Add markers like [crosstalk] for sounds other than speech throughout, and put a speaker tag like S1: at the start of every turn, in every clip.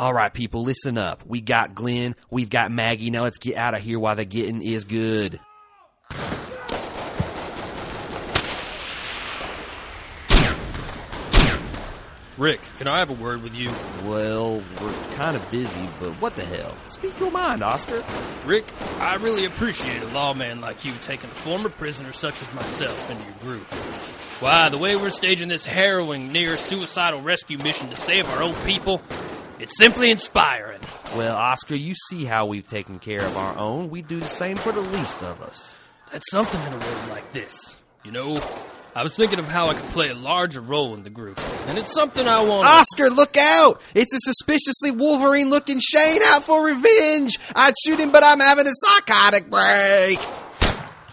S1: All right, people, listen up. We got Glenn. We've got Maggie. Now let's get out of here while the getting is good.
S2: Rick, can I have a word with you?
S1: Well, we're kind of busy, but what the hell? Speak your mind, Oscar.
S2: Rick, I really appreciate a lawman like you taking a former prisoner such as myself into your group. Why, the way we're staging this harrowing, near suicidal rescue mission to save our own people, it's simply inspiring.
S1: Well, Oscar, you see how we've taken care of our own. We do the same for the least of us.
S2: That's something in a world like this. You know, I was thinking of how I could play a larger role in the group, and it's something I want.
S1: Oscar, look out! It's a suspiciously Wolverine looking Shane out for revenge! I'd shoot him, but I'm having a psychotic break!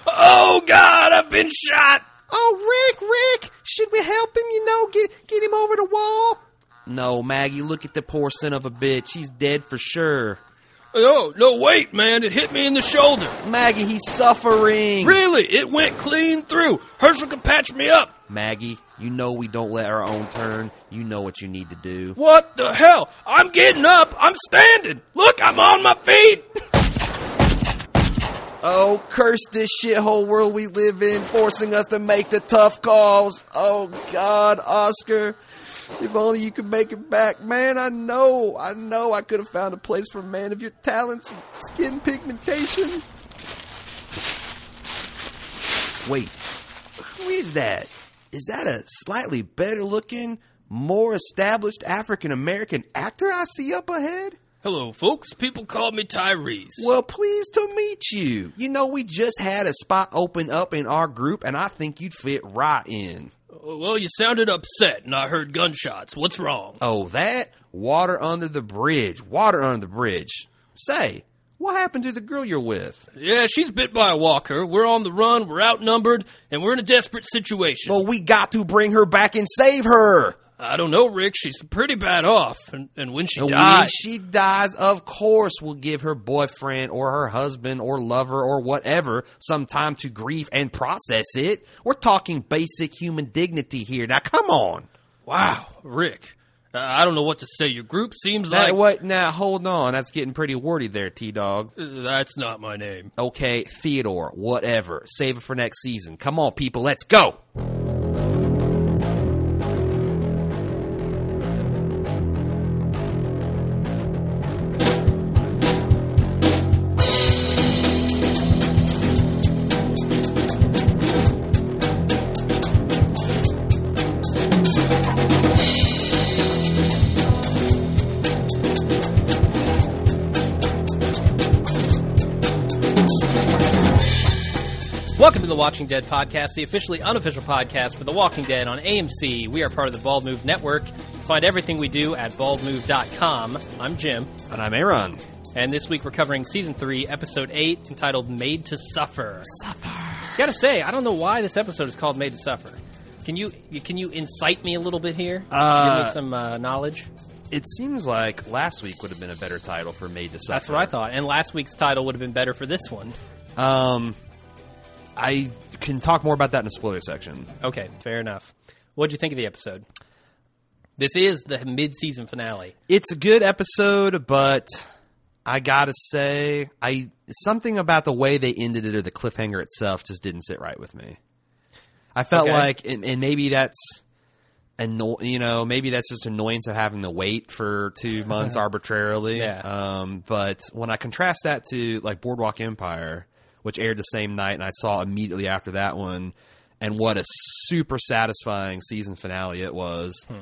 S2: Oh God, I've been shot!
S1: Oh, Rick, Rick! Should we help him, you know, get, get him over the wall? No, Maggie, look at the poor son of a bitch. He's dead for sure.
S2: Oh no, wait, man! It hit me in the shoulder.
S1: Maggie, he's suffering!
S2: Really, it went clean through. Herschel could patch me up.
S1: Maggie, you know we don't let our own turn. You know what you need to do.
S2: What the hell? I'm getting up. I'm standing. Look, I'm on my feet. [laughs]
S1: Oh, curse this shithole world we live in, forcing us to make the tough calls. Oh, God, Oscar. If only you could make it back. Man, I know, I know I could have found a place for a man of your talents and skin pigmentation. Wait, who is that? Is that a slightly better looking, more established African American actor I see up ahead?
S2: Hello, folks. People call me Tyrese.
S1: Well, pleased to meet you. You know, we just had a spot open up in our group, and I think you'd fit right in.
S2: Oh, Well, you sounded upset, and I heard gunshots. What's wrong?
S1: Oh, that? Water under the bridge. Water under the bridge. Say, what happened to the girl you're with?
S2: Yeah, she's bit by a walker. We're on the run. We're outnumbered, and we're in a desperate situation.
S1: Well, we got to bring her back and save her.
S2: I don't know, Rick. She's pretty bad off, and, and when she
S1: And when
S2: dies,
S1: she dies, of course, we'll give her boyfriend or her husband or lover or whatever some time to grieve and process it. We're talking basic human dignity here. Now, come on.
S2: wow, Rick. Uh, I don't know what to say. Your group seems
S1: Now,
S2: like
S1: what? Now, hold on. That's getting pretty wordy there, T Dog.
S2: Uh, that's not my name.
S1: Okay, Theodore, whatever. Save it for next season. Come on, people, let's go.
S3: Welcome to the Watching Dead podcast, the officially unofficial podcast for The Walking Dead on AMC. We are part of the Bald Move Network. Find everything we do at baldmove.com. I'm Jim,
S1: And I'm Aaron.
S3: and this week we're covering season 3, episode 8, entitled Made to Suffer. Suffer. Got to say, I don't know why this episode is called Made to Suffer. Can you can you incite me a little bit here?
S1: Uh,
S3: Give me some uh, knowledge.
S1: It seems like last week would have been a better title for Made to Suffer.
S3: That's what I thought. And last week's title would have been better for this one.
S1: Um, I can talk more about that in the spoiler section.
S3: Okay, fair enough. What'd you think of the episode? This is the mid-season finale.
S1: It's a good episode, but I gotta say, I something about the way they ended it or the cliffhanger itself just didn't sit right with me. I felt
S3: Okay.
S1: like, and, and maybe that's. Anno- you know, maybe that's just annoyance of having to wait for two
S3: [laughs]
S1: months arbitrarily.
S3: Yeah.
S1: Um, but when I contrast that to like Boardwalk Empire, which aired the same night, and I saw immediately after that one, and what a super satisfying season finale it was.
S3: Hmm.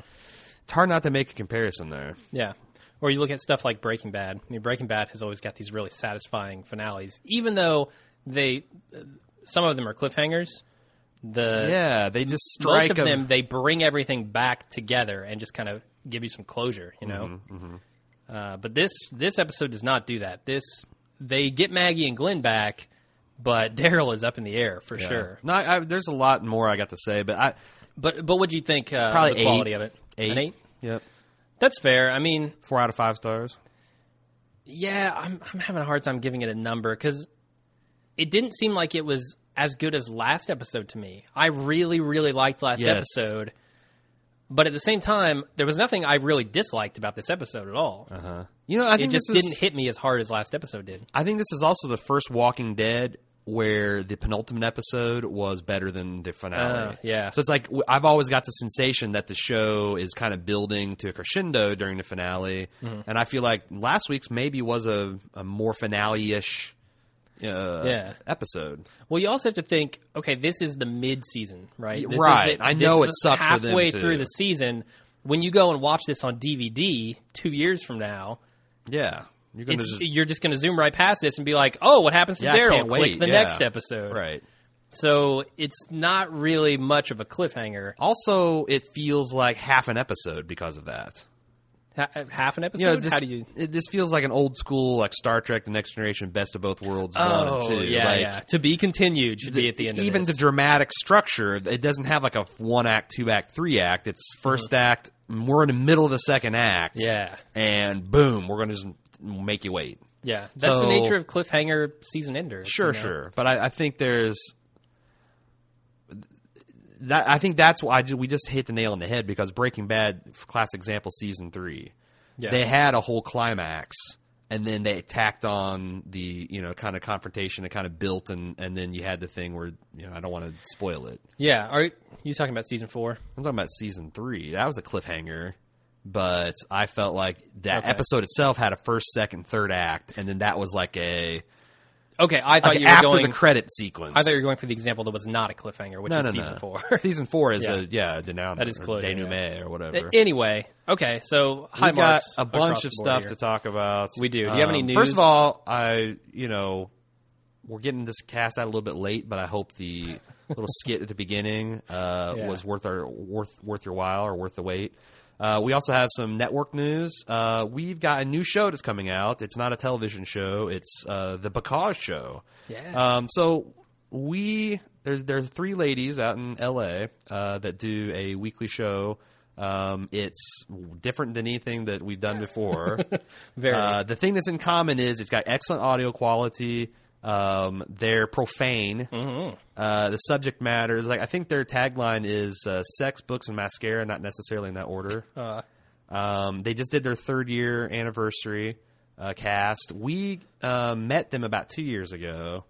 S1: It's hard not to make a comparison there.
S3: Yeah. Or you look at stuff like Breaking Bad. I mean, Breaking Bad has always got these really satisfying finales, even though they uh, some of them are cliffhangers. The
S1: Yeah, um, they just strike
S3: most of
S1: a-
S3: them they bring everything back together and just kind of give you some closure, you know.
S1: Mm-hmm,
S3: Uh, but this this episode does not do that. This they get Maggie and Glenn back, but [laughs] Daryl is up in the air for
S1: Yeah.
S3: sure.
S1: No, I, I- there's a lot more I got to say, but I
S3: But but what do you think? Uh,
S1: Probably
S3: the quality
S1: eight.
S3: of it.
S1: eight.
S3: An eight.
S1: Yep.
S3: That's fair. I mean,
S1: Four out of five stars.
S3: Yeah, I'm I'm having a hard time giving it a number because it didn't seem like it was as good as last episode to me. I really really liked last
S1: Yes.
S3: episode, But at the same time, there was nothing I really disliked about this episode at all.
S1: Uh-huh. You know, I
S3: It
S1: think
S3: just
S1: this is-
S3: didn't hit me as hard as last episode did.
S1: I think this is also the first Walking Dead where the penultimate episode was better than the finale.
S3: Uh, yeah.
S1: So it's like w- I've always got the sensation that the show is kind of building to a crescendo during the finale, and I feel like last week's maybe was a, a more finale-ish uh,
S3: Yeah.
S1: episode.
S3: Well, you also have to think, okay, this is the mid season, right? This is
S1: right.
S3: the-
S1: I
S3: this
S1: know
S3: is
S1: it sucks for them,
S3: halfway
S1: too.
S3: through the season. When you go and watch this on DVD two years from now,
S1: Yeah, you're gonna
S3: it's,
S1: just,
S3: you're just going to zoom right past this and be like, "Oh, what happens to
S1: Yeah, I
S3: Daryl?"
S1: can't
S3: Click
S1: wait.
S3: the
S1: Yeah.
S3: next episode.
S1: right.
S3: So it's not really much of a cliffhanger.
S1: Also, it feels like half an episode because of that.
S3: Ha- uh, half an episode.
S1: you know, this,
S3: How do you?
S1: it- this feels like an old school, like Star Trek: The Next Generation, Best of Both Worlds, one and
S3: Oh,
S1: two.
S3: yeah,
S1: like,
S3: yeah. To be continued should be at the end.
S1: Even
S3: of
S1: the
S3: this.
S1: dramatic structure, it doesn't have like a one act, two act, three act. It's 1st act. We're in the middle of the second act.
S3: Mm-hmm. Yeah.
S1: and boom, we're gonna just make you wait.
S3: yeah, that's
S1: So-
S3: the nature of cliffhanger season enders.
S1: Sure,
S3: you know?
S1: sure. But I, I think there's that. I think that's why I ju- we just hit the nail on the head because Breaking Bad, class example, season three,
S3: Yeah.
S1: they had a whole climax. And then they tacked on the you know kind of confrontation that kind of built, and, and then you had the thing where you know I don't want to spoil it.
S3: Yeah. Are you talking about season four?
S1: I'm talking about season three. That was a cliffhanger, but I felt like that
S3: Okay.
S1: episode itself had a first, second, third act, and then that was like a
S3: Okay, I thought
S1: like
S3: you were
S1: after
S3: going.
S1: the credit sequence.
S3: I thought you were going for the example that was not a cliffhanger, which
S1: no,
S3: is
S1: no,
S3: season
S1: no. [laughs]
S3: four.
S1: season four is
S3: Yeah.
S1: a yeah a denouement.
S3: That is
S1: or
S3: closure,
S1: denouement or whatever.
S3: [laughs] anyway, okay, so high
S1: we got
S3: marks
S1: a
S3: across
S1: bunch
S3: the
S1: of
S3: board
S1: stuff
S3: here.
S1: to talk about. Um,
S3: We do. Do you have any
S1: First of
S3: news?
S1: all, I you know we're getting this cast out a little bit late, but I hope the
S3: [laughs]
S1: little skit at the beginning uh,
S3: Yeah.
S1: was worth our worth worth your while or worth the wait. Uh, we also have some network news. Uh, we've got a new show that's coming out. It's not a television show. It's uh, the Bacause show.
S3: Yeah.
S1: Um, so we there's there's three ladies out in L.A. Uh, that do a weekly show. Um, it's different than anything that we've done before.
S3: [laughs] Very.
S1: Uh, the thing that's in common is it's got excellent audio quality. Um, they're profane.
S3: Mm-hmm.
S1: Uh, the subject matter is like I think their tagline is uh, sex, books, and mascara, not necessarily in that order.
S3: uh,
S1: Um, they just did their third year anniversary uh, cast. We uh, met them about two years ago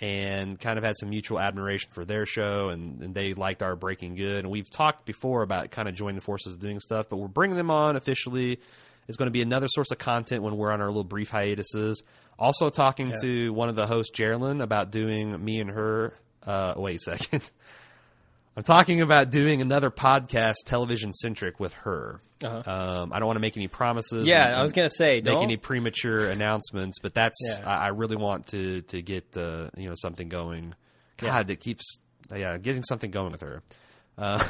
S1: and kind of had some mutual admiration for their show, and, and they liked our Breaking Good. And we've talked before about kind of joining forces and doing stuff, but we're bringing them on officially. It's going to be another source of content when we're on our little brief hiatuses. Also, talking to one of the hosts, Geraldine, about doing me and her. Uh, wait a second. I'm talking about doing another podcast, television centric, with her. Um, I don't want to make any promises. and-
S3: Uh-huh. yeah, I
S1: and
S3: was gonna say,
S1: make
S3: don't-
S1: any premature announcements, but that's
S3: Yeah.
S1: I, I really want to to get uh, you know something going. God, that keeps yeah getting something going with her. Uh,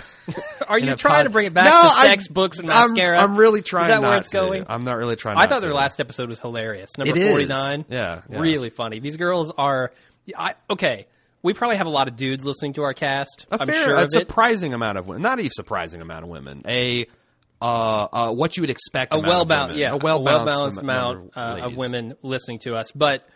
S3: Are
S1: in
S3: you
S1: a
S3: trying
S1: pod-
S3: to bring it back
S1: No,
S3: to
S1: I'm-
S3: sex, books, and
S1: I'm-
S3: mascara?
S1: I'm, really trying.
S3: Is that
S1: not
S3: where it's
S1: to.
S3: going?
S1: I'm not really trying.
S3: I
S1: not
S3: thought their
S1: to.
S3: last episode was hilarious. Number
S1: It is.
S3: forty nine.
S1: Yeah, yeah.
S3: Really funny. These girls are. I, okay, we probably have a lot of dudes listening to our cast.
S1: a
S3: I'm
S1: fair,
S3: sure
S1: a
S3: of it.
S1: surprising amount of women, not even surprising amount of women. A uh, uh, what you would expect
S3: A
S1: amount of
S3: well balanced,
S1: women.
S3: yeah,
S1: a well
S3: balanced amount uh, of women listening to us, but.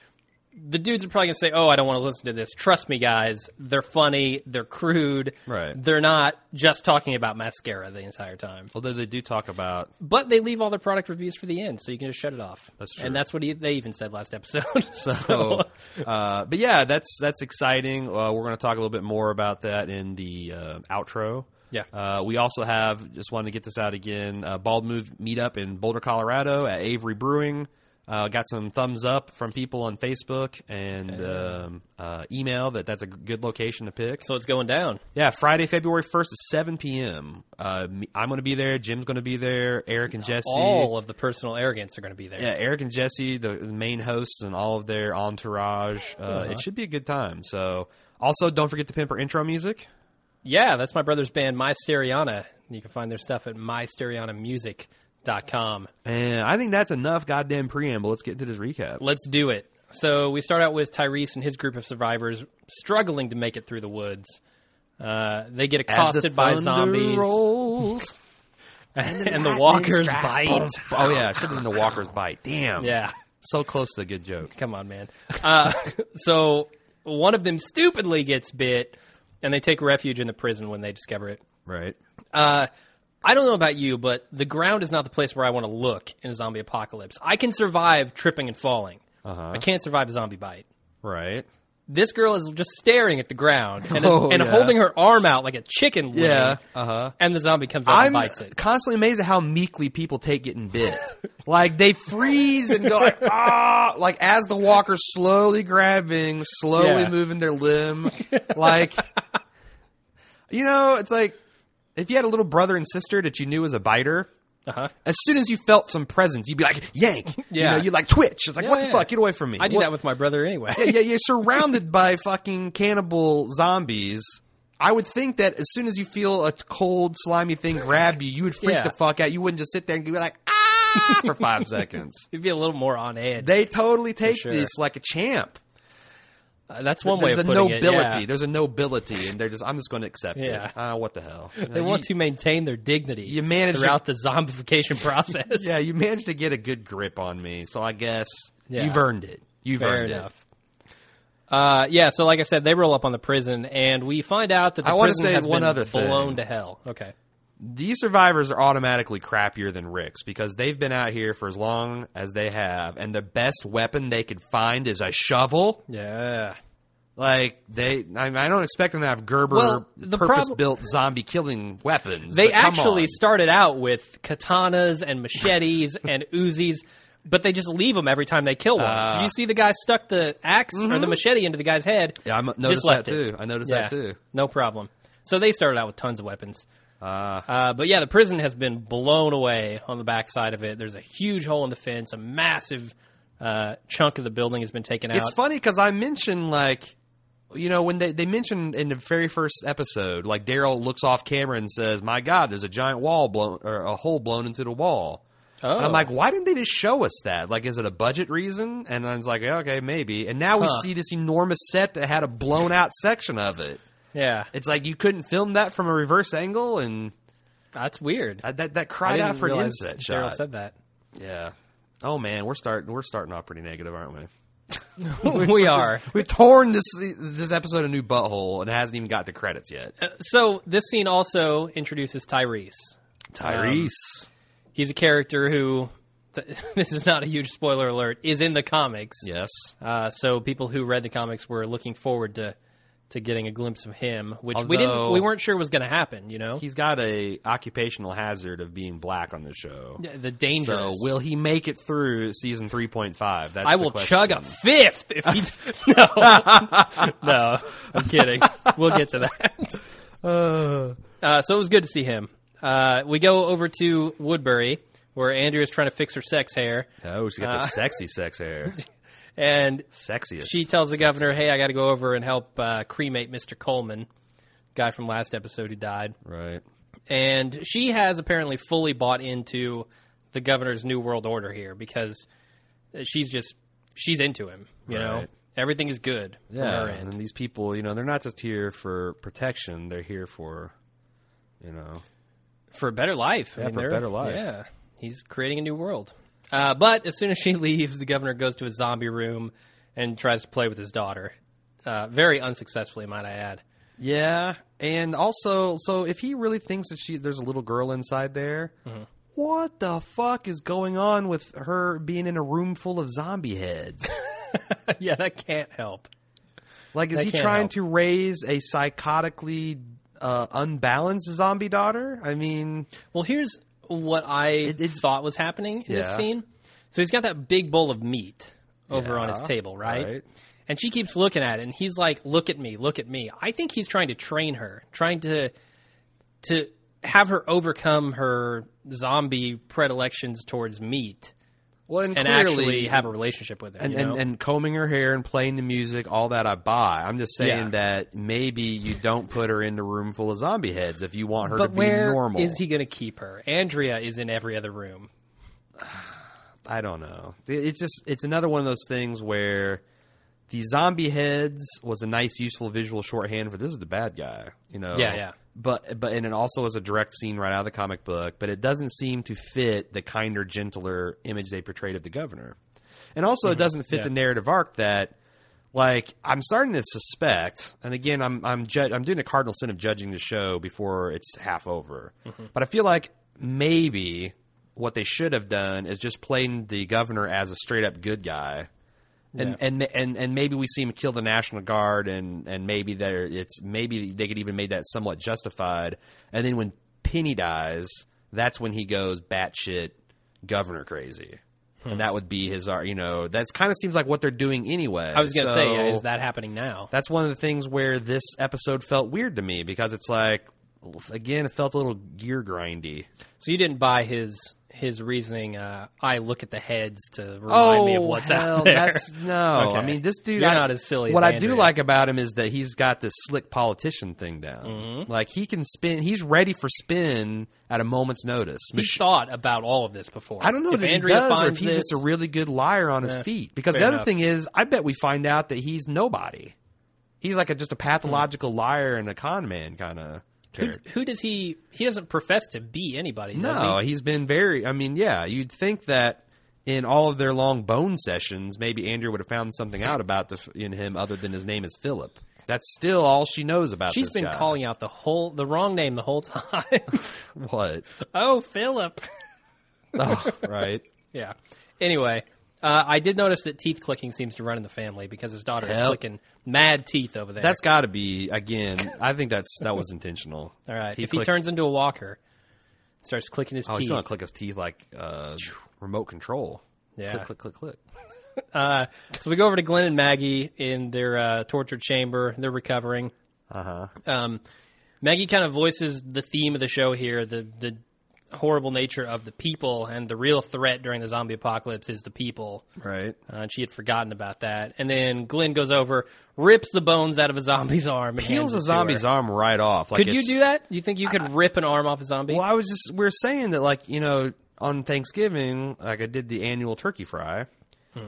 S3: The dudes are probably gonna say, "Oh, I don't want to listen to this." Trust me, guys. They're funny. They're crude.
S1: Right.
S3: They're not just talking about mascara the entire time.
S1: Although they do talk about
S3: But they leave all their product reviews for the end, so you can just shut it off.
S1: That's true.
S3: And that's what he, they even said last episode.
S1: [laughs]
S3: so,
S1: So, uh, but yeah, that's that's exciting. Uh, we're going to talk a little bit more about that in the uh, outro.
S3: Yeah.
S1: Uh, we also have just wanted to get this out again. Uh, Bald Move meetup in Boulder, Colorado, at Avery Brewing. Uh, got some thumbs up from people on Facebook and um, uh, email that that's a g- good location to pick.
S3: so it's going down.
S1: Yeah, Friday, February first at seven p.m. Uh, me- I'm going to be there. Jim's going to be there. Eric and Jesse.
S3: All of the personal arrogance are going to be there.
S1: Yeah, Eric and Jesse, the, the main hosts, and all of their entourage. Uh,
S3: Uh-huh.
S1: It should be a good time. So, also don't forget to pimp our intro music.
S3: Yeah, that's my brother's band, My Stereana. You can find their stuff at mystereanamusic.com.
S1: And I think that's enough goddamn preamble. Let's get to this recap.
S3: Let's do it. So we start out with Tyrese and his group of survivors struggling to make it through the woods. Uh, they get accosted by zombies,
S1: Rolls,
S3: [laughs] and the walkers bite.
S1: oh yeah, I should have been the walkers bite. Damn.
S3: Yeah.
S1: So close to the good joke.
S3: Come on, man. Uh, [laughs] so one of them stupidly gets bit, and they take refuge in the prison when they discover it.
S1: Right.
S3: Uh, I don't know about you, but the ground is not the place where I want to look in a zombie apocalypse. I can survive tripping and falling.
S1: Uh-huh.
S3: I can't survive a zombie bite.
S1: Right.
S3: This girl is just staring at the ground
S1: [laughs]
S3: and,
S1: Oh,
S3: and
S1: yeah.
S3: holding her arm out like a chicken. would.
S1: Yeah. Uh huh.
S3: And the zombie comes up
S1: I'm
S3: and bites it.
S1: constantly amazed at how meekly people take getting bit. like they freeze and go
S3: [laughs]
S1: like ah, like as the walker's slowly grabbing, slowly
S3: Yeah.
S1: moving their limb.
S3: [laughs]
S1: like you know, it's like if you had a little brother and sister that you knew was a biter.
S3: Uh-huh.
S1: As soon as you felt some presence, you'd be like yank.
S3: Yeah.
S1: You know, you'd like twitch. It's like
S3: Yeah,
S1: what the
S3: yeah.
S1: fuck? Get away from me.
S3: I do
S1: What-
S3: that with my brother anyway. [laughs]
S1: yeah, yeah, you're surrounded by fucking cannibal zombies. I would think that as soon as you feel a cold, slimy thing grab you, you would freak
S3: Yeah.
S1: the fuck out. You wouldn't just sit there and be like, ah, for
S3: [laughs]
S1: five seconds.
S3: It'd be a little more on edge.
S1: They totally take
S3: sure.
S1: this like a champ.
S3: Uh, that's one way
S1: There's
S3: of
S1: a
S3: putting
S1: nobility.
S3: it.
S1: There's a nobility, and they're just, I'm just going to accept
S3: Yeah.
S1: it. Ah, what the hell?
S3: Yeah. They want to maintain their dignity
S1: you manage to-
S3: throughout the zombification [laughs] process.
S1: Yeah, you managed to get a good grip on me, so I guess
S3: Yeah.
S1: you've earned it. You've
S3: Fair
S1: earned it.
S3: enough. Uh, yeah, so like I said, they roll up on the prison, and we find out that the
S1: I wanna
S3: prison
S1: say
S3: has
S4: one
S3: been
S1: other thing.
S3: blown to hell. Okay.
S1: these survivors are automatically crappier than Rick's because they've been out here for as long as they have, and the best weapon they could find is a shovel.
S3: Yeah.
S1: Like they, I, mean, I don't expect them to have Gerber
S3: Well, the prob-
S1: purpose-built zombie killing weapons.
S3: They
S1: but come
S3: actually
S1: on.
S3: started out with katanas and machetes [laughs] and Uzis, but they just leave them every time they kill one.
S1: Uh.
S3: Did you see the guy stuck the ax or the machete into the guy's head?
S1: Mm-hmm. Yeah, I m-
S3: Just
S1: noticed that
S3: left it.
S1: too. I noticed that too.
S3: No problem. So they started out with tons of weapons.
S1: Uh,
S3: Uh, but yeah, the prison has been blown away on the backside of it. There's a huge hole in the fence. A massive uh, chunk of the building has been taken out.
S1: It's funny because I mentioned like, you know, when they they mentioned in the very first episode, like Daryl looks off camera and says, "My God, there's a giant wall blown or a hole blown into the wall."
S3: Oh.
S1: And I'm like, why didn't they just show us that? Like, is it a budget reason? And I was like, yeah, okay, maybe. And now we
S3: Huh.
S1: see this enormous set that had a blown out section of it.
S3: Yeah,
S1: It's like you couldn't film that from a reverse angle, and
S3: that's weird.
S1: that that, that
S3: I
S1: cried
S3: didn't
S1: out for an
S3: realize
S1: inset
S3: Daryl
S1: shot. [laughs]
S3: said that. [laughs]
S1: yeah. Oh man, we're starting we're starting off pretty negative, aren't we?
S3: we are.
S1: We've torn this this episode a new butthole and it hasn't even got the credits yet.
S3: [laughs] Uh,
S1: Um,
S3: So this scene also introduces Tyrese.
S1: Tyrese.
S3: He's a character who, [laughs] this is not a huge spoiler alert, is in the comics.
S1: yes.
S3: Uh, so people who read the comics were looking forward to to getting a glimpse of him, which we didn't,
S1: Although-
S3: we weren't sure was going to happen. You know,
S1: He's got a occupational hazard of being black on the show.
S3: the danger.
S1: So will he make it through season 3.5? That's
S3: I
S1: the
S3: will
S1: question.
S3: chug a fifth if he. d- [laughs] no, [laughs] no, I'm kidding. We'll get to [laughs] that. Uh, so it was good to see him. Uh, we go over to Woodbury where Andrea is trying to fix her sex hair,
S1: Oh, she got the sexy sex [laughs] hair.
S3: and
S1: Sexiest.
S3: she tells the governor, "Hey, I got to go over and help uh, cremate Mister Coleman, guy from last episode who died."
S1: right.
S3: And she has apparently fully bought into the governor's new world order here because she's just she's into him. You know,
S1: Right.
S3: everything is good from
S1: Yeah.
S3: her end.
S1: And these people, you know, they're not just here for protection, they're here for you know.
S3: for a better life. Yeah,
S1: for a better life.
S3: Yeah, he's creating a new world. Uh, but as soon as she [laughs] leaves, the governor goes to his zombie room and tries to play with his daughter, uh, very unsuccessfully, might
S1: [laughs]
S3: I add.
S1: Yeah, and also, so if he really thinks that she's there's a little girl inside there, what the fuck is going on with her being in a room full of zombie [laughs] heads?
S3: yeah, that can't help.
S1: like, is
S3: That
S1: he
S3: can't
S1: trying
S3: help.
S1: to raise a psychotically uh, unbalanced zombie daughter? I mean,
S3: Well, here's what I
S1: it's-
S3: thought was happening in this
S1: Yeah.
S3: scene. So he's got that big bowl of meat over on his table, right?
S1: right.
S3: And she keeps looking at it, and he's like, "Look at me, look at me." I think he's trying to train her, trying to to have her overcome her zombie predilections towards meat
S1: well, and,
S3: and actually
S1: clearly,
S3: have a relationship with it.
S1: and,
S3: you know?
S1: and, and combing her hair and playing the music, all that I buy. I'm just saying
S3: Yeah.
S1: that maybe you don't put her in the room full of zombie heads if you want her
S3: but
S1: to
S3: where
S1: be normal.
S3: is he going to keep her? Andrea is in every other room.
S1: I don't know. It- It's just it's another one of those things where the zombie heads was a nice, useful visual shorthand for this is the bad guy. You know.
S3: Yeah, yeah.
S1: But but and it also is a direct scene right out of the comic book, but it doesn't seem to fit the kinder, gentler image they portrayed of the governor, and also it doesn't fit
S3: Mm-hmm. yeah.
S1: the narrative arc that like I'm starting to suspect, and again, I'm I'm ju- I'm doing a cardinal sin of judging the show before it's half over, but I feel like maybe what they should have done is just played the governor as a straight up good guy. And, and and and maybe we see him kill the National Guard, and and maybe there it's maybe they could even made that somewhat justified. And then when Penny dies, that's when he goes batshit governor crazy,
S3: Hmm.
S1: and that would be his ar- you know that's kind of seems like what they're doing anyway.
S3: I was gonna say, yeah,
S1: So-
S3: is that happening now?
S1: that's one of the things where this episode felt weird to me because it's like again it felt a little gear grindy
S3: So you didn't buy his his reasoning. Uh, I look at the heads to remind me of what's
S1: Oh, hell,
S3: out there.
S1: That's no.
S3: Okay.
S1: I mean, this dude.
S3: You're
S1: I-
S3: not as silly
S1: What
S3: as
S1: I do
S3: Andrea.
S1: like about him is that he's got this slick politician thing down.
S3: Mm-hmm.
S1: Like he can spin. He's ready for spin at a moment's notice.
S3: [laughs] he
S1: Mich-
S3: thought about all of this before.
S1: I don't know
S3: if
S1: that
S3: Andrea
S1: he does, or if
S3: finds
S1: he's
S3: this,
S1: just a really good liar on his
S3: Yeah,
S1: feet. Because the
S3: fair
S1: other
S3: enough.
S1: thing is, I bet we find out that he's nobody. He's like a,
S3: Hmm.
S1: just a pathological liar and a con man kind of character.
S3: who, who does he? He doesn't profess to be anybody. Does
S1: No,
S3: he?
S1: has been very. I mean, yeah, you'd think that in all of their long bone sessions, maybe Andrea would have found something out about the, in him other than his name is Philip. That's still all she knows about.
S3: she's
S1: this
S3: been
S1: guy. [laughs]
S3: calling out the whole the wrong name the whole time. [laughs]
S1: what?
S3: oh, Philip.
S1: Oh, right.
S3: Yeah. Anyway, uh, I did notice that teeth clicking seems to run in the family because his daughter is
S1: Yep.
S3: clicking mad teeth over there.
S1: That's got to be again. I think that's that was intentional.
S3: all right. if he
S1: clicked-
S3: turns into a walker, starts clicking his
S1: oh, he's
S3: teeth.
S1: gonna click his teeth like uh, remote control.
S3: Yeah.
S1: Click, click, click, click.
S3: Uh, so we go over to Glenn and Maggie in their uh, torture chamber. They're recovering.
S1: Uh-huh.
S3: Uh huh. Um, Maggie kind of voices the theme of the show here: the the horrible nature of the people, and the real threat during the zombie apocalypse is the people.
S1: Right.
S3: Uh, and she had forgotten about that. And then Glenn goes over, rips the bones out of a zombie's arm, and
S1: Peels
S3: hands it
S1: a
S3: to
S1: zombie's
S3: her.
S1: arm right off. Like
S3: Could
S1: it's-
S3: you do that? Do you think you could rip an arm off a zombie?
S1: Well, I was just we are saying that like you know on Thanksgiving, like I did the annual turkey fry,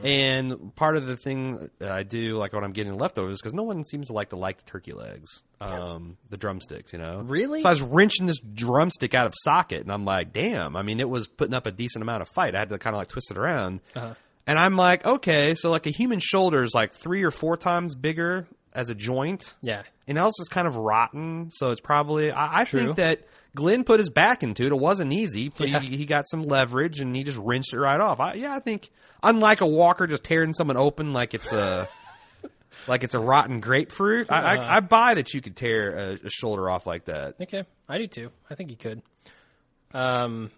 S1: and part of the thing that I do like when I'm getting leftovers because no one seems to like to like the turkey legs, um, the drumsticks, you know.
S3: Really?
S1: So I was wrenching this drumstick out of socket, and I'm like, damn. I mean, it was putting up a decent amount of fight. I had to kind of like twist it around, and I'm like, okay, so like a human shoulder is like three or four times bigger as a joint
S3: yeah.
S1: and else is kind of rotten. So it's probably I, I think that Glenn put his back into it. It wasn't easy. But he, he got some leverage and he just wrenched it right off. I, yeah, I think unlike a Walker just tearing someone open like it's
S3: [laughs]
S1: a like it's a rotten grapefruit. I,
S3: Uh-huh.
S1: I, I buy that you could tear a, a shoulder off like that.
S3: Okay. I do too. I think you could. Um,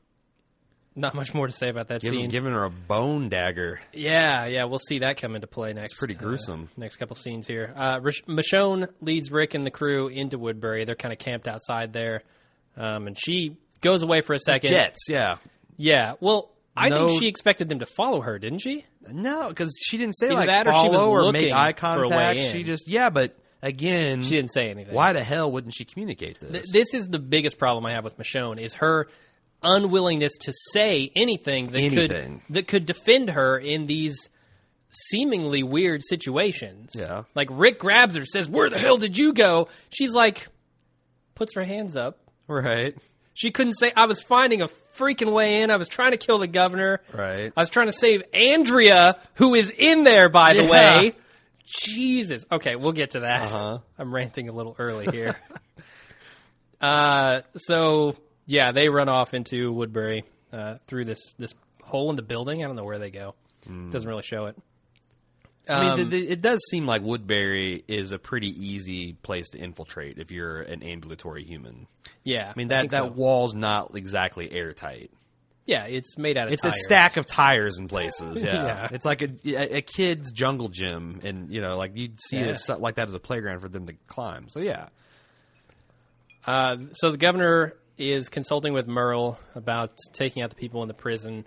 S3: not much more to say about that
S1: Giving,
S3: scene.
S1: giving her a bone dagger.
S3: Yeah, yeah, we'll see that come into play next.
S1: pretty
S3: uh,
S1: gruesome.
S3: next couple scenes here. Uh, Rish- Michonne leads Rick and the crew into Woodbury. They're kind of camped outside there, um, and she goes away for a second.
S1: Jets, yeah.
S3: Yeah. Well, I
S1: No-
S3: think she expected them to follow her, didn't she?
S1: No, because she didn't say
S3: Either
S1: like
S3: that or she was
S1: follow or
S3: looking
S1: make eye
S3: for a way
S1: contact.
S3: in.
S1: She just yeah, but again,
S3: She didn't say anything.
S1: why the hell wouldn't she communicate this?
S3: Th- This is the biggest problem I have with Michonne is her unwillingness to say anything that
S1: Anything.
S3: could that could defend her in these seemingly weird situations.
S1: Yeah.
S3: Like Rick grabs her, says, "Where the hell did you go?" She's like puts her hands up.
S1: right.
S3: She couldn't say I was finding a freaking way in. I was trying to kill the governor.
S1: Right.
S3: I was trying to save Andrea, who is in there, by the
S1: Yeah.
S3: way. Jesus. Okay, we'll get to that.
S1: Uh-huh.
S3: I'm ranting a little early here. [laughs] uh, so yeah, they run off into Woodbury uh, through this this hole in the building. I don't know where they go.
S1: Hmm.
S3: Doesn't really show it.
S1: I mean, th th it does seem like Woodbury is a pretty easy place to infiltrate if you're an ambulatory human.
S3: Yeah,
S1: I mean, that,
S3: think
S1: that
S3: so.
S1: wall's not exactly airtight.
S3: yeah, it's made out of
S1: It's
S3: tires.
S1: a stack of tires in [laughs] places. Yeah,
S3: Yeah.
S1: it's like a, a, a kid's jungle gym, and you know, like you'd see
S3: Yeah.
S1: it as- like that as a playground for them to climb. So yeah,
S3: Uh, so the governor is consulting with Merle about taking out the people in the prison,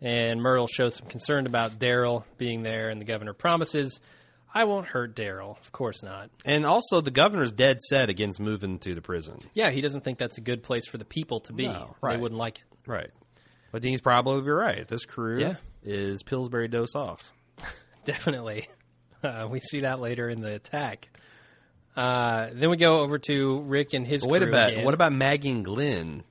S3: and Merle shows some concern about Daryl being there, and the governor promises, "I won't hurt Daryl." Of course not.
S1: and also the governor's dead set against moving to the prison.
S3: Yeah, he doesn't think that's a good place for the people to be.
S1: No, right.
S3: They wouldn't like it. [laughs]
S1: Right, but Dean's probably right. This crew
S3: Yeah.
S1: is Pillsbury dose off.
S3: Definitely. Uh, we see that later in the attack. Uh, then we go over to Rick and his.
S1: Wait a
S3: crew
S1: minute.
S3: again.
S1: What about Maggie and Glenn?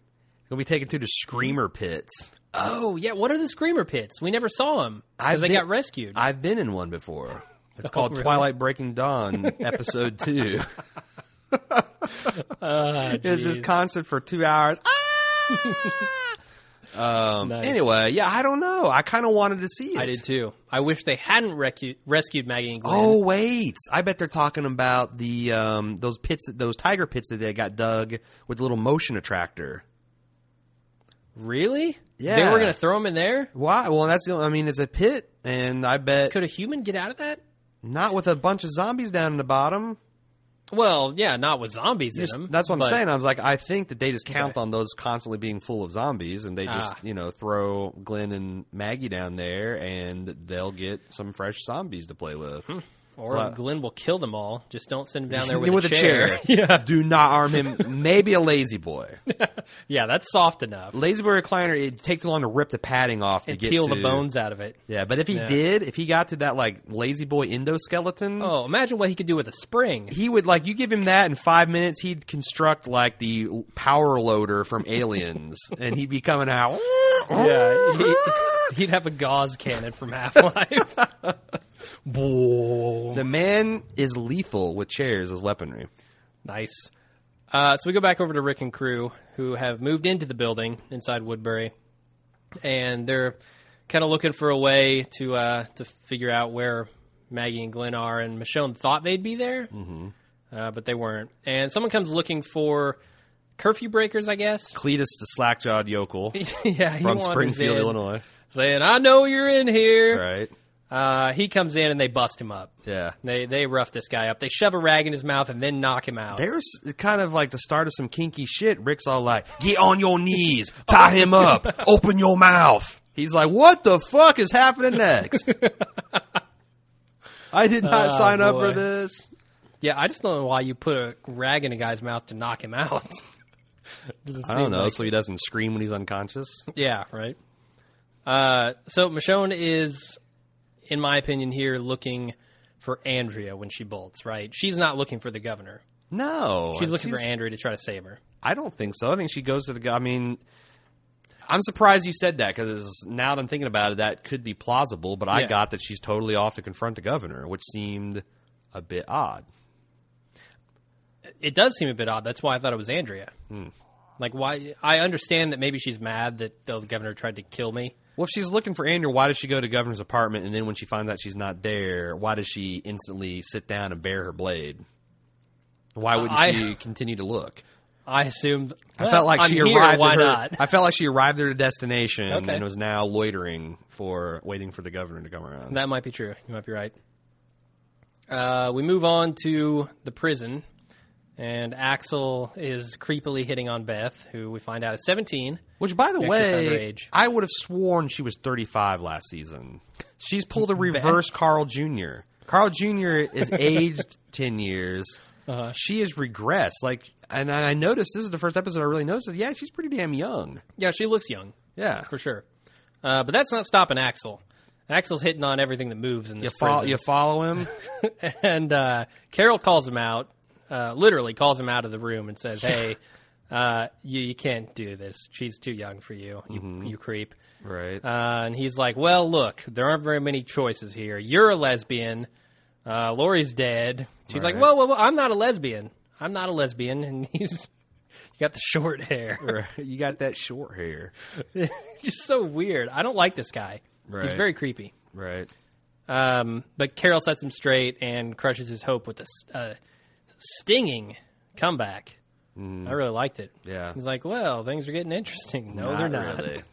S1: They'll be taken to the screamer pits.
S3: Oh yeah, what are the screamer pits? We never saw them because
S1: I've
S3: they
S1: been-
S3: got rescued.
S1: I've been in one before.
S3: [laughs]
S1: It's called
S3: Oh, really?
S1: Twilight Breaking Dawn, [laughs] episode
S3: [laughs]
S1: two. [laughs]
S3: Ah,
S1: Is this concert for two hours? Ah! um,
S3: Nice.
S1: Anyway, yeah, I don't know. I kind of wanted to see it.
S3: I did too. I wish they hadn't recu- rescued Maggie and Glenn.
S1: Oh wait, I bet they're talking about the um, those pits, those tiger pits that they got dug with a little motion attractor.
S3: really?
S1: Yeah.
S3: They were going to throw him in there?
S1: Why? Well, that's the. Only, I mean, it's a pit, and I bet
S3: Could a human get out of that?
S1: not with a bunch of zombies down in the bottom.
S3: Well, yeah, not with zombies in them.
S1: That's what I'm
S3: but-
S1: saying. I was like, I think that they just count on those constantly being full of zombies, and they just
S3: Ah.
S1: you know throw Glenn and Maggie down there, and they'll get some fresh zombies to play with.
S3: Or
S1: What?
S3: Glenn will kill them all. Just don't send him Hmm.
S1: [laughs]
S3: down there with,
S1: With
S3: a, chair. [laughs]
S1: yeah. Do not arm him. Maybe a lazy boy.
S3: yeah, that's soft enough.
S1: Lazy boy recliner. It take too long to rip the padding off
S3: And
S1: to get
S3: peel
S1: to-
S3: the bones out of it.
S1: Yeah, but if he
S3: Yeah.
S1: did, if he got to that like lazy boy endoskeleton,
S3: Oh, imagine what he could do with a spring.
S1: [laughs] he would like you give him that in five minutes he'd construct like the power loader from aliens and he'd be coming out
S3: Yeah, he, [laughs] he'd have a gauze cannon from Half
S1: [laughs]
S3: [laughs] Life.
S1: the man is lethal with chairs as weaponry
S3: nice. Uh, so we go back over to Rick and crew, who have moved into the building inside Woodbury, and they're kind of looking for a way to uh, to figure out where Maggie and Glenn are. And Michonne thought they'd be there, mm-hmm. uh, but they weren't. And someone comes looking for curfew breakers, I guess. [laughs]
S1: cletus the slack-jawed [laughs] yokel
S3: yeah, he
S1: from
S3: wanders
S1: springfield [laughs]
S3: in,
S1: illinois
S3: saying, "I know you're in here."
S1: right
S3: Uh, he comes in and they bust him up.
S1: yeah
S3: They they rough this guy up. They shove a rag in his mouth and then knock him out.
S1: there's kind of like the start of some kinky shit rick's all like get on your knees tie him [laughs] up open your mouth he's like what the fuck is happening next i did not
S3: Oh,
S1: sign up for
S3: boy.
S1: this
S3: yeah, I just don't know why you put a rag in a guy's mouth to knock him out. [laughs] Doesn't
S1: I don't
S3: seem
S1: know,
S3: like-
S1: so he doesn't scream when he's unconscious.
S3: yeah, right. Uh, so Michonne is, in my opinion, here looking for Andrea when she bolts. Right? She's not looking for the governor.
S1: No,
S3: She's looking for Andrea to try to save her.
S1: I don't think so. I think she goes to the. gu- I mean, I'm surprised you said that because now that I'm thinking about it, that could be plausible. But I
S3: Yeah.
S1: got that she's totally off to confront the governor, which seemed a bit odd.
S3: It does seem a bit odd. That's why I thought it was Andrea.
S1: Hmm.
S3: Like why? I understand that maybe she's mad that the governor tried to kill me.
S1: Well, if she's looking for Andrew, why does she go to governor's apartment? And then when she finds out she's not there, why does she instantly sit down and bare her blade? Why wouldn't
S3: I-
S1: she continue to look?
S3: I assumed.
S1: I felt like
S3: I'm
S1: she
S3: here,
S1: arrived.
S3: Why
S1: at her,
S3: not?
S1: I felt like she arrived at her destination
S3: Okay.
S1: and was now loitering for waiting for the governor to come around.
S3: That might be true. You might be right. Uh, we move on to the prison, and Axel is creepily hitting on Beth, who we find out is 17.
S1: Which, by the
S3: Extra
S1: way,
S3: underage.
S1: I would have sworn she was 35 last season. She's
S3: [laughs]
S1: pulled a reverse Carl Jr. Carl Jr. is aged 10 years.
S3: Uh-huh.
S1: She has regressed. Like, and I I noticed this is the first episode I really noticed. is, Yeah, she's pretty damn young.
S3: Yeah, she looks young
S1: Yeah,
S3: for sure, uh, but that's not stopping Axel. Axel's hitting on everything that moves in
S1: you,
S3: this
S1: fol-
S3: prison,
S1: you follow him.
S3: [laughs] and uh, Carol calls him out. Uh, literally calls him out of the room and says, "Hey, uh, you you can't do this. She's too young for you. You,
S1: Mm-hmm.
S3: you creep."
S1: right. [laughs]
S3: Uh, and he's like, "Well, look, there aren't very many choices here. You're a lesbian. Uh, Lori's dead." She's like,
S1: Right.
S3: "Whoa, whoa, whoa! I'm not a lesbian. I'm not a lesbian." And [laughs] he's you got the short hair.
S1: you got that short hair.
S3: Just so weird. I don't like this guy. He's
S1: Right.
S3: very creepy.
S1: Right.
S3: Um, but Carol sets him straight and crushes his hope with a s- uh, stinging comeback. I really liked it.
S1: Hmm. Yeah.
S3: He's like, "Well, things are getting interesting." No, they're not.
S1: really.
S3: [laughs]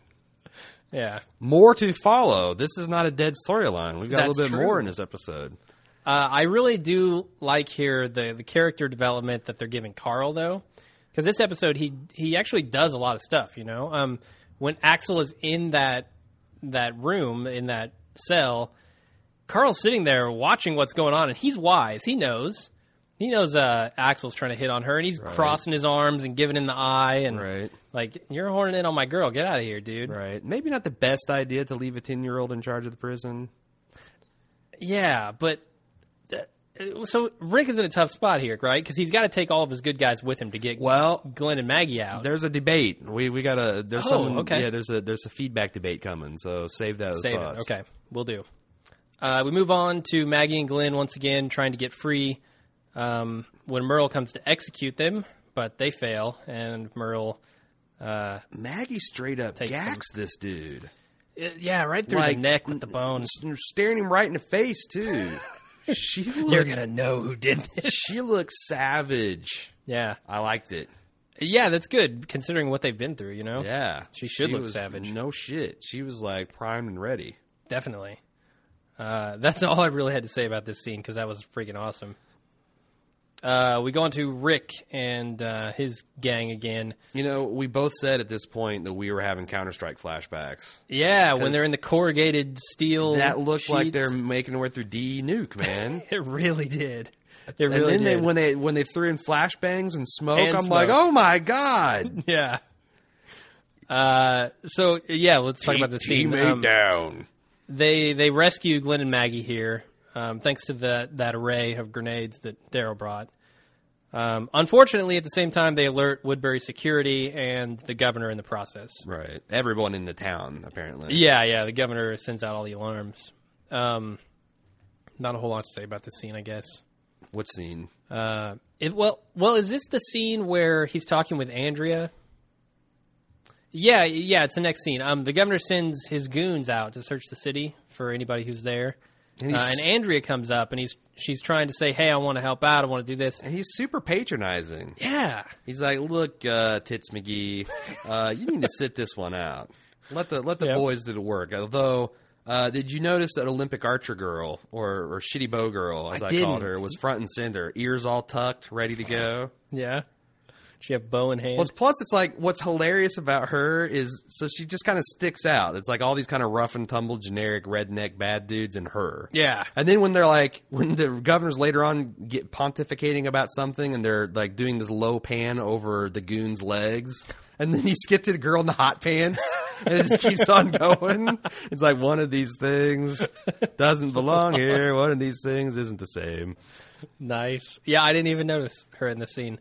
S3: Yeah.
S1: More to follow. This is not a dead storyline. We've got a
S3: That's
S1: little bit
S3: true.
S1: more in this episode.
S3: Uh, I really do like here the the character development that they're giving Carl though, because this episode he he actually does a lot of stuff. You know, um, when Axel is in that that room in that cell, Carl's sitting there watching what's going on, and he's wise. He knows. He knows uh, Axel's trying to hit on her, and he's crossing his arms and giving him the eye, and
S1: Right.
S3: like you're horning in on my girl. Get out of here, dude.
S1: Right. Maybe not the best idea to leave a 10 year old in charge of the prison.
S3: Yeah, but uh, so Rick is in a tough spot here, right? Because he's got to take all of his good guys with him to get
S1: Well,
S3: Glenn and Maggie out.
S1: there's a debate. We we got a there's
S3: Oh,
S1: someone
S3: okay.
S1: yeah, there's a there's a feedback debate coming. So save those
S3: Save it.
S1: thoughts.
S3: Okay, we'll do. Uh, we move on to Maggie and Glenn once again trying to get free um, when Merle comes to execute them, but they fail, and Merle, uh,
S5: Maggie straight up
S3: Takes them.
S5: gacks this dude.
S3: i- uh, yeah, right through
S5: Like,
S3: the neck with the bones.
S5: You're staring him right in the face
S3: [laughs]
S5: too. she
S3: You're
S5: looked,
S3: gonna know who did this.
S5: she looked savage.
S3: Yeah,
S1: I liked it.
S3: yeah, that's good considering what they've been through. You know,
S1: Yeah,
S3: She should look
S1: was-
S3: savage.
S1: No shit, she was like primed and ready.
S3: definitely. Uh, [laughs] that's all I really had to say about this scene because that was freaking awesome. Uh, we go on to Rick and uh, his gang again.
S1: You know, we both said at this point that we were having Counter Strike flashbacks.
S3: Yeah, when they're in the corrugated steel,
S1: That looked like
S3: sheets. [laughs]
S1: they're making their way through DE Nuke, man.
S3: It really did. It
S1: and
S3: really
S1: then they
S3: did.
S1: when they when they threw in flashbangs and smoke,
S3: And
S1: I'm like,
S3: smoke.
S1: oh my god,
S3: [laughs] yeah. Uh, so yeah, let's [laughs] talk about the scene.
S1: made
S3: Um,
S1: down.
S3: they they rescue Glenn and Maggie here, um, thanks to the that array of grenades that Daryl brought. Um, unfortunately, at the same time, they alert Woodbury security and the governor in the process.
S1: Right, everyone in the town apparently.
S3: Yeah, yeah. The governor sends out all the alarms. Um, not a whole lot to say about this scene, I guess.
S1: What scene?
S3: Uh, it, well, well, is this the scene where he's talking with Andrea? Yeah, yeah, it's the next scene. Um, the governor sends his goons out to search the city for anybody who's there,
S1: And
S3: uh,
S1: he's-
S3: and Andrea comes up and he's she's trying to say, "Hey, I want to help out. I want to do this."
S1: And he's super patronizing.
S3: Yeah,
S1: He's like, "Look, uh, Tits McGee, uh, you
S3: [laughs]
S1: need to sit this one out. Let the let the
S3: Yep.
S1: boys do the work." Although, uh, did you notice that Olympic archer girl or, or shitty bow girl, as
S3: I
S1: I,
S3: didn't.
S1: called her, was front and center, ears all tucked, ready to go.
S3: yeah. She have bow in hand.
S1: Well, it's- plus, it's like what's hilarious about her is so she just kind of sticks out. It's like all these kind of rough and tumble, generic redneck bad dudes and her.
S3: yeah,
S1: And then when they're like, when the governors later on get pontificating about something, and they're like doing this low pan over the goon's legs, and then you skip to the girl in the hot pants, and it just keeps on going. It's like one of these things doesn't belong here. One of these things isn't the same.
S3: nice. Yeah, I didn't even notice her in the scene.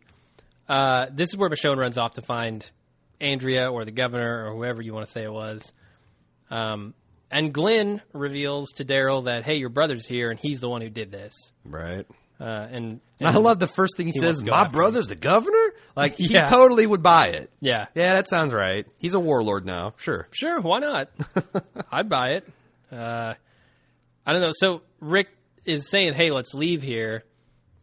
S3: Uh, this is where Michonne runs off to find Andrea or the governor or whoever you want to say it was. Um, and Glenn reveals to Daryl that, hey, your brother's here and he's the one who did this.
S1: Right.
S3: Uh, and,
S1: And I
S3: and-
S1: love the first thing he,
S3: wants
S1: says.
S3: to go
S1: My
S3: after him."
S1: brother's the governor. Like [laughs]
S3: Yeah.
S1: he totally would buy it.
S3: Yeah.
S1: Yeah, that sounds right. He's a warlord now. Sure.
S3: Sure, why not? I'd buy it. Uh, I don't know. So Rick is saying, hey, let's leave here.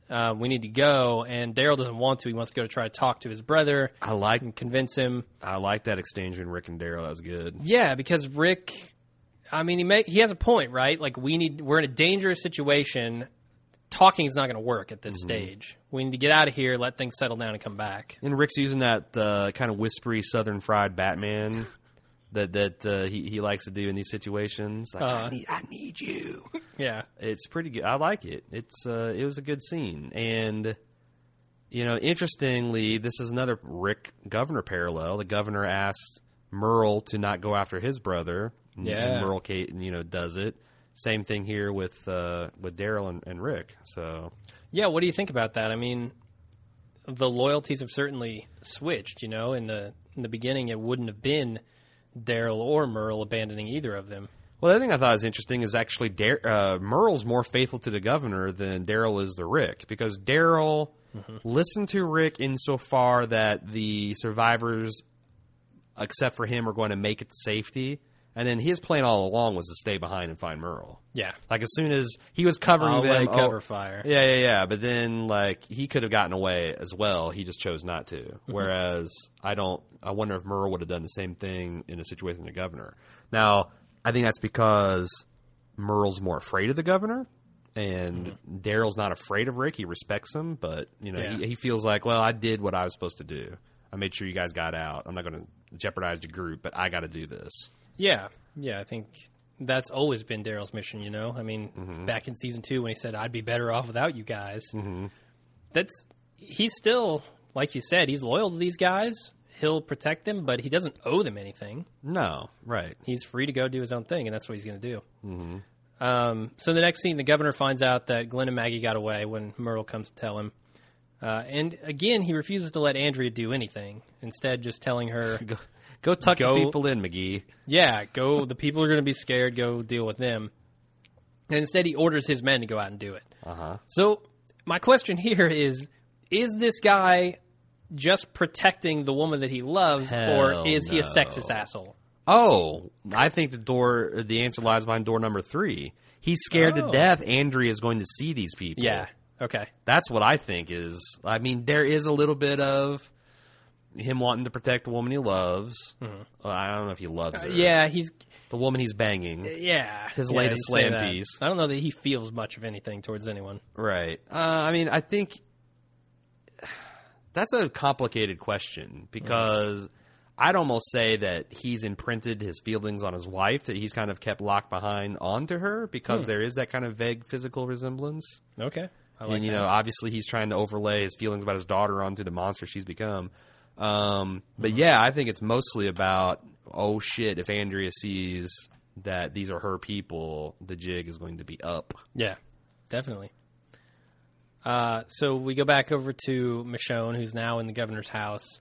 S3: Uh, we need to go. And Daryl doesn't want to. He wants to go to try to talk to his brother
S1: I like
S3: and convince him.
S1: I like that exchange between Rick and Daryl. That was good.
S3: Yeah, because Rick, I mean, he may, he has a point, right? Like we need we're in a dangerous situation. Talking is not going to work at this stage. We need to get out of here, let things settle down, and come back.
S1: And Rick's using that uh, kind of whispery Southern fried [laughs] Batman that that uh, he he likes to do in these situations. Like, I, need, I need you.
S3: Yeah,
S1: it's pretty good. I like it. It's uh, it was a good scene, and you know, interestingly, this is another Rick Governor parallel. The governor asked Merle to not go after his brother. and-
S3: Yeah.
S1: and Merle Kate, you know, does it. Same thing here with uh, with Daryl and, and Rick. So
S3: yeah. What do you think about that? I mean, the loyalties have certainly switched. You know, in the in the beginning, it wouldn't have been Daryl or Merle abandoning either of them.
S1: Well, the thing I thought was interesting is actually Dar- uh, Merle's more faithful to the governor than Daryl is to Rick because Daryl
S3: Mm-hmm.
S1: listened to Rick insofar that the survivors, except for him, are going to make it to safety. And then his plan all along was to stay behind and find Merle.
S3: Yeah,
S1: Like as soon as he was covering
S3: I'll
S1: them,
S3: lay cover
S1: oh-
S3: fire.
S1: yeah, yeah, yeah. But then, like, he could have gotten away as well. He just chose not to.
S3: Mm-hmm.
S1: Whereas, I don't. I wonder if Merle would have done the same thing in a situation with the governor. Now, I think that's because Merle's more afraid of the governor, and Daryl's not afraid of Rick. He respects him, but you know,
S3: Mm-hmm. Yeah.
S1: he, he feels like, well, I did what I was supposed to do. I made sure you guys got out. I'm not going to jeopardize the group, but I got to do this.
S3: Yeah, yeah, I think that's always been Daryl's mission. You know, I mean, back in season two when he said, "I'd be better off without you guys," that's he's still like you said, he's loyal to these guys. He'll protect them, but he doesn't owe them anything.
S1: No, right.
S3: He's free to go do his own thing, and that's what he's going to do.
S1: Mm-hmm.
S3: Um, so the next scene, the governor finds out that Glenn and Maggie got away when Merle comes to tell him. Uh, and again, he refuses to let Andrea do anything. Instead, just telling her,
S1: [laughs] Go, go tuck
S3: Go-
S1: the people in, McGee.
S3: yeah, go. The people are going to be scared. Go deal with them. And instead, he orders his men to go out and do it.
S1: Uh huh.
S3: So my question here is: Is this guy just protecting the woman that he loves,
S1: Hell
S3: or is he a
S1: no.
S3: sexist asshole?
S1: Oh, I think the door, the answer lies behind door number three. He's scared
S3: Oh.
S1: to death. Andrea is going to see these people.
S3: Yeah. Okay.
S1: that's what I think is. I mean, there is a little bit of him wanting to protect the woman he loves. Well, I don't know if he loves her.
S3: Mm-hmm. Uh, Yeah, Uh, he's
S1: the woman he's banging.
S3: yeah
S1: His
S3: Yeah,
S1: latest
S3: you say
S1: slam
S3: that.
S1: piece.
S3: I don't know that he feels much of anything towards anyone.
S1: Right. Uh, I mean, I think that's a complicated question because I'd almost say that he's imprinted his feelings on his wife that he's kind of kept locked behind onto her because there is that kind of vague physical resemblance.
S3: Okay. Hmm. I like
S1: and you
S3: that.
S1: know, obviously, he's trying to overlay his feelings about his daughter onto the monster she's become. Um,
S3: Hmm.
S1: but yeah, I think it's mostly about oh shit, if Andrea sees that these are her people, the jig is going to be up.
S3: Yeah, definitely. Uh, so we go back over to Michonne, who's now in the governor's house,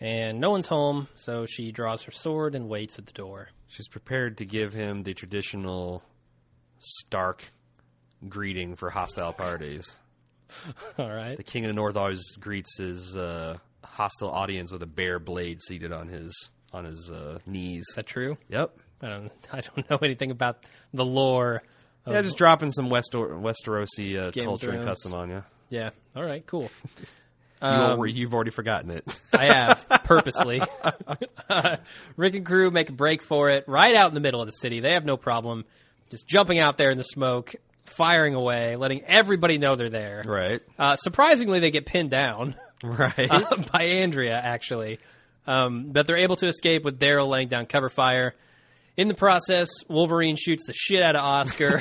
S3: and no one's home, so she draws her sword and waits at the door. [laughs]
S1: She's prepared to give him the traditional Stark greeting for hostile parties.
S3: All right.
S1: The King of the North always greets his uh, hostile audience with a bare blade seated on his on his uh, knees.
S3: Is that true?
S1: Yep.
S3: I don't. [laughs] I don't know anything about the lore. Of,
S1: Yeah, just dropping some West Westerosi uh,
S3: Game of
S1: culture and
S3: Thrones. Um,
S1: custom on you.
S3: yeah. All right. Cool.
S1: you you've already forgotten it. [laughs]
S3: I have purposely. [laughs] Rick and crew make a break for it right out in the middle of the city. They have no problem just jumping out there in the smoke, firing away, letting everybody know they're there.
S1: right.
S3: Uh, surprisingly, they get pinned down [laughs]
S1: Right.
S3: uh, by Andrea, actually. Um, but they're able to escape with Daryl laying down cover fire. In the process, Wolverine shoots the shit out of Oscar,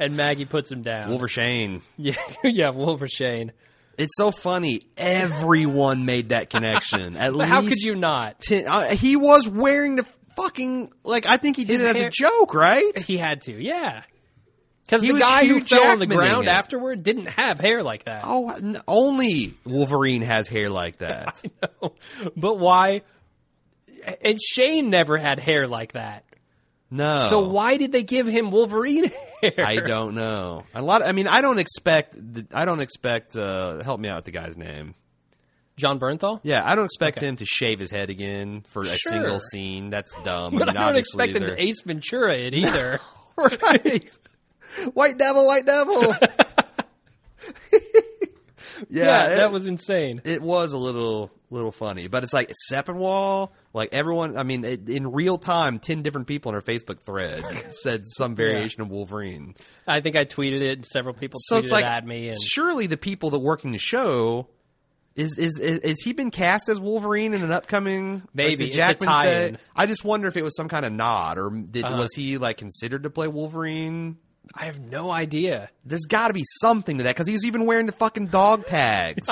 S3: and Maggie puts him down.
S1: Wolvershane.
S3: [laughs] yeah, yeah, Wolvershane.
S1: It's so funny. Everyone made that connection. At
S3: But
S1: least
S3: how could you not?
S1: ten- uh, he was wearing the fucking like I think he did
S3: His
S1: it as
S3: hair-
S1: a joke, right?
S3: He had to, yeah. Because
S1: He
S3: the
S1: was
S3: guy who
S1: Hugh
S3: fell on the
S1: Jackman-ing
S3: ground
S1: it.
S3: afterward didn't have hair like that. [laughs]
S1: Oh, n- only Wolverine has hair like that.
S3: but why? And Shane never had hair like that.
S1: No.
S3: So why did they give him Wolverine hair? [laughs]
S1: I don't know. A lot I mean, I don't expect th- I don't expect uh help me out with the guy's name.
S3: John Bernthal?
S1: Yeah, I don't expect him to shave his head again for a
S3: Sure.
S1: single scene. That's dumb.
S3: But
S1: I mean,
S3: I don't
S1: obviously
S3: expect him
S1: they're-
S3: to Ace Ventura [laughs] it either. [laughs]
S1: right. White devil, white devil. [laughs] yeah,
S3: yeah,
S1: it,
S3: that was insane.
S1: it was a little little funny, but it's like Seppenwall, like everyone. I mean, it, in real time, ten different people in our Facebook thread [laughs] said some variation of Wolverine.
S3: I think I tweeted it. and Several people
S1: So
S3: tweeted
S1: it's like
S3: it at me, and
S1: surely the people that work in the show. Is, is is is he been cast as Wolverine in an upcoming like,
S3: Maybe.
S1: did
S3: It's a
S1: Jackman say-
S3: tie-in.
S1: I just wonder if it was some kind of nod, or did,
S3: Uh-huh.
S1: was he like considered to play Wolverine?
S3: I have no idea.
S1: There's got to be something to that because he was even wearing the fucking dog
S3: [laughs]
S1: tags.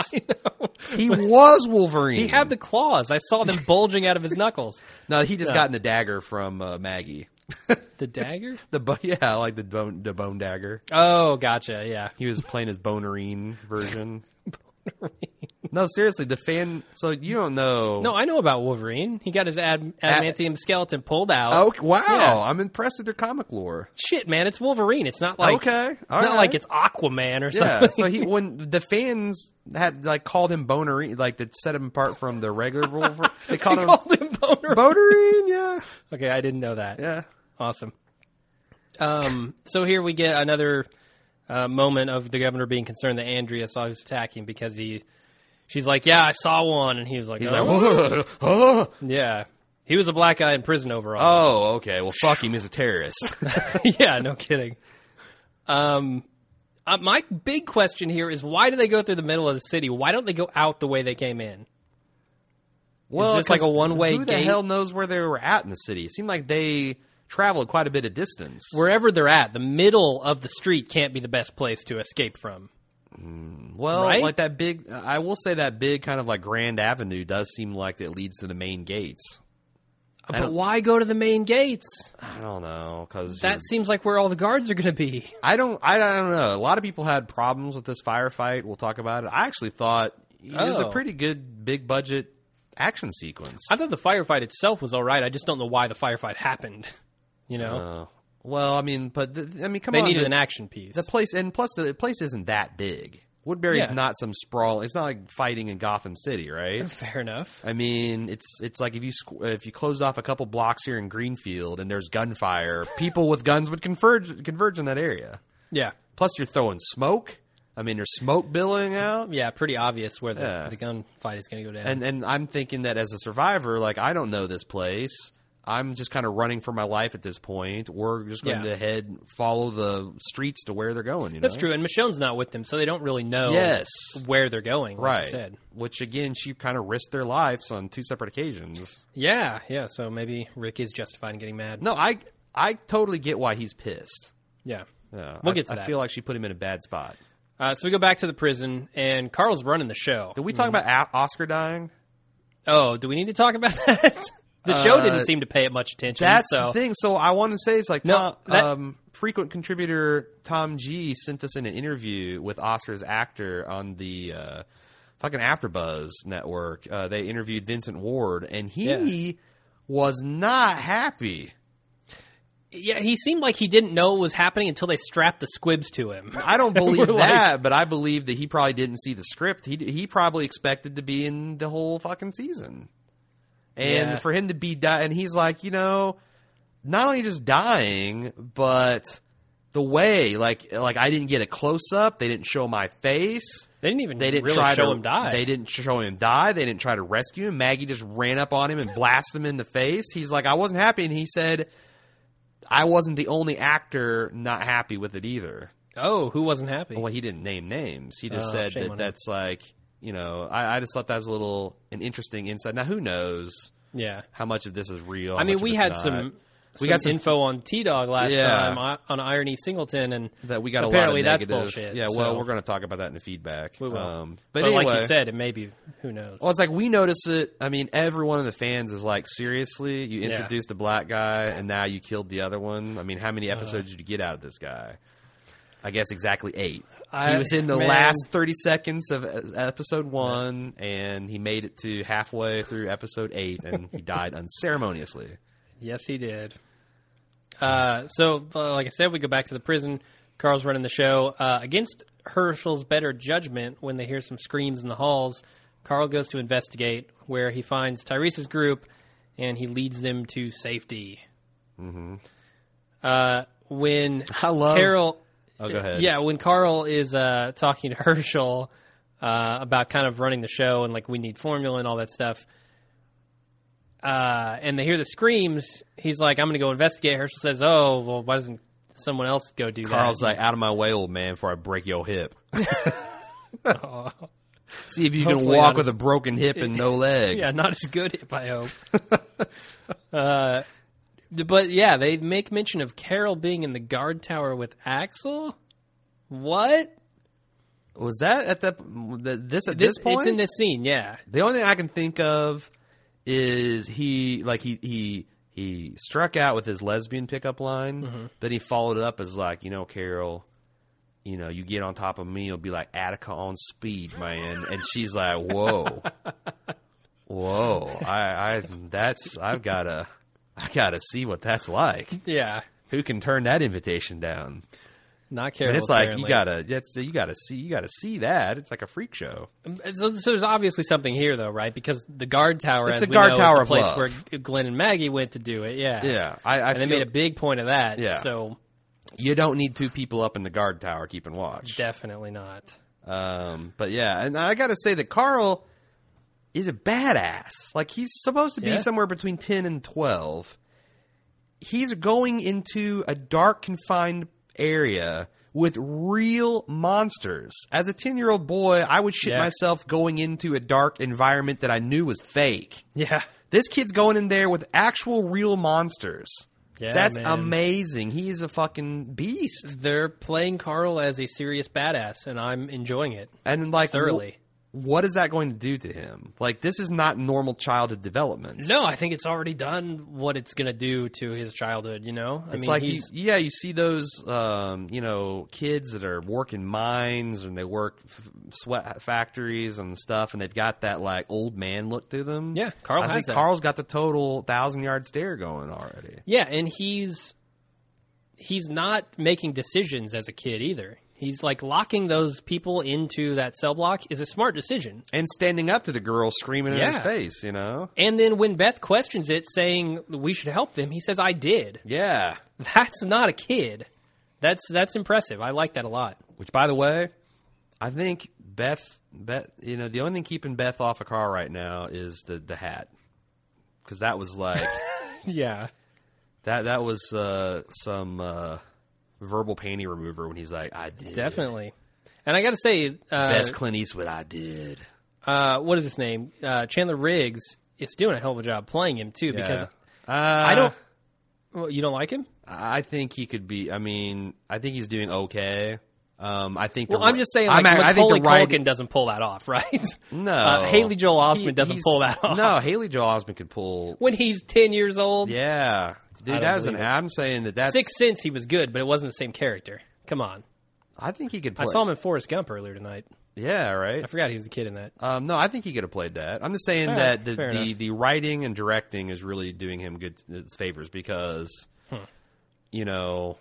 S1: He was Wolverine.
S3: He had the claws. I saw them bulging out of [laughs] his knuckles.
S1: no. He just gotten the dagger from uh, Maggie.
S3: The dagger?
S1: The bo- [laughs] yeah, like the bone, the bone dagger.
S3: Oh, gotcha. Yeah.
S1: He was playing his bonerine
S3: [laughs]
S1: version. No, seriously, the fan. So you don't know?
S3: No, I know about Wolverine. He got his ad- adamantium skeleton pulled out.
S1: Uh, Oh, Okay, wow,
S3: Yeah.
S1: I'm impressed with their comic lore.
S3: Shit, man, it's Wolverine. It's not like
S1: Okay,
S3: It's
S1: all
S3: not
S1: right.
S3: like it's Aquaman or
S1: Yeah,
S3: [laughs] something.
S1: so he when the fans had like called him bonerine, like that set him apart from the regular
S3: [laughs]
S1: Wolverine. They called him
S3: Called him
S1: [laughs]
S3: Boner.
S1: bonerine. Yeah,
S3: okay, I didn't know that.
S1: yeah.
S3: Awesome. Um, so here we get another uh, moment of the governor being concerned that Andrea saw who's attacking because he, she's like, "Yeah, I saw one," and he was like,
S1: He's
S3: "Oh,
S1: like, oh,
S3: yeah." He was a black guy in prison overall. [laughs]
S1: Oh, okay. Well, fuck him. He's a terrorist.
S3: yeah, no kidding. Um, uh, my big question here is why do they go through the middle of the city? Why don't they go out the way they came in?
S1: well,
S3: this like a
S1: 'cause
S3: one-way
S1: Who the
S3: gate?
S1: hell knows where they were at in the city? It seemed like they traveled quite a bit of distance.
S3: Wherever they're at, the middle of the street can't be the best place to escape from.
S1: well,
S3: right?
S1: like that big. I will say that big kind of like Grand Avenue does seem like it leads to the main gates.
S3: But
S1: don't-
S3: why go to the main gates?
S1: I don't know because
S3: That seems like where all the guards are going to be. [laughs]
S1: I don't. I don't know. A lot of people had problems with this firefight. We'll talk about it. I actually thought it was a
S3: Oh.
S1: pretty good big budget action sequence.
S3: I thought the firefight itself was all right. I just don't know why the firefight happened. You know,
S1: Uh, Well, I mean, but the, I mean, come
S3: They
S1: on.
S3: needed
S1: the,
S3: an action piece.
S1: the place, and plus the place isn't that big. Woodbury's
S3: Yeah.
S1: not some sprawl. It's not like fighting in Gotham City, right?
S3: Fair enough.
S1: I mean, it's it's like if you squ- if you closed off a couple blocks here in Greenfield and there's gunfire, people with guns would converge converge in that area.
S3: Yeah.
S1: Plus, you're throwing smoke. I mean, there's smoke billowing out,
S3: Yeah, pretty obvious where the,
S1: Yeah.
S3: the gunfight is going to go down.
S1: and and I'm thinking that as a survivor, like I don't know this place. I'm just kind of running for my life at this point. We're just going
S3: Yeah.
S1: to head follow the streets to where they're going. You
S3: That's
S1: know?
S3: true. And Michonne's not with them, so they don't really know
S1: Yes.
S3: where they're going, like
S1: right?
S3: you said.
S1: Which again, she kind of risked their lives on two separate occasions.
S3: Yeah, yeah. So maybe Rick is justified in getting mad.
S1: No, I I totally get why he's pissed.
S3: Yeah.
S1: Yeah,
S3: We'll
S1: I,
S3: get to
S1: I
S3: that.
S1: feel like she put him in a bad spot.
S3: Uh, so we go back to the prison, and Carl's running the show.
S1: Did we talk about about Oscar dying?
S3: Oh, do we need to talk about [laughs] that? the show
S1: Uh,
S3: didn't seem to pay it much attention.
S1: That's
S3: so.
S1: the thing. So I want to say it's like
S3: No,
S1: Tom,
S3: that-
S1: um, frequent contributor Tom G sent us in an interview with Oscar's actor on the uh, fucking AfterBuzz network. Uh, they interviewed Vincent Ward, and he was not happy.
S3: Yeah, he seemed like he didn't know what was happening until they strapped the squibs to him.
S1: I don't believe
S3: [laughs] We're like-
S1: that, but I believe that he probably didn't see the script. He he probably expected to be in the whole fucking season, and
S3: Yeah.
S1: for him to be die, and he's like, you know, not only just dying, but the way like like I didn't get a close up. They didn't show my face.
S3: They didn't even
S1: They didn't
S3: really
S1: try
S3: show
S1: to
S3: him die.
S1: They didn't show him die. They didn't try to rescue him. Maggie just ran up on him and blasted him in the face. He's like, I wasn't happy, and he said. I wasn't the only actor not happy with it either.
S3: oh, who wasn't happy?
S1: Well, he didn't name names. He just
S3: Oh,
S1: said
S3: shame on
S1: that
S3: him.
S1: that's like you know. I, I just thought that was a little an interesting insight. Now, who knows
S3: yeah.
S1: how much of this is real?
S3: I
S1: how
S3: mean,
S1: much of
S3: we
S1: it's
S3: had
S1: Oh, not,
S3: some.
S1: We
S3: We
S1: got
S3: got
S1: some-
S3: info on T Dog last
S1: Yeah.
S3: time uh, on Irony Singleton, and
S1: that we got
S3: apparently
S1: a lot
S3: that's
S1: of negative.
S3: bullshit,
S1: yeah, well,
S3: so-
S1: we're going to talk about that in the feedback.
S3: We will.
S1: Um, but
S3: but,
S1: anyway,
S3: like you said, it may be who knows.
S1: well, it's like we notice it. I mean, every one of the fans is like, seriously, you
S3: Yeah.
S1: introduced a black guy and now you killed the other one. I mean, how many
S3: Uh-huh.
S1: episodes did you get out of this guy? I guess exactly eight. he
S3: I-
S1: was in the
S3: man.
S1: last 30 seconds of uh, episode one, and he made it to halfway through episode eight, and he died unceremoniously.
S3: Yes, he did. Uh, so, uh, like I said, we go back to the prison. Carl's running the show. Uh, against Herschel's better judgment, when they hear some screams in the halls, Carl goes to investigate, where he finds Tyrese's group and he leads them to safety. Mm-hmm. Uh, when
S1: I love-
S3: Carol.
S1: Oh, go ahead.
S3: Yeah, when Carl is uh, talking to [laughs] Herschel uh, about kind of running the show and like we need formula and all that stuff, uh, and they hear the screams, he's like, "I'm going to go investigate." Herschel says, "Oh, well, why doesn't someone else go do
S1: Carl's
S3: that?"
S1: like, out of my way, old man, before I break your
S3: [laughs]
S1: hip. [laughs] See if you can
S3: Hopefully
S1: walk
S3: not
S1: with
S3: as-
S1: a broken hip and
S3: [laughs]
S1: no leg.
S3: [laughs] yeah, not as good [laughs] if I hope. uh, but yeah, they make mention of Carol being in the guard tower with Axel. What?
S1: Was that at the, the this at this,
S3: It's-
S1: point?
S3: it's in this scene, yeah.
S1: The only thing I can think of is he like he he he struck out with his lesbian pickup line,
S3: Mm-hmm.
S1: then he followed it up as like, you know, Carol, you know, you get on top of me, it'll be like Attica on speed, man, and she's like,
S3: [laughs]
S1: whoa, whoa, I, I that's I've gotta I gotta see what that's like.
S3: Yeah.
S1: Who can turn that invitation down?
S3: Not Carol.
S1: And it's like you
S3: apparently.
S1: gotta, it's, you gotta see, you gotta see that. It's like a freak show.
S3: So, so there's obviously something here, though, right? Because the guard tower,
S1: It's
S3: as
S1: the
S3: we
S1: guard
S3: know,
S1: tower
S3: is
S1: of
S3: the place
S1: love.
S3: where Glenn and Maggie went to do it. Yeah,
S1: Yeah, I, I
S3: And they
S1: feel-
S3: made a big point of that.
S1: Yeah.
S3: So
S1: you don't need two people up in the guard tower keeping watch.
S3: definitely not.
S1: Um, but yeah, and I got to say that Carl is a badass. Like he's supposed to be
S3: Yeah.
S1: somewhere between ten and twelve. He's going into a dark, confined area with real monsters. As a ten-year-old boy, I would shit
S3: Yeah.
S1: myself going into a dark environment that I knew was fake.
S3: Yeah.
S1: This kid's going in there with actual, real monsters.
S3: Yeah,
S1: That's
S3: man.
S1: amazing. He is a fucking beast.
S3: They're playing Carl as a serious badass, and I'm enjoying it.
S1: and like wh-
S3: Thoroughly.
S1: what is that going to do to him? Like this is not normal childhood development.
S3: No, I think it's already done what it's going to do to his childhood. You know, I
S1: It's
S3: mean,
S1: like you,
S3: he's
S1: yeah, you see those um, you know kids that are working mines and they work f- sweat factories and stuff, and they've got that like old man look to them.
S3: Yeah, Carl
S1: I
S3: has
S1: think
S3: that.
S1: Carl's got the total thousand yard stare going already.
S3: yeah, and he's he's not making decisions as a kid either. He's like locking those people into that cell block is a smart decision.
S1: and standing up to the girl screaming in his
S3: Yeah.
S1: face, you know?
S3: And then when Beth questions it, saying we should help them, he says, "I did." [laughs]
S1: Yeah.
S3: That's not a kid. That's that's impressive. I like that a lot.
S1: Which, by the way, I think Beth, Beth, you know, the only thing keeping Beth off a car right now is the the hat, because that was
S3: [laughs]
S1: like
S3: Yeah.
S1: that that was uh, some uh, verbal panty remover when he's like, I did
S3: Definitely. And I got to say, uh,
S1: That's Clint Eastwood. I did.
S3: uh, what is his name? Uh, Chandler Riggs is doing a hell of a job playing him too. Because
S1: Yeah. uh,
S3: I don't. Well, you don't like him?
S1: I think he could be. I mean, I think he's doing okay. Um, I think. the
S3: Well, I'm
S1: ri-
S3: just saying, like,
S1: I'm act- I think
S3: Macaulay
S1: the writing-
S3: Culkin doesn't pull that off, [laughs] right?
S1: No,
S3: uh, Haley Joel Osment
S1: He-
S3: doesn't
S1: he's-
S3: pull that off.
S1: No, Haley Joel Osment could pull.
S3: When he's ten years old,
S1: Yeah,
S3: I
S1: dude,
S3: don't
S1: that was an.
S3: believe it.
S1: I'm saying that that's.
S3: Sixth Sense, he was good, but it wasn't the same character. Come on,
S1: I think he could.
S3: I
S1: Play.
S3: saw him in Forrest Gump earlier tonight.
S1: Yeah, right.
S3: I forgot he was a kid in that.
S1: Um, no, I think he could have played that. I'm just saying
S3: Fair
S1: that
S3: enough,
S1: the
S3: fair
S1: the,
S3: enough.
S1: the writing and directing is really doing him good uh, favors because,
S3: Hmm.
S1: you know,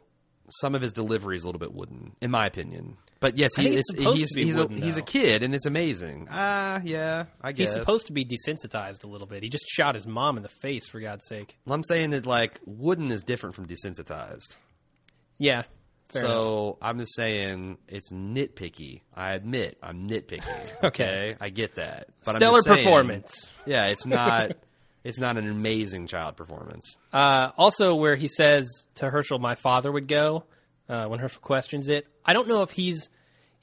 S1: some of his delivery is a little bit wooden, in my opinion. But yes,
S3: I
S1: he,
S3: think it's
S1: it's-
S3: supposed
S1: he's
S3: to be
S1: he's,
S3: wooden,
S1: a, he's a
S3: though.
S1: kid, and it's amazing. Ah, yeah, I guess
S3: He's supposed to be desensitized a little bit. He just shot his mom in the face, for God's sake.
S1: Well, I'm saying that like wooden is different from desensitized.
S3: Yeah. Fair enough.
S1: so I'm just saying it's nitpicky. I admit I'm nitpicky.
S3: [laughs] Okay.
S1: I get that. But I'm
S3: stellar
S1: just saying-
S3: performance.
S1: Yeah,
S3: [laughs]
S1: it's not. it's not an amazing child performance.
S3: Uh, also, where he says to Herschel, "My father would go." Uh, when Herschel questions it, I don't know if he's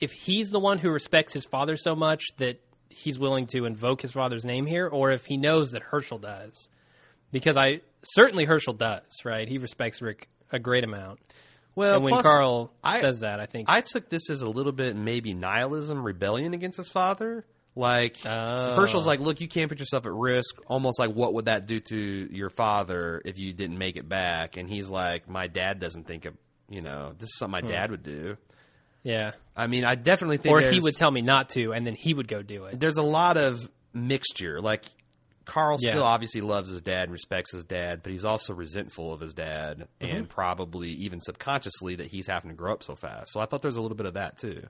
S3: if he's the one who respects his father so much that he's willing to invoke his father's name here, or if he knows that Herschel does, because I certainly Herschel does. Right? He respects Rick a great amount.
S1: Well,
S3: and when
S1: plus,
S3: Carl
S1: I-
S3: says that, I think
S1: I took this as a little bit maybe nihilism, rebellion against his father. Like
S3: Oh.
S1: Herschel's like, look, you can't put yourself at risk. Almost like, what would that do to your father if you didn't make it back? And he's like, my dad doesn't think of, you know, this is something my dad would do.
S3: yeah,
S1: I mean, I definitely think
S3: Hmm. or he
S1: there's-
S3: would tell me not to, and then he would go do it.
S1: there's a lot of mixture. Like Carl
S3: Yeah.
S1: still obviously loves his dad and respects his dad, but he's also resentful of his dad
S3: Mm-hmm.
S1: and probably even subconsciously that he's having to grow up so fast. So I thought there was a little bit of that too.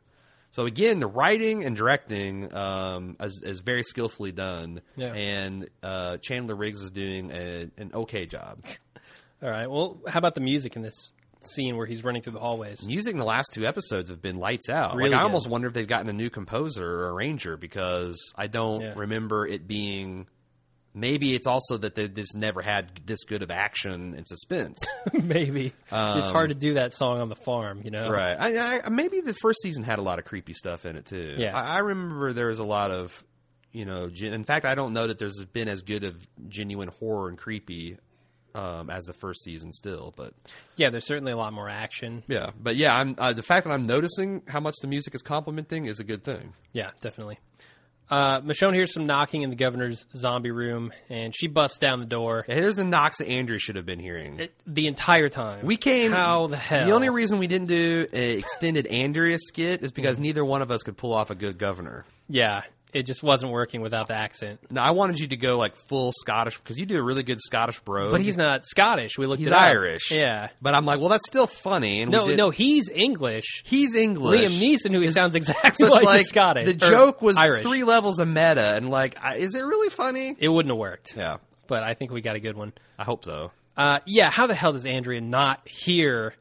S1: So again, the writing and directing um, is, is very skillfully done,
S3: Yeah.
S1: and uh, Chandler Riggs is doing a, an okay job.
S3: All right. Well, how about the music in this scene where he's running through the
S1: [laughs]
S3: hallways?
S1: Music in the last two episodes have been lights out.
S3: Really
S1: like I
S3: good.
S1: almost wonder if they've gotten a new composer or arranger because I don't
S3: Yeah.
S1: remember it being. Maybe it's also that they just never had this good of action and
S3: [laughs]
S1: suspense.
S3: Maybe it's hard to do that song on the farm, you know.
S1: right? I, I, maybe the first season had a lot of creepy stuff in it too.
S3: Yeah.
S1: I, I remember there was a lot of, you know, gen- in fact, I don't know that there's been as good of genuine horror and creepy um, as the first season still, but.
S3: Yeah, there's certainly a lot more action.
S1: Yeah, but yeah, I'm uh, the fact that I'm noticing how much the music is complimenting is a good thing.
S3: Yeah, definitely. Uh, Michonne hears some knocking in the governor's zombie room, and she busts down the door
S1: Yeah, There's the knocks that Andrew should have been hearing.
S3: It- the entire time.
S1: we came.
S3: How the hell?
S1: The only reason we didn't do a extended Andrea skit is
S3: Hmm.
S1: because neither one of us could pull off a good governor.
S3: yeah, it just wasn't working without the accent.
S1: Now I wanted you to go like full Scottish because you do a really good Scottish bro.
S3: But he's not Scottish. We looked.
S1: he's
S3: it up.
S1: Irish.
S3: Yeah.
S1: but I'm like, well, that's still funny. And we
S3: No,
S1: did-
S3: no, he's English.
S1: he's English.
S3: Liam Neeson, who sounds exactly
S1: So [laughs] it's
S3: like,
S1: like,
S3: the Scottish.
S1: The
S3: or
S1: joke was
S3: Irish.
S1: three levels of meta, and like, I, is it really funny?
S3: It wouldn't have worked,
S1: Yeah,
S3: but I think we got a good one.
S1: I hope so.
S3: Uh, yeah, how the hell does Andrea not hear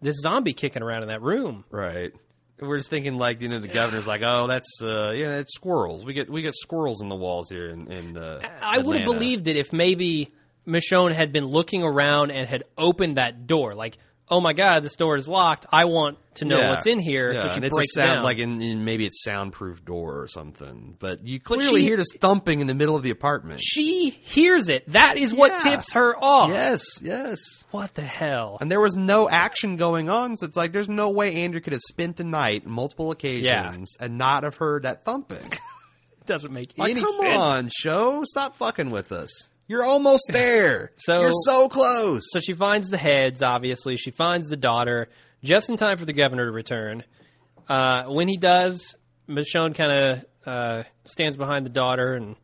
S3: this zombie kicking around in that room?
S1: Right. We're just thinking like you know the governor's like oh that's uh you know it's squirrels we get we get squirrels in the walls here in, in uh,
S3: I would have
S1: Atlanta.
S3: believed it if maybe Michonne had been looking around and had opened that door. Like, oh my god, this door is locked. I want to know
S1: Yeah.
S3: what's in here.
S1: Yeah,
S3: so she
S1: and it's
S3: breaks
S1: a sound,
S3: down.
S1: like in, in maybe it's soundproof door or something but you clearly
S3: she-
S1: hear this thumping in the middle of the apartment
S3: she hears it. That is what
S1: Yeah.
S3: tips her off.
S1: yes yes
S3: What the hell?
S1: and there was no action going on so it's like there's no way Andrew could have spent the night on multiple occasions and not have heard that
S3: [laughs]
S1: thumping
S3: It doesn't make
S1: like
S3: any
S1: come
S3: sense.
S1: on show stop fucking with us you're almost there
S3: [laughs] So-
S1: you're so close
S3: So she finds the heads, obviously. She finds the daughter just in time for the governor to return. Uh, when he does, Michonne kind of uh, stands behind the daughter and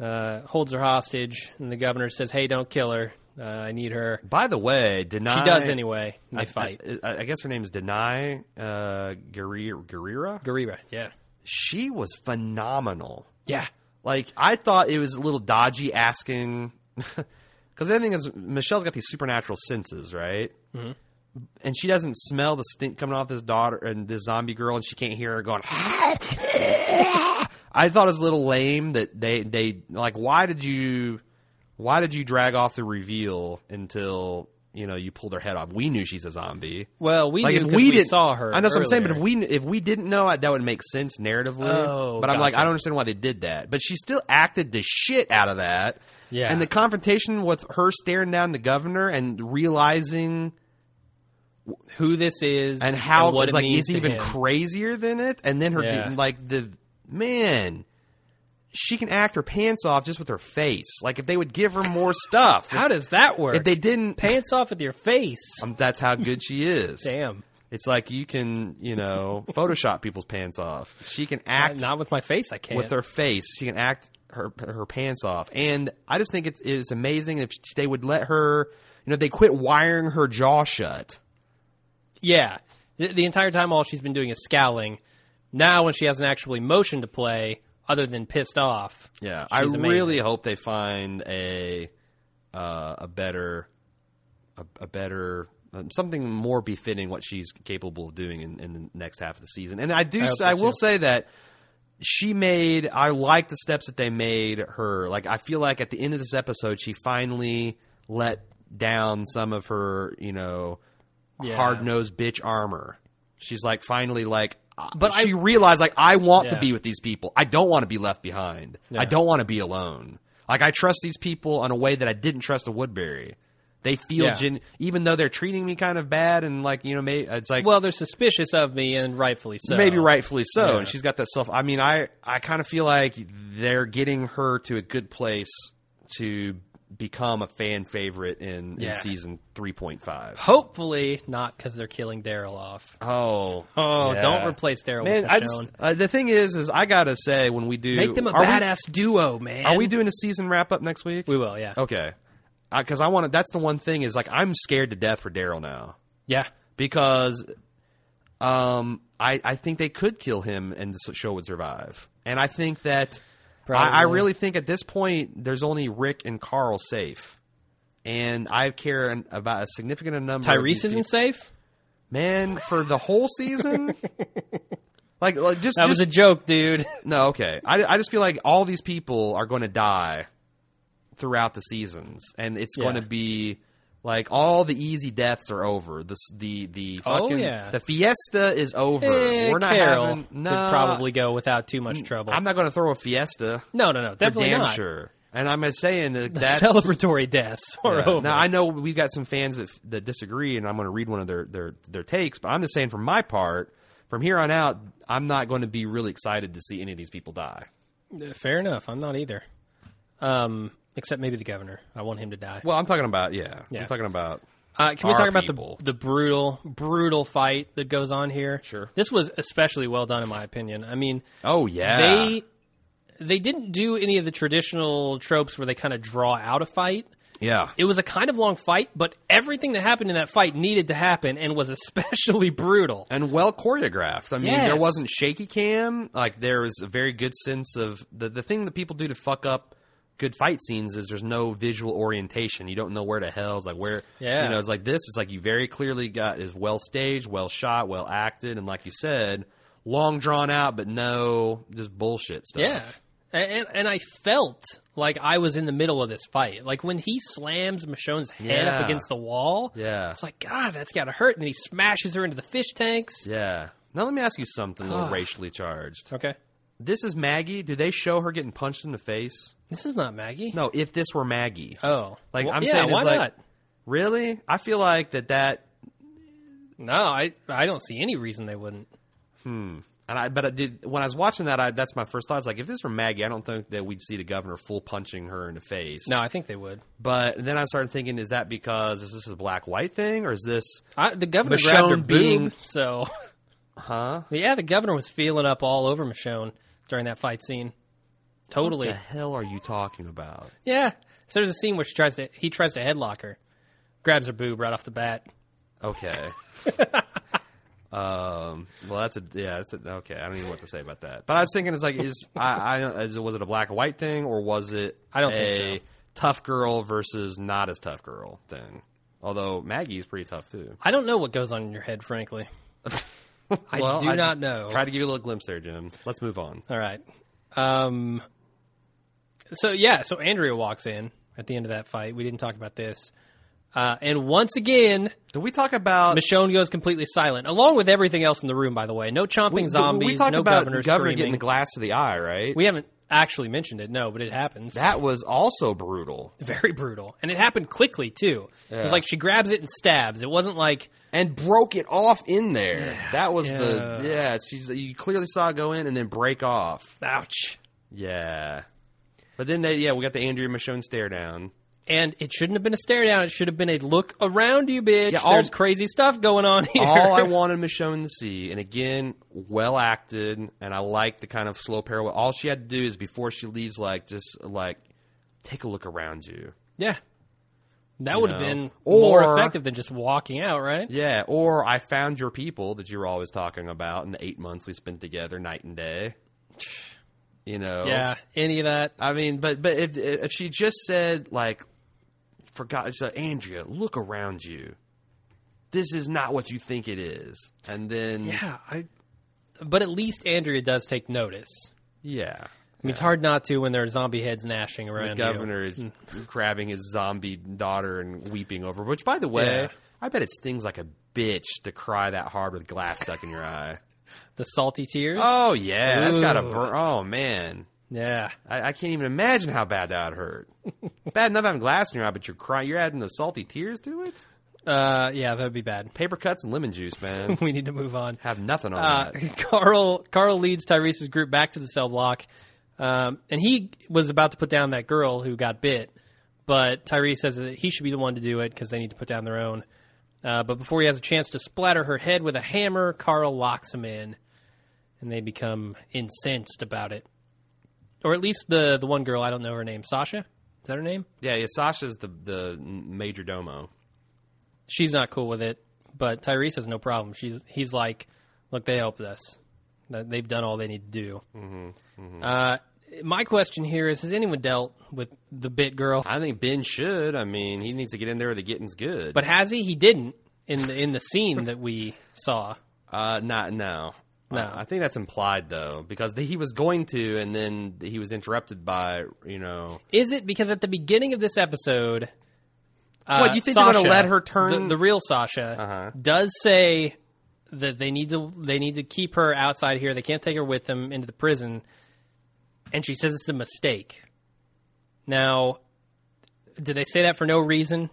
S3: uh, holds her hostage. And the governor says, Hey, don't kill her. Uh, I need her.
S1: By the way, deny
S3: She does anyway. and They
S1: I,
S3: fight.
S1: I, I guess her name is Denai uh, Guerri- Guerrera.
S3: Guerrera, yeah,
S1: She was phenomenal.
S3: yeah.
S1: Like I thought it was a little dodgy asking, [laughs] because the other thing is Michelle's got these supernatural senses, right? Mm-hmm. And she doesn't smell the stink coming off this daughter and this zombie girl, and she can't hear her going. [laughs] I thought it was a little lame that they they like. Why did you? Why did you drag off the reveal until you know you pulled her head off? We knew she's a zombie.
S3: Well, we
S1: Like
S3: knew
S1: if
S3: 'cause
S1: we,
S3: we,
S1: didn't
S3: saw her.
S1: I know what I'm saying, but if
S3: earlier.
S1: we if we didn't know, I- that would make sense narratively.
S3: Oh,
S1: but I'm like,
S3: gotcha.
S1: I don't understand why they did that. But she still acted the shit out of that.
S3: Yeah.
S1: And the confrontation with her staring down the governor and realizing
S3: who this is
S1: and how
S3: what
S1: it's
S3: it
S1: like
S3: means
S1: it's
S3: to
S1: even
S3: him.
S1: crazier than it. And then her
S3: Yeah.
S1: like the man, she can act her pants off just with her face. Like if they would give her more stuff,
S3: How does that work?
S1: if they didn't.
S3: pants off with your face.
S1: Um, that's how good she is.
S3: Damn,
S1: It's like you can, you know, Photoshop people's pants off. She can act
S3: not with my face. I can't.
S1: with her face. She can act her her pants off, and I just think it's it's amazing if they would let her. You know, they quit wiring her jaw shut.
S3: yeah, the, the entire time all she's been doing is scowling. Now, when she has an actual emotion to play, other than pissed off,
S1: Yeah, I
S3: She's amazing.
S1: really hope they find a uh, a better a, a better um, something more befitting what she's capable of doing in, in the next half of the season. And I do
S3: hope
S1: s-
S3: so,
S1: I will
S3: too.
S1: say that she made I like the steps that they made her. Like I feel like at the end of this episode she finally let down some of her, you know,
S3: Yeah.
S1: hard-nosed bitch armor. She's like finally like
S3: But
S1: but she realized like I want
S3: Yeah.
S1: to be with these people. I don't want to be left behind. I don't want to be alone. Like I trust these people in a way that I didn't trust the Woodbury. They feel
S3: Yeah.
S1: gen- even though they're treating me kind of bad and like you know may- it's like
S3: well, they're suspicious of me, and rightfully so.
S1: maybe rightfully so.
S3: Yeah.
S1: And she's got that self. I mean, I I kind of feel like they're getting her to a good place to become a fan favorite in,
S3: Yeah.
S1: in season three point five.
S3: Hopefully not because they're killing Daryl off.
S1: Oh,
S3: Oh,
S1: Yeah.
S3: don't replace Daryl
S1: man!
S3: with
S1: I
S3: Michonne.
S1: just, uh, the thing is, is I gotta say when we do
S3: Make them a
S1: are we-
S3: badass duo, man.
S1: Are we Oh. doing a season wrap up next week?
S3: We will, yeah,
S1: Okay, because I want to. That's the one thing is like I'm scared to death for Daryl now
S3: yeah.
S1: because um I I think they could kill him and the show would survive, and I think that I, I
S3: Probably.
S1: really think at this point there's only Rick and Carl safe, and I care an- about a significant number. of these
S3: Tyrese isn't
S1: peop-
S3: safe.
S1: man for the whole
S3: [laughs]
S1: season. Like, like just
S3: That
S1: just,
S3: was a joke, dude.
S1: no, okay. I, I just feel like all these people are going to die throughout the seasons, and it's going to
S3: Yeah.
S1: be like all the easy deaths are over. The s- the the
S3: Oh,
S1: fucking
S3: yeah.
S1: the fiesta is over.
S3: [laughs] Eh,
S1: We're not
S3: Carol
S1: having no.
S3: could probably go without too much trouble.
S1: I'm not going to throw a fiesta.
S3: no, no, no,
S1: for
S3: definitely
S1: damn
S3: not.
S1: sure. And I'm saying that [laughs]
S3: The
S1: that's
S3: celebratory [laughs] deaths are
S1: yeah.
S3: over.
S1: Now I know we've got some fans that, that disagree, and I'm going to read one of their, their their takes. But I'm just saying, from my part, from here on out, I'm not going to be really excited to see any of these people die.
S3: Uh, Fair enough. I'm not either. Um, except maybe the governor. I want him to die.
S1: Well, I'm talking about yeah.
S3: Yeah.
S1: I'm talking about
S3: Uh, can we
S1: our
S3: talk about
S1: people.
S3: the the brutal brutal fight that goes on here?
S1: Sure.
S3: This was especially well done in my opinion. I mean,
S1: oh yeah.
S3: they they didn't do any of the traditional tropes where they kind of draw out a fight.
S1: yeah.
S3: It was a kind of long fight, but everything that happened in that fight needed to happen and was [laughs] especially brutal.
S1: and well choreographed. I mean, there
S3: Yes.
S1: wasn't shaky cam. Like there was a very good sense of the the thing that people do to fuck up good fight scenes is there's no visual orientation. You don't know where the hell's like where
S3: Yeah.
S1: you know, it's like this It's like you very clearly got is well staged, well shot, well acted, and like you said, long drawn out but no just bullshit stuff.
S3: Yeah. And, and and I felt like I was in the middle of this fight. Like when he slams Michonne's head up
S1: Yeah.
S3: against the wall.
S1: Yeah.
S3: It's like, God, that's gotta hurt. And then he smashes her into the fish tanks.
S1: Yeah. Now let me ask you something a little
S3: Ah.
S1: racially charged.
S3: Okay.
S1: This is Maggie. Do they show her getting punched in the face?
S3: This is not Maggie.
S1: No, if this were Maggie.
S3: Oh.
S1: Like,
S3: Well,
S1: I'm
S3: yeah,
S1: saying is
S3: why
S1: like-
S3: not?
S1: Really? I feel like that that
S3: No, I I don't see any reason they wouldn't.
S1: And I, but I did when I was watching that, I, that's my first thought. It's like if this were Maggie, I don't think that we'd see the governor full punching her in the face.
S3: No, I think they would.
S1: But then I started thinking, is that because is this a black white thing, or is this
S3: I, the governor
S1: Michonne
S3: grabbed her
S1: being-
S3: boob, so [laughs]
S1: huh?
S3: yeah, the governor was feeling up all over Michonne during that fight scene. Totally.
S1: What the hell are you talking about?
S3: Yeah. So there's a scene where she tries to he tries to headlock her, grabs her boob right off the bat. [laughs]
S1: Okay. um. Well, that's a yeah. That's a, okay. I don't even know what to say about that. But I was thinking, it's like, is I, I don't- is, was it a black and white thing or was it?
S3: I don't
S1: a
S3: think so.
S1: Tough girl versus not as tough girl thing. Although Maggie's pretty tough too.
S3: I don't know what goes on in your head, frankly. I
S1: Well,
S3: do not know.
S1: Try to give you a little glimpse there, Jim. Let's move on.
S3: All right. Um. So yeah, so Andrea walks in at the end of that fight. We didn't talk about this, uh, and once again,
S1: Did we talk about
S3: Michonne goes completely silent, along with everything else in the room. By the way, no chomping
S1: we-
S3: zombies,
S1: We talked
S3: no
S1: about
S3: governor,
S1: getting
S3: screaming.
S1: the glass to the eye, right?
S3: we haven't actually mentioned it, no, but it happens.
S1: that was also brutal.
S3: Very brutal, and it happened quickly too. It
S1: Yeah.
S3: was like she grabs it and stabs. It wasn't like
S1: and broke it off in there. that was the
S3: Yeah.
S1: yeah. She's you clearly saw it go in and then break off.
S3: ouch.
S1: Yeah, but then they yeah we got the Andrea Michonne stare down.
S3: And it shouldn't have been a stare down. It should have been a look around you, bitch.
S1: Yeah, all-
S3: There's crazy stuff going on [laughs] here.
S1: All I wanted Michonne to see, and again, well acted, and I like the kind of slow parallel. All she had to do is before she leaves, like just like take a look around you.
S3: yeah, that would have
S1: know.
S3: been
S1: Or-
S3: more effective than just walking out, right?
S1: Yeah, or I found your people that you were always talking about in the eight months we spent together, night and day. You know,
S3: Yeah, any of that.
S1: I mean, but but if if she just said like, forgot, she said, Andrea, look around you. This is not what you think it is, and then yeah,
S3: Yeah, I. But at least Andrea does take notice. I mean, it's hard not to when there are zombie heads gnashing around.
S1: the
S3: you.
S1: governor is [laughs] grabbing his zombie daughter and weeping over. Which, by the way,
S3: Yeah.
S1: I bet it stings like a bitch to cry that hard with glass stuck in your
S3: [laughs]
S1: eye.
S3: the salty tears.
S1: Oh yeah, that's got to
S3: Ooh.
S1: burn. Oh man,
S3: Yeah,
S1: I, I can't even imagine how bad that would
S3: [laughs]
S1: hurt. bad enough having glass in your eye, but you're crying. You're adding the salty tears to it.
S3: uh, yeah, that'd be bad. [laughs]
S1: paper cuts and lemon juice, man.
S3: We need to move on.
S1: Have nothing on
S3: Uh, [laughs]
S1: that.
S3: Carl Carl leads Tyrese's group back to the cell block, um, and he was about to put down that girl who got bit, but Tyrese says that he should be the one to do it because they need to put down their own. Uh, but before he has a chance to splatter her head with a hammer, Carl locks him in, and they become incensed about it. Or at least the the one girl I don't know her name, Sasha. Is that her name?
S1: Yeah, yeah. Sasha's the the major domo.
S3: she's not cool with it, but Tyrese has no problem. She's he's like, look, they helped us. That- They've done all they need to do. Uh, my question here is: Has anyone dealt with the bit girl?
S1: I think Ben should. I mean, he needs to get in there where the getting's good.
S3: But has he? He didn't in the in the scene that we saw.
S1: uh, not no.
S3: No.
S1: I, I think that's implied though, because he was going to, and then he was interrupted by you know.
S3: Is it because at the beginning of this episode, uh,
S1: What, you think they're gonna
S3: Sasha,
S1: let her turn-
S3: The, the real Sasha
S1: Uh-huh.
S3: does say that they need to they need to keep her outside here. They can't take her with them into the prison, and she says it's a mistake. Now, did they say that for no reason,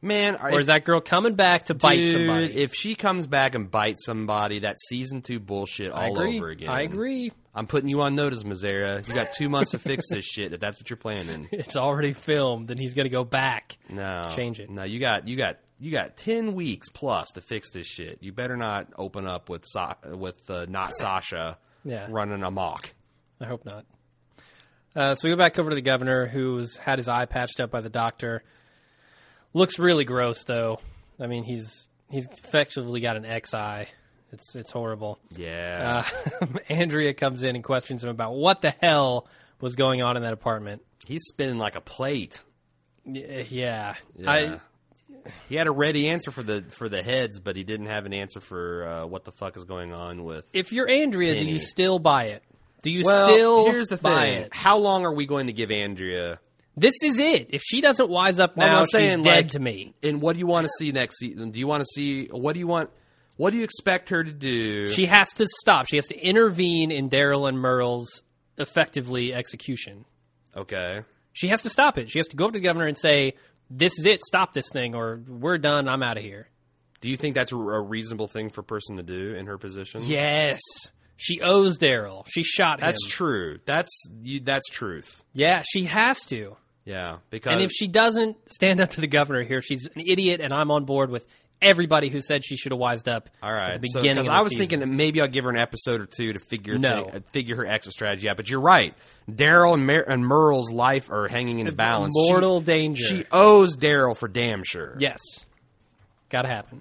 S1: Man,
S3: or is that girl coming back to bite somebody?
S1: If she comes back and bites somebody, that's season two bullshit
S3: I
S1: all
S3: agree.
S1: over again.
S3: I agree.
S1: I'm putting you on notice, Mazera. You got two months to fix this [laughs] shit if that's what you're planning.
S3: It's already filmed, and he's going to go back.
S1: No,
S3: Change it.
S1: No, you got you got you got ten weeks plus to fix this shit. You better not open up with Sa- with uh, not Sasha
S3: Yeah.
S1: running amok.
S3: I hope not. Uh, so we go back over to the governor, who's had his eye patched up by the doctor. Looks really gross, though. I mean, he's he's effectively got an X eye. It's it's horrible. Uh.
S1: Yeah,
S3: [laughs] Andrea comes in and questions him about what the hell was going on in that apartment.
S1: he's spinning like a plate.
S3: Y- yeah,
S1: Yeah.
S3: I
S1: he had a ready answer for the for the heads, but he didn't have an answer for uh, what the fuck is going on with.
S3: if you're Andrea, do
S1: Penny.
S3: you still buy it? Do you
S1: Well,
S3: still
S1: here's the
S3: buy
S1: thing:
S3: it?
S1: how long are we going to give Andrea?
S3: This is it. If she doesn't wise up
S1: Well, I'm
S3: now,
S1: not
S3: she's
S1: saying,
S3: dead
S1: like-
S3: to me.
S1: And what do you want to see next season? Do you want to see what do you want? What do you expect her to do?
S3: She has to stop. She has to intervene in Daryl and Merle's effectively execution.
S1: okay.
S3: She has to stop it. She has to go up to the governor and say, "This is it. Stop this thing, or we're done. I'm out of here."
S1: Do you think that's a a reasonable thing for a person to do in her position?
S3: Yes, she owes Daryl. She shot
S1: that's
S3: him.
S1: true. That's you, that's truth.
S3: yeah, she has to.
S1: Yeah, because Uh,
S3: And if she doesn't stand up to the governor here, she's an idiot, and I'm on board with everybody who said she should have wised up.
S1: All right.
S3: at the
S1: So,
S3: beginning.
S1: 'cause
S3: of the
S1: I was
S3: season.
S1: thinking that maybe I'll give her an episode or two to figure
S3: No.
S1: thi- uh, figure her exit strategy out. But you're right. Daryl and, Mer- and Merle's life are hanging in the balance. She-
S3: mortal danger.
S1: She, owes Daryl for damn sure.
S3: yes, got to happen.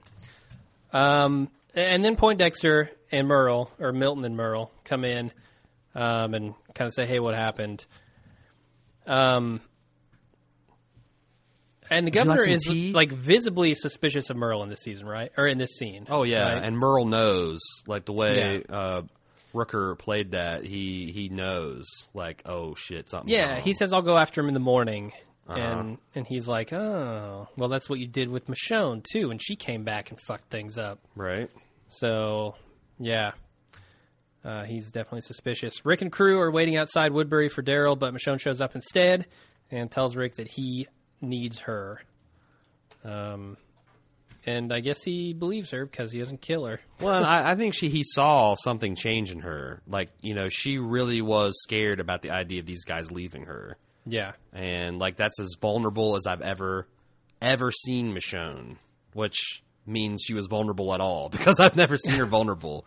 S3: Um, and then Poindexter and Merle, or Milton and Merle, come in um, and kind of say, "Hey, what happened?" Um, and the
S1: you like
S3: governor
S1: some
S3: is
S1: tea?
S3: like visibly suspicious of Merle in this season, right? Or in this scene?
S1: Oh yeah,
S3: right?
S1: and Merle knows like the way uh, Rooker played that. He he knows like oh shit something.
S3: Yeah,
S1: wrong.
S3: he says I'll go after him in the morning,
S1: Uh-huh.
S3: and and he's like, oh, well, that's what you did with Michonne too, and she came back and fucked things up.
S1: right.
S3: So, yeah, uh, he's definitely suspicious. Rick and crew are waiting outside Woodbury for Daryl, but Michonne shows up instead and tells Rick that he needs her. Um, and I guess he believes her because he doesn't kill her.
S1: Well, I, I think she he saw something change in her. Like you know, she really was scared about the idea of these guys leaving her,
S3: Yeah,
S1: and like that's as vulnerable as I've ever ever seen Michonne, which means she was vulnerable at all [laughs] because I've never seen her vulnerable.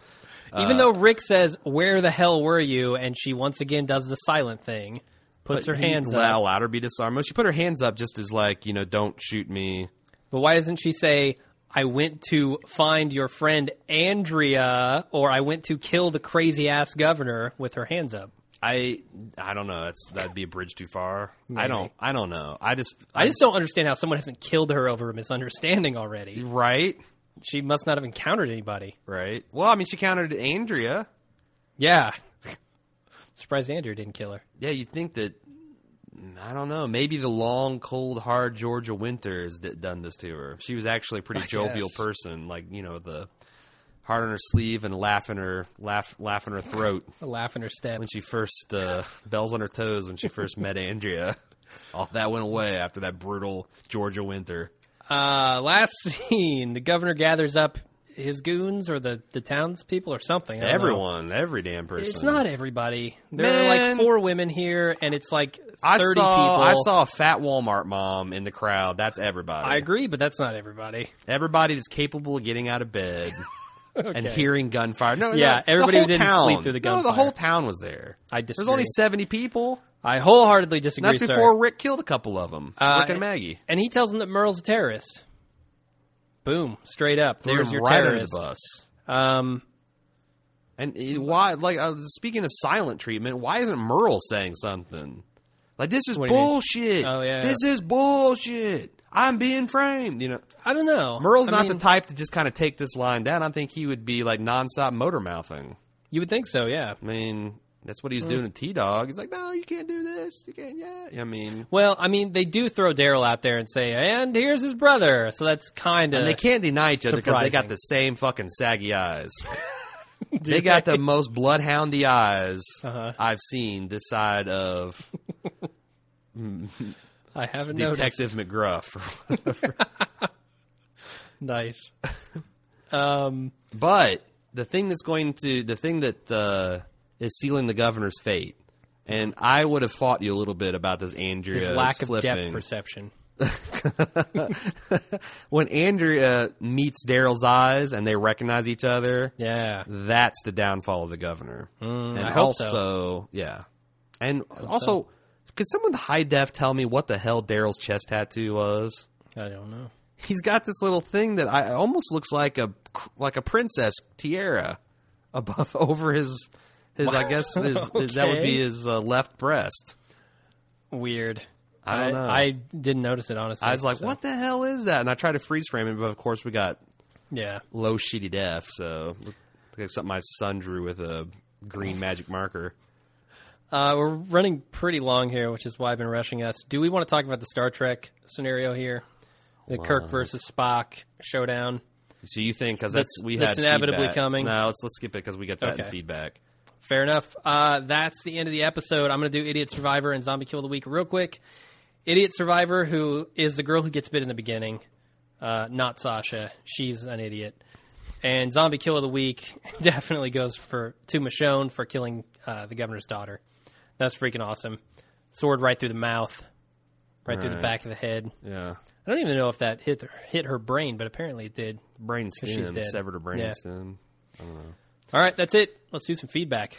S3: Even though Rick says, "Where the hell were you?" and she once again does the silent thing, puts her
S1: He
S3: hands
S1: allowed-
S3: up.
S1: allowed her to be disarmed. She put her hands up just as like you know, don't shoot me.
S3: But why doesn't she say, "I went to find your friend Andrea," or "I went to kill the crazy ass governor" with her hands up?
S1: I I don't know. That's that'd be a bridge too far. I don't I don't know. I just
S3: I just don't understand how someone hasn't killed her over a misunderstanding already.
S1: right
S3: She must not have encountered anybody.
S1: right. Well, I mean, she countered Andrea.
S3: Yeah. [laughs] Surprised Andrea didn't kill her.
S1: Yeah, you'd think that. I don't know. Maybe the long, cold, hard Georgia winter has d- done this to her. She was actually a pretty jovial
S3: guess.
S1: person, like you know the heart on her sleeve and laugh in her laugh laugh in her throat
S3: A laugh in her step.
S1: when she first [laughs] uh, bells on her toes when she first met Andrea. All that went away after that brutal Georgia winter.
S3: Uh, last [laughs] scene, the governor gathers up his goons or the, the townspeople or something. I don't know.
S1: Everyone, every damn person.
S3: It's not everybody. There are
S1: Man.
S3: like four women here, and it's like thirty
S1: I saw,
S3: people.
S1: I saw a fat Walmart mom in the crowd. That's everybody.
S3: I agree, but that's not everybody. [laughs]
S1: Everybody that's capable of getting out of [laughs] bed and hearing gunfire. No,
S3: Yeah,
S1: no,
S3: everybody
S1: the whole
S3: who didn't
S1: town.
S3: sleep through the
S1: No, the
S3: gunfire.
S1: whole town was there.
S3: I
S1: There's only
S3: disagree.
S1: seventy people.
S3: I wholeheartedly disagree.
S1: And that's
S3: sir.
S1: before Rick killed a couple of them.
S3: Uh,
S1: Rick and Maggie.
S3: and he tells them that Merle's a terrorist. Boom! Straight up,
S1: Threw
S3: there's
S1: him
S3: your
S1: right under
S3: terrorist.
S1: the bus.
S3: Um,
S1: And uh, why? Like uh, speaking of silent treatment, why isn't Merle saying something? Like this is
S3: do you mean?
S1: bullshit.
S3: Oh, yeah.
S1: This is bullshit. I'm being framed. You know.
S3: I don't know.
S1: Merle's
S3: I
S1: not
S3: mean,
S1: the type to just kind of take this line down. I think he would be like nonstop motor mouthing.
S3: You would think so, yeah.
S1: I mean, that's
S3: Hmm.
S1: what he's doing to T Dog. He's like, no, you can't do this. You can't. Yeah. I mean,
S3: Well, I mean, they do throw Daryl out there and say, "And here's his brother," so that's kind
S1: and
S3: of
S1: they can't deny each other because they got
S3: Uh, surprising.
S1: the same fucking saggy
S3: [laughs]
S1: eyes. they got the most bloodhoundy eyes
S3: Uh-huh.
S1: I've seen this side
S3: [laughs]
S1: of
S3: I haven't noticed.
S1: Detective McGruff. [laughs]
S3: Nice. um,
S1: but the thing that's going to the thing that uh, is sealing the governor's fate. And I would have fought you a little bit about this Andrea
S3: his lack of depth
S1: flipping.
S3: perception.
S1: when Andrea meets Daryl's eyes and they recognize each other,
S3: Yeah.
S1: that's the downfall of the governor. and
S3: Hmm, I hope so.
S1: also, yeah. And also, could someone high def tell me what the hell Daryl's chest tattoo was?
S3: I don't know.
S1: He's got this little thing that I it almost looks like a like a princess tiara above [laughs] over his his I
S3: [laughs]
S1: guess his, his- that would
S3: Okay.
S1: be his uh, left breast.
S3: Weird.
S1: I don't know.
S3: I didn't notice it honestly.
S1: I was like,
S3: so-
S1: "What the hell is that?" And I tried to freeze frame it, but of course we got
S3: Yeah.
S1: low shitty def, so look like something my son drew with a green magic marker.
S3: Uh, we're running pretty long here, which is why I've been rushing us. Do we want to talk about the Star Trek scenario here? The Kirk versus Spock showdown.
S1: So you think because that's,
S3: That's-
S1: we
S3: that's
S1: had
S3: inevitably
S1: feedback.
S3: coming.
S1: No, let's let's skip it because we got that
S3: Okay.
S1: in feedback.
S3: Fair enough. Uh, that's the end of the episode. I'm going to do Idiot Survivor and Zombie Kill of the Week real quick. Idiot Survivor, who is the girl who gets bit in the beginning, uh, not Sasha. She's an idiot. And Zombie Kill of the Week [laughs] definitely goes for to Michonne for killing uh, the governor's daughter. That's freaking awesome. Sword right through the mouth, right through the
S1: Alright.
S3: back of the head.
S1: Yeah,
S3: I I don't even know if that hit her, hit her brain, but apparently it did.
S1: Brain
S3: she's
S1: stem,
S3: dead.
S1: severed her brain
S3: Yeah.
S1: stem.
S3: All right, that's it. Let's do some feedback.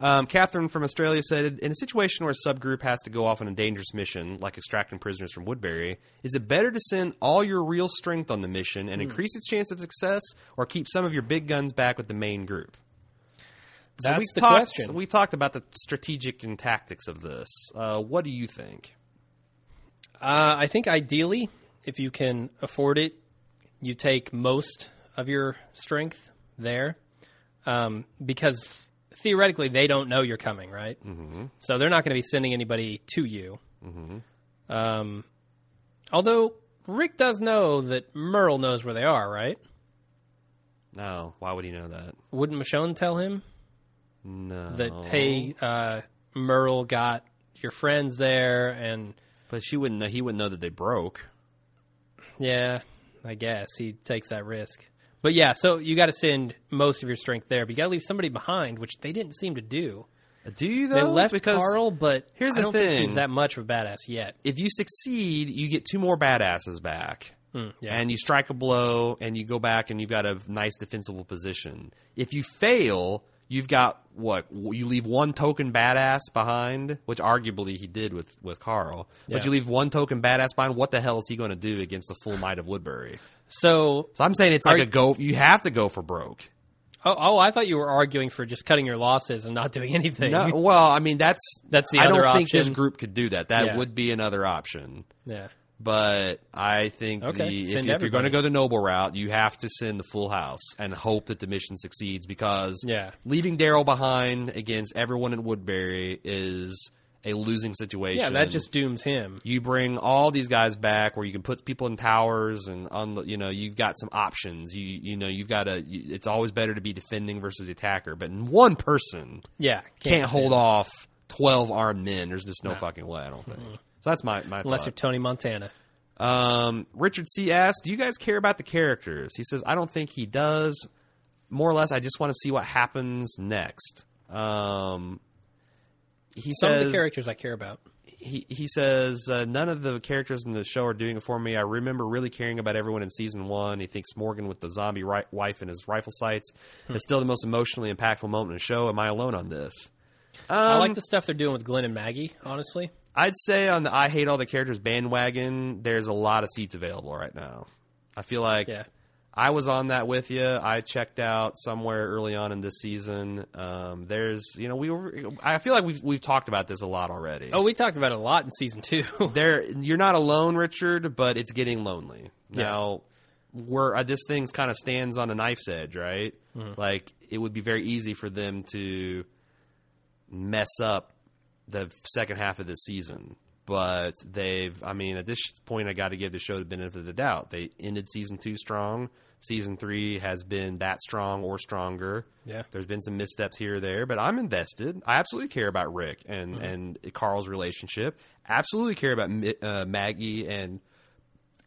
S1: Um, Catherine from Australia said, "In a situation where a subgroup has to go off on a dangerous mission, like extracting prisoners from Woodbury, is it better to send all your real strength on the mission
S3: Hmm.
S1: and increase its chance of success, or keep some of your big guns back with the main group?" So
S3: That's
S1: we
S3: the
S1: talked,
S3: question.
S1: We talked about the strategic and tactics of this. Uh, what do you think?
S3: Uh, I think ideally, if you can afford it, you take most of your strength there, um, because theoretically they don't know you're coming, right? Mm-hmm. So they're not going to be sending anybody to you. Mm-hmm. Um, although Rick does know that Merle knows where they are, right?
S1: No, Oh, why would he know that?
S3: Wouldn't Michonne tell him
S1: No,
S3: that hey, uh, Merle got your friends there, and
S1: but she wouldn't. Know, he wouldn't know that they broke.
S3: Yeah, I guess he takes that risk. But yeah, so you got to send most of your strength there, but you got to leave somebody behind, which they didn't seem to do.
S1: Do you though?
S3: They left
S1: because
S3: Carl, but
S1: here's
S3: I
S1: the
S3: don't think
S1: thing.
S3: she's that much of a badass yet.
S1: if you succeed, you get two more badasses back.
S3: yeah.
S1: And you strike a blow and you go back and you've got a nice defensible position. If you fail, you've got what? You leave one token badass behind, which arguably he did with, with Carl.
S3: Yeah.
S1: But you leave one token badass behind, what the hell is he going to do against the full might of Woodbury?
S3: So,
S1: So I'm saying it's like a go, you have to go for broke.
S3: oh, oh, I thought you were arguing for just cutting your losses and not doing [laughs] anything.
S1: No, well, I mean, that's,
S3: That's the
S1: I
S3: other
S1: don't think this
S3: option.
S1: group could do that. That
S3: Yeah.
S1: would be another option.
S3: Yeah.
S1: But I think
S3: Okay,
S1: the, if,
S3: send
S1: if you're going
S3: everybody.
S1: to go the noble route, you have to send the full house and hope that the mission succeeds because
S3: Yeah.
S1: leaving Daryl behind against everyone in Woodbury is a losing situation.
S3: Yeah, that just dooms him.
S1: you bring all these guys back where you can put people in towers and unlo- you know you've got some options. You you know you've got a. You, it's always better to be defending versus the attacker, but one person
S3: Yeah.
S1: can't, hold off twelve armed men. There's just no, fucking way. I don't think. So that's my my
S3: Unless
S1: thought.
S3: you're Tony Montana.
S1: Um, Richard C asks, "Do you guys care about the characters?" He says, "I don't think he does. More or less, I just want to see what happens next." Um, he
S3: Some
S1: says,
S3: of the characters I care about.
S1: he, he says uh, none of the characters in the show are doing it for me. I remember really caring about everyone in season one. He thinks Morgan with the zombie ri- wife and his rifle sights
S3: Hmm.
S1: is still the most emotionally impactful moment in the show. Am I alone on this?
S3: I
S1: um,
S3: like the stuff they're doing with Glenn and Maggie, honestly.
S1: I'd say on the I hate all the characters bandwagon, there's a lot of seats available right now. I feel like
S3: Yeah.
S1: I was on that with you. I checked out somewhere early on in this season. Um, there's, you know, we were. I feel like we've we've talked about this a lot already.
S3: Oh, we talked about it a lot in season two. [laughs]
S1: there, you're not alone, Richard, but it's getting lonely now. We're uh, this thing's kind of stands on a knife's edge, right? Like it would be very easy for them to mess up the second half of the season. But they've, I mean, at this point, I got to give the show the benefit of the doubt. They ended season two strong. Season three has been that strong or stronger.
S3: Yeah.
S1: There's been some missteps here or there, but I'm invested. I absolutely care about Rick and, and Carl's relationship. Absolutely care about Mi- uh, Maggie and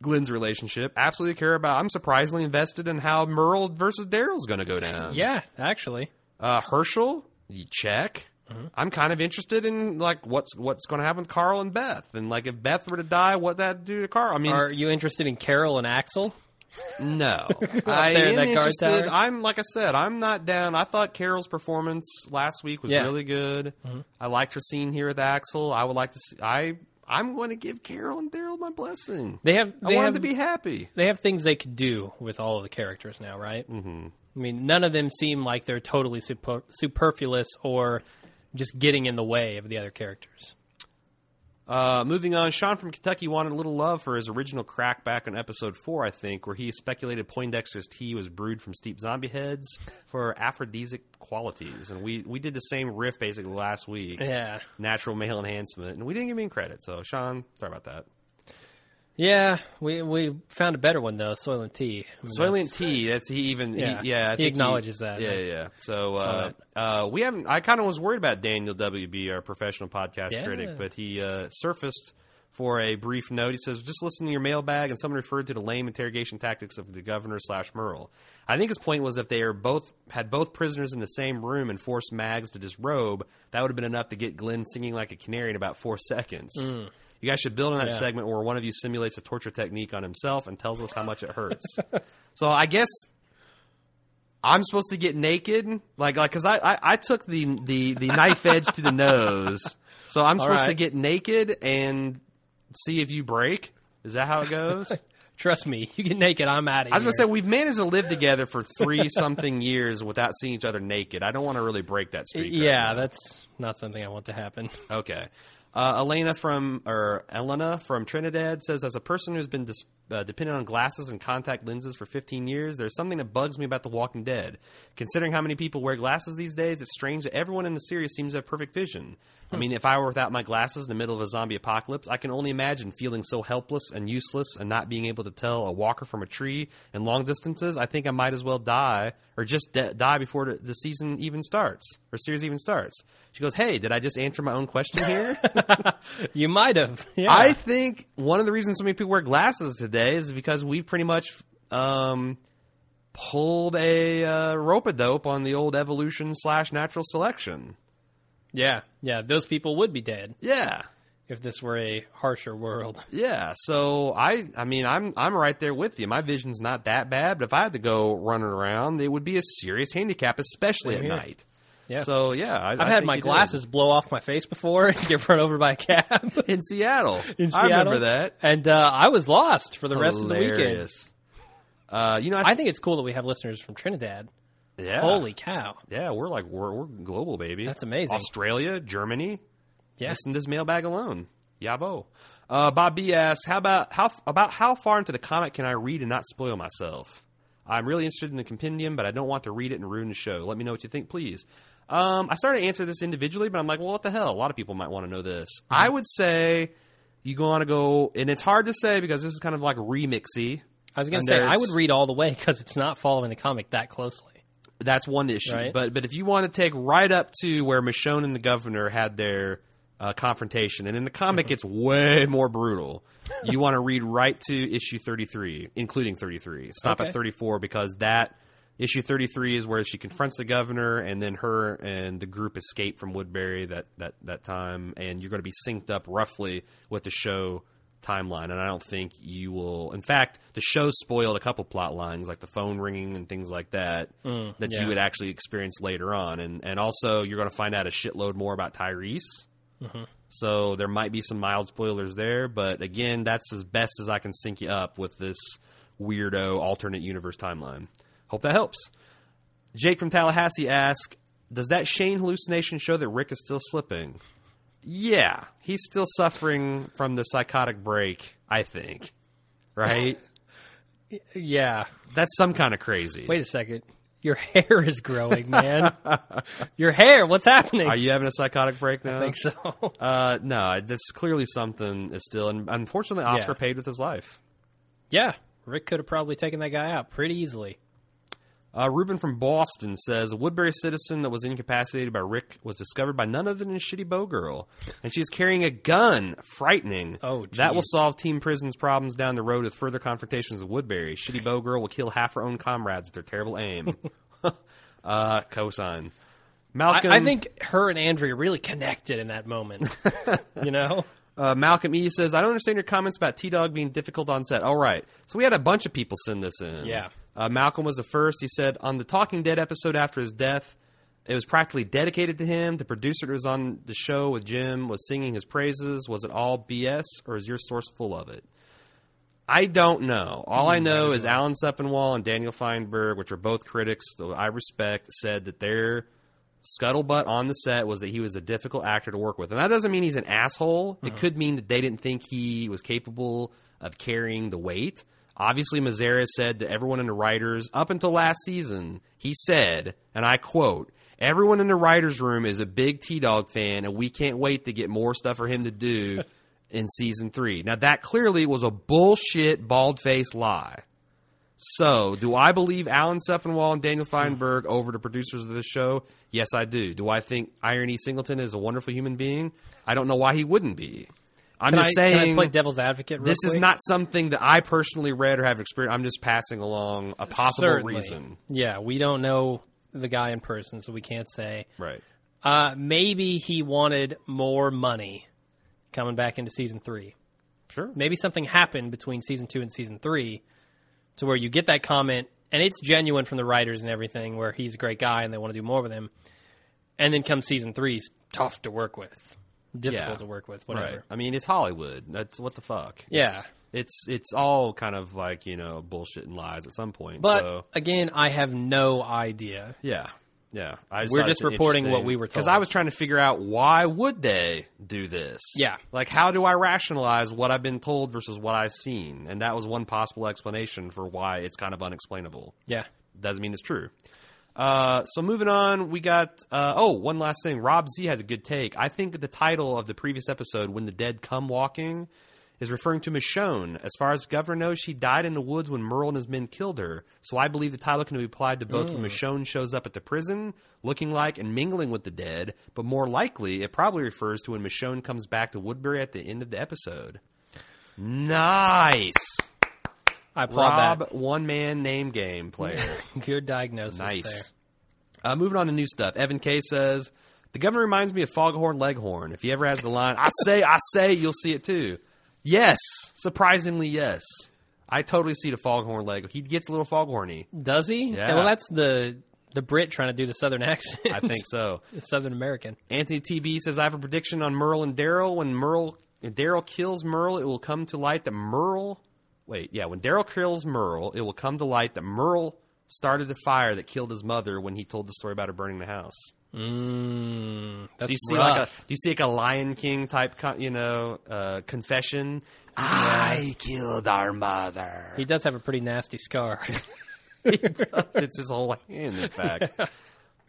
S1: Glenn's relationship. Absolutely care about, I'm surprisingly invested in how Merle versus Daryl's going to go down.
S3: yeah, actually.
S1: Uh, Herschel, you check.
S3: Mm-hmm.
S1: I'm kind of interested in like what's what's going to happen with Carl and Beth, and like if Beth were to die, what that do to Carl? I mean,
S3: Are you interested in Carol and Axel? [laughs]
S1: no, I
S3: there in
S1: am
S3: that guard
S1: interested.
S3: tower?
S1: I'm like I said, I'm not down. I thought Carol's performance last week was
S3: Yeah. Mm-hmm.
S1: really good. I liked her scene here with Axel. I would like to. See, I I'm going to give Carol and Daryl my blessing.
S3: They have
S1: I
S3: they
S1: want
S3: have
S1: them to be happy.
S3: they have things they could do with all of the characters now, right? Mm-hmm. I mean, none of them seem like they're totally super, superfluous or just getting in the way of the other characters.
S1: Uh, moving on, Sean from Kentucky wanted a little love for his original crack back on episode four, I think, where he speculated Poindexter's tea was brewed from steep zombie heads for aphrodisiac qualities, and we we did the same riff basically last week,
S3: Yeah,
S1: natural male enhancement, and we didn't give him credit. So, Sean, sorry about that.
S3: yeah. We we found a better one though, Soylent Tea. I mean,
S1: Soylent
S3: that's-
S1: Tea. That's he even he- yeah.
S3: Yeah.
S1: I
S3: He
S1: think
S3: acknowledges that.
S1: Yeah, yeah. yeah. So uh, uh, we haven't. I kind of was worried about Daniel WB, our professional podcast
S3: Yeah.
S1: critic, but he uh, surfaced for a brief note. He says, "Just listen to your mailbag." And someone referred to the lame interrogation tactics of the governor slash Merle. I think his point was if they are both had both prisoners in the same room and forced Mags to disrobe, that would have been enough to get Glenn singing like a canary in about four [laughs] seconds. You guys should build on that
S3: Mm. Yeah.
S1: segment where one of you simulates a torture technique on himself and tells us how much it
S3: [laughs]
S1: hurts. so I guess I'm supposed to get naked, like like because I, I I took the the the knife edge to the nose, so I'm supposed to
S3: right.
S1: get naked and see if you break. Is that how it goes?
S3: uh, Trust me, you get naked, I'm out of here.
S1: I was gonna say we've managed to live together for three something years without seeing each other naked. I don't want to really break that streak. right
S3: yeah, that's not something I want to happen. [laughs]
S1: Okay. Uh, Elena from or Elena from Trinidad says, as a person who's been dis- uh, dependent on glasses and contact lenses for 15 years, there's something that bugs me about The Walking Dead. Considering how many people wear glasses these days, it's strange that everyone in the series seems to have perfect vision. I mean, if I were without my glasses in the middle of a zombie apocalypse, I can only imagine feeling so helpless and useless and not being able to tell a walker from a tree in long distances. I think I might as well die or just de- die before the- the season even starts or series even starts. She goes, "Hey, did I just answer my own question here?"
S3: You
S1: [laughs]
S3: might have. Yeah.
S1: I think one of the reasons so many people wear glasses today is because we've pretty much um, pulled a uh, rope a dope on the old evolution slash natural selection.
S3: yeah, yeah. Those people would be dead
S1: Yeah,
S3: if this were a harsher world.
S1: yeah. So I, I mean, I'm I'm right there with you. My vision's not that bad, but if I had to go running around, it would be a serious handicap, especially at
S3: here.
S1: night.
S3: Yeah.
S1: So yeah, I,
S3: I've had my glasses blow off my face before [laughs] and get run over by a cab [laughs]
S1: in Seattle.
S3: in
S1: I
S3: Seattle.
S1: remember that.
S3: And uh, I was lost for the rest of the weekend.
S1: Hilarious. Uh, you know, I,
S3: I think it's cool that we have listeners from Trinidad.
S1: yeah.
S3: Holy cow.
S1: Yeah, we're like we're, we're global, baby.
S3: That's amazing.
S1: Australia, Germany,
S3: Yeah.
S1: just in this mailbag alone. Yabo. Uh, Bob B asks, "How about how about how far into the comic can I read and not spoil myself? I'm really interested in the compendium, but I don't want to read it and ruin the show. Let me know what you think, please." Um, I started to answer this individually, but I'm like, well, what the hell? A lot of people might want to know this.
S3: Mm-hmm.
S1: I would say you want to go, and it's hard to say because this is kind of like remixy.
S3: I was going
S1: And
S3: to say, I
S1: there's-
S3: would read all the way because it's not following the comic that closely.
S1: That's one issue.
S3: Right.
S1: But but if you want to take right up to where Michonne and the governor had their uh, confrontation, and in the
S3: Mm-hmm.
S1: comic it's way more brutal. You want to read right to issue thirty three, including thirty three. Stop
S3: Okay.
S1: at thirty four because that issue thirty three is where she confronts the governor, and then her and the group escape from Woodbury that that that time, and you're going to be synced up roughly with the show timeline and i don't think you will in fact the show spoiled a couple plot lines like the phone ringing and things like that that you
S3: yeah.
S1: would actually experience later on and and also you're going to find out a shitload more about tyrese so there might be some mild spoilers there but again that's as best as i can sync you up with this weirdo alternate universe timeline hope that helps jake from tallahassee asks does that shane hallucination show that rick is still slipping yeah, he's still suffering from the psychotic break, I think.
S3: [laughs]
S1: Right?
S3: Yeah.
S1: That's some kind of crazy.
S3: Wait a second. Your hair is growing, man.
S1: [laughs]
S3: Your hair. What's happening?
S1: Are you having a psychotic break now?
S3: I think [laughs] so.
S1: Uh, no, that's clearly something is still, and unfortunately, Oscar
S3: Yeah.
S1: paid with his life.
S3: yeah. Rick could have probably taken that guy out pretty easily.
S1: Uh, Ruben from Boston says a Woodbury citizen that was incapacitated by Rick was discovered by none other than a shitty bow girl, and she's carrying a gun. Frightening.
S3: Oh,
S1: that will
S3: geez.
S1: solve Team Prison's problems down the road with further confrontations with Woodbury. Shitty bow girl will kill half her own comrades with her terrible aim. [laughs] uh, cosign.
S3: I,
S1: Malcolm,
S3: I think her and Andrea really connected in
S1: [laughs]
S3: that moment. you know?
S1: Uh, Malcolm E says, I don't understand your comments about T Dog being difficult on set. All right. So we had a bunch of people send this in.
S3: Yeah.
S1: Uh, Malcolm was the first. He said, on the Talking Dead episode after his death, it was practically dedicated to him. The producer that was on the show with Jim was singing his praises. Was it all BS or is your source full of it? I don't know. All I know is Alan Sepinwall and Daniel Feinberg, which are both critics that I respect, said that their scuttlebutt on the set was that he was a difficult actor to work with. And that doesn't mean he's an asshole. It could mean that they didn't think he was capable of carrying the weight. Obviously, Mazera said to everyone in the writers up until last season, he said, and I quote, Everyone in the writers' room is a big T Dog fan, and we can't wait to get more stuff for him to do in season three. Now, that clearly was a bullshit, bald faced lie. So, do I believe Alan Sepinwall and Daniel Feinberg over the producers of this show? Yes, I do. Do I think Irony Singleton is a wonderful human being? I don't know why he wouldn't be. I'm
S3: Can I,
S1: just saying
S3: can I play devil's advocate real
S1: this is
S3: quick?
S1: not something that I personally read or have experienced. I'm just passing along a possible
S3: Certainly.
S1: reason.
S3: Yeah, we don't know the guy in person, so we can't say.
S1: Right.
S3: Uh, maybe he wanted more money coming back into season three.
S1: Sure.
S3: Maybe something happened between season two and season three to where you get that comment and it's genuine from the writers and everything where he's a great guy and they want to do more with him. And then come season three, he's tough to work with, difficult
S1: Yeah.
S3: to work with, whatever.
S1: Right. I mean, it's Hollywood. That's what the fuck.
S3: Yeah.
S1: It's, it's it's all kind of like you know bullshit and lies at some point.
S3: But
S1: so,
S3: again, I have no idea.
S1: yeah, yeah. I
S3: We're
S1: thought
S3: just
S1: it's
S3: reporting what we were
S1: Because
S3: told.
S1: I was trying to figure out why would they do this?
S3: Yeah.
S1: Like, how do I rationalize what I've been told versus what I've seen? And that was one possible explanation for why it's kind of unexplainable.
S3: Yeah.
S1: Doesn't mean it's true. Uh, so moving on, we got uh, oh one last thing. Rob Z has a good take. I think the title of the previous episode, "When the Dead Come Walking," is referring to Michonne. As far as Governor knows, she died in the woods when Merle and his men killed her. So I believe the title can be applied to both when Michonne shows up at the prison, looking like and mingling with the dead, but more likely, it probably refers to when Michonne comes back to Woodbury at the end of the episode. Nice,
S3: I applaud
S1: Rob, one man name game player.
S3: that. [laughs] Good diagnosis there.
S1: Nice. Uh, moving on to new stuff. Evan K says the governor reminds me of Foghorn Leghorn. If he ever has the line, "I say, I say," you'll see it too. Yes, surprisingly, yes. I totally see the Foghorn Leghorn. He gets a little foghorny.
S3: Does he?
S1: Yeah.
S3: Well, that's the the Brit trying to do the Southern accent.
S1: I think so.
S3: The [laughs] Southern American.
S1: Anthony TB says I have a prediction on Merle and Daryl. When Merle Daryl kills Merle, it will come to light that Merle. Wait, yeah. When Daryl kills Merle, it will come to light that Merle started the fire that killed his mother when he told the story about her burning the house.
S3: Mm, that's
S1: Do you see
S3: rough.
S1: like a do you see like a Lion King type con- you know uh, confession? I killed our mother.
S3: he does have a pretty nasty scar. [laughs]
S1: [laughs] it's his whole hand, in fact.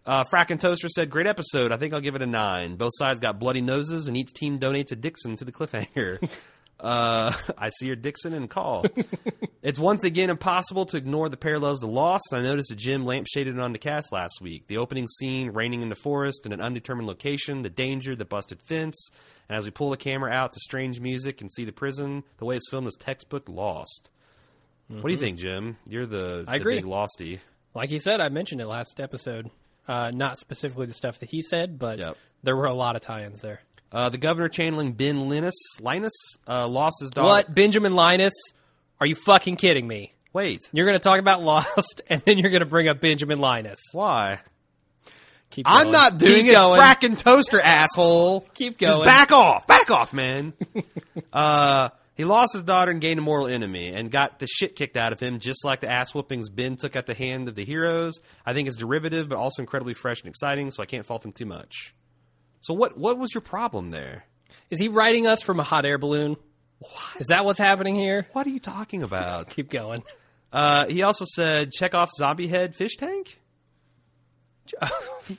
S1: Uh, Frack and Toaster said, "Great episode. I think I'll give it a nine. Both sides got bloody noses, and each team donates a Dixon to the cliffhanger. [laughs] Uh, I see your Dixon and
S3: [laughs]
S1: call. it's once again impossible to ignore the parallels to Lost. I noticed that Jim lampshaded it on the cast last week. The opening scene, raining in the forest in an undetermined location, the danger, the busted fence, and as we pull the camera out to strange music and see the prison, the way it's filmed is textbook Lost." What do you think, Jim? You're the,
S3: Mm-hmm. I
S1: the
S3: agree.
S1: big losty.
S3: like he said, I mentioned it last episode. Uh, not specifically the stuff that he said, but
S1: Yep.
S3: there were a lot of tie-ins there.
S1: Uh, the governor channeling Ben Linus Linus uh, lost his dog.
S3: What Benjamin Linus? Are you fucking kidding me?
S1: Wait,
S3: You're going to talk about [laughs] Lost, and then you're going to bring up Benjamin Linus.
S1: why?
S3: Keep
S1: I'm
S3: going.
S1: not doing
S3: Keep
S1: it.
S3: going.
S1: Fracking toaster asshole.
S3: Keep
S1: Just
S3: going.
S1: back off, back off,
S3: [laughs]
S1: man. uh, he lost his daughter and gained a mortal enemy, and got the shit kicked out of him, just like the ass whoopings Ben took at the hand of the heroes. I think it's derivative, but also incredibly fresh and exciting. So I can't fault him too much. So what? What was your problem there?
S3: Is he writing us from a hot air balloon? What? Is that what's happening here?
S1: What are you talking about?
S3: Keep going.
S1: Uh, he also said, check off zombie head fish tank?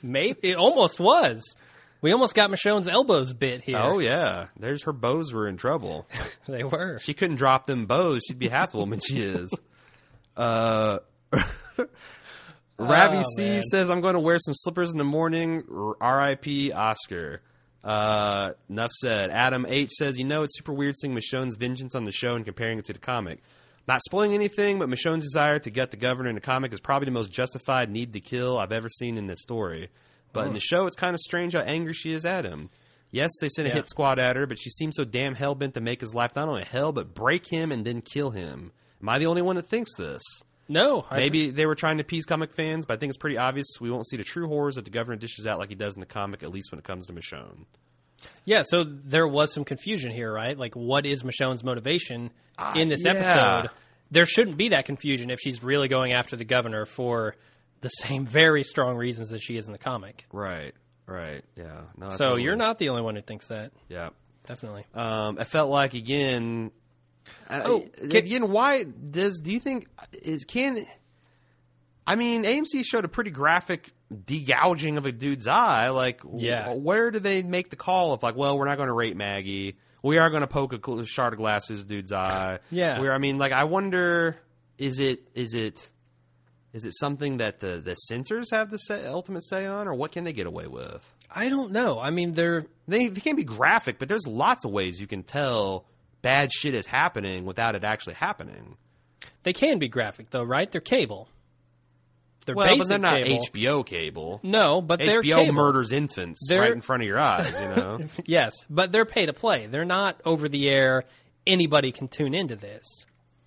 S3: Maybe it almost was. We almost got Michonne's elbows bit here.
S1: Oh, yeah. There's her bows were in trouble.
S3: [laughs] they were.
S1: she couldn't drop them bows. She'd be half the woman she is. Uh, Ravi
S3: Oh,
S1: C
S3: man.
S1: says, I'm going to wear some slippers in the morning. R- RIP Oscar. Uh, enough said. Adam H says, You know, it's super weird seeing Michonne's vengeance on the show and comparing it to the comic. Not spoiling anything, but Michonne's desire to gut the governor in the comic is probably the most justified need to kill I've ever seen in this story. But
S3: Hmm.
S1: in the show, it's kind of strange how angry she is at him. Yes, they sent a
S3: Yeah.
S1: hit squad at her, but she seems so damn hell bent to make his life not only hell, but break him and then kill him. Am I the only one that thinks this?
S3: No, I-
S1: Maybe they were trying to appease comic fans, but I think it's pretty obvious we won't see the true horrors that the governor dishes out like he does in the comic, at least when it comes to Michonne.
S3: yeah. So there was some confusion here, right? Like, what is Michonne's motivation in this
S1: Ah, yeah.
S3: episode? There shouldn't be that confusion if she's really going after the governor for the [laughs] same very strong reasons that she is in the comic.
S1: Right, right, yeah. No,
S3: So you're not the only one who thinks that.
S1: Yeah.
S3: Definitely.
S1: Um, I felt like again.
S3: Oh,
S1: Oh,
S3: can-
S1: again, why does do you think is can? I mean, AMC showed a pretty graphic degouging of a dude's eye. Like, w-
S3: Yeah.
S1: where do they make the call of like, well, we're not going to rate Maggie. We are going to poke a gl- shard of glass through this dude's eye.
S3: Yeah.
S1: Where I mean, like, I wonder, is it is it is it something that the the censors have the say, ultimate say on, or what can they get away with?
S3: I don't know. I mean, they're
S1: they, they can be graphic, but there's lots of ways you can tell bad shit is happening without it actually happening.
S3: they can be graphic though, right? They're cable. They're
S1: Well,
S3: basic
S1: but they're not
S3: cable.
S1: HBO cable.
S3: No, but they're
S1: HBO
S3: cable.
S1: murders infants
S3: They're-
S1: right in front of your eyes. You
S3: [laughs]
S1: know,
S3: Yes, but they're pay to play. They're not over the air. Anybody can tune into this.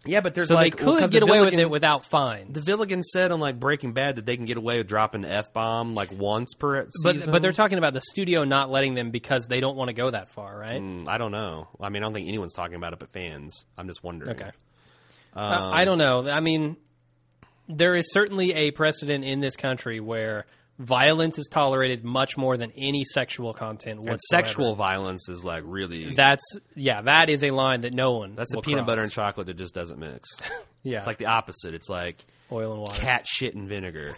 S1: yeah, but there's
S3: So
S1: like
S3: they could get away with it without fines.
S1: The Villigan said on like Breaking Bad that they can get away with dropping f bomb like once per
S3: but
S1: season.
S3: but they're talking about the studio not letting them because they don't want to go that far, right?
S1: Mm, I don't know. I mean, I don't think anyone's talking about it but fans. I'm just wondering.
S3: Okay. Uh, I don't know. I mean, there is certainly a precedent in this country where violence is tolerated much more than any sexual content whatsoever.
S1: And sexual violence is like really
S3: That's yeah. That is a line that no one.
S1: that's the
S3: will
S1: peanut
S3: cross.
S1: butter and chocolate that just doesn't
S3: [laughs]
S1: mix.
S3: yeah,
S1: It's like the opposite. It's like
S3: oil and water.
S1: cat shit and vinegar.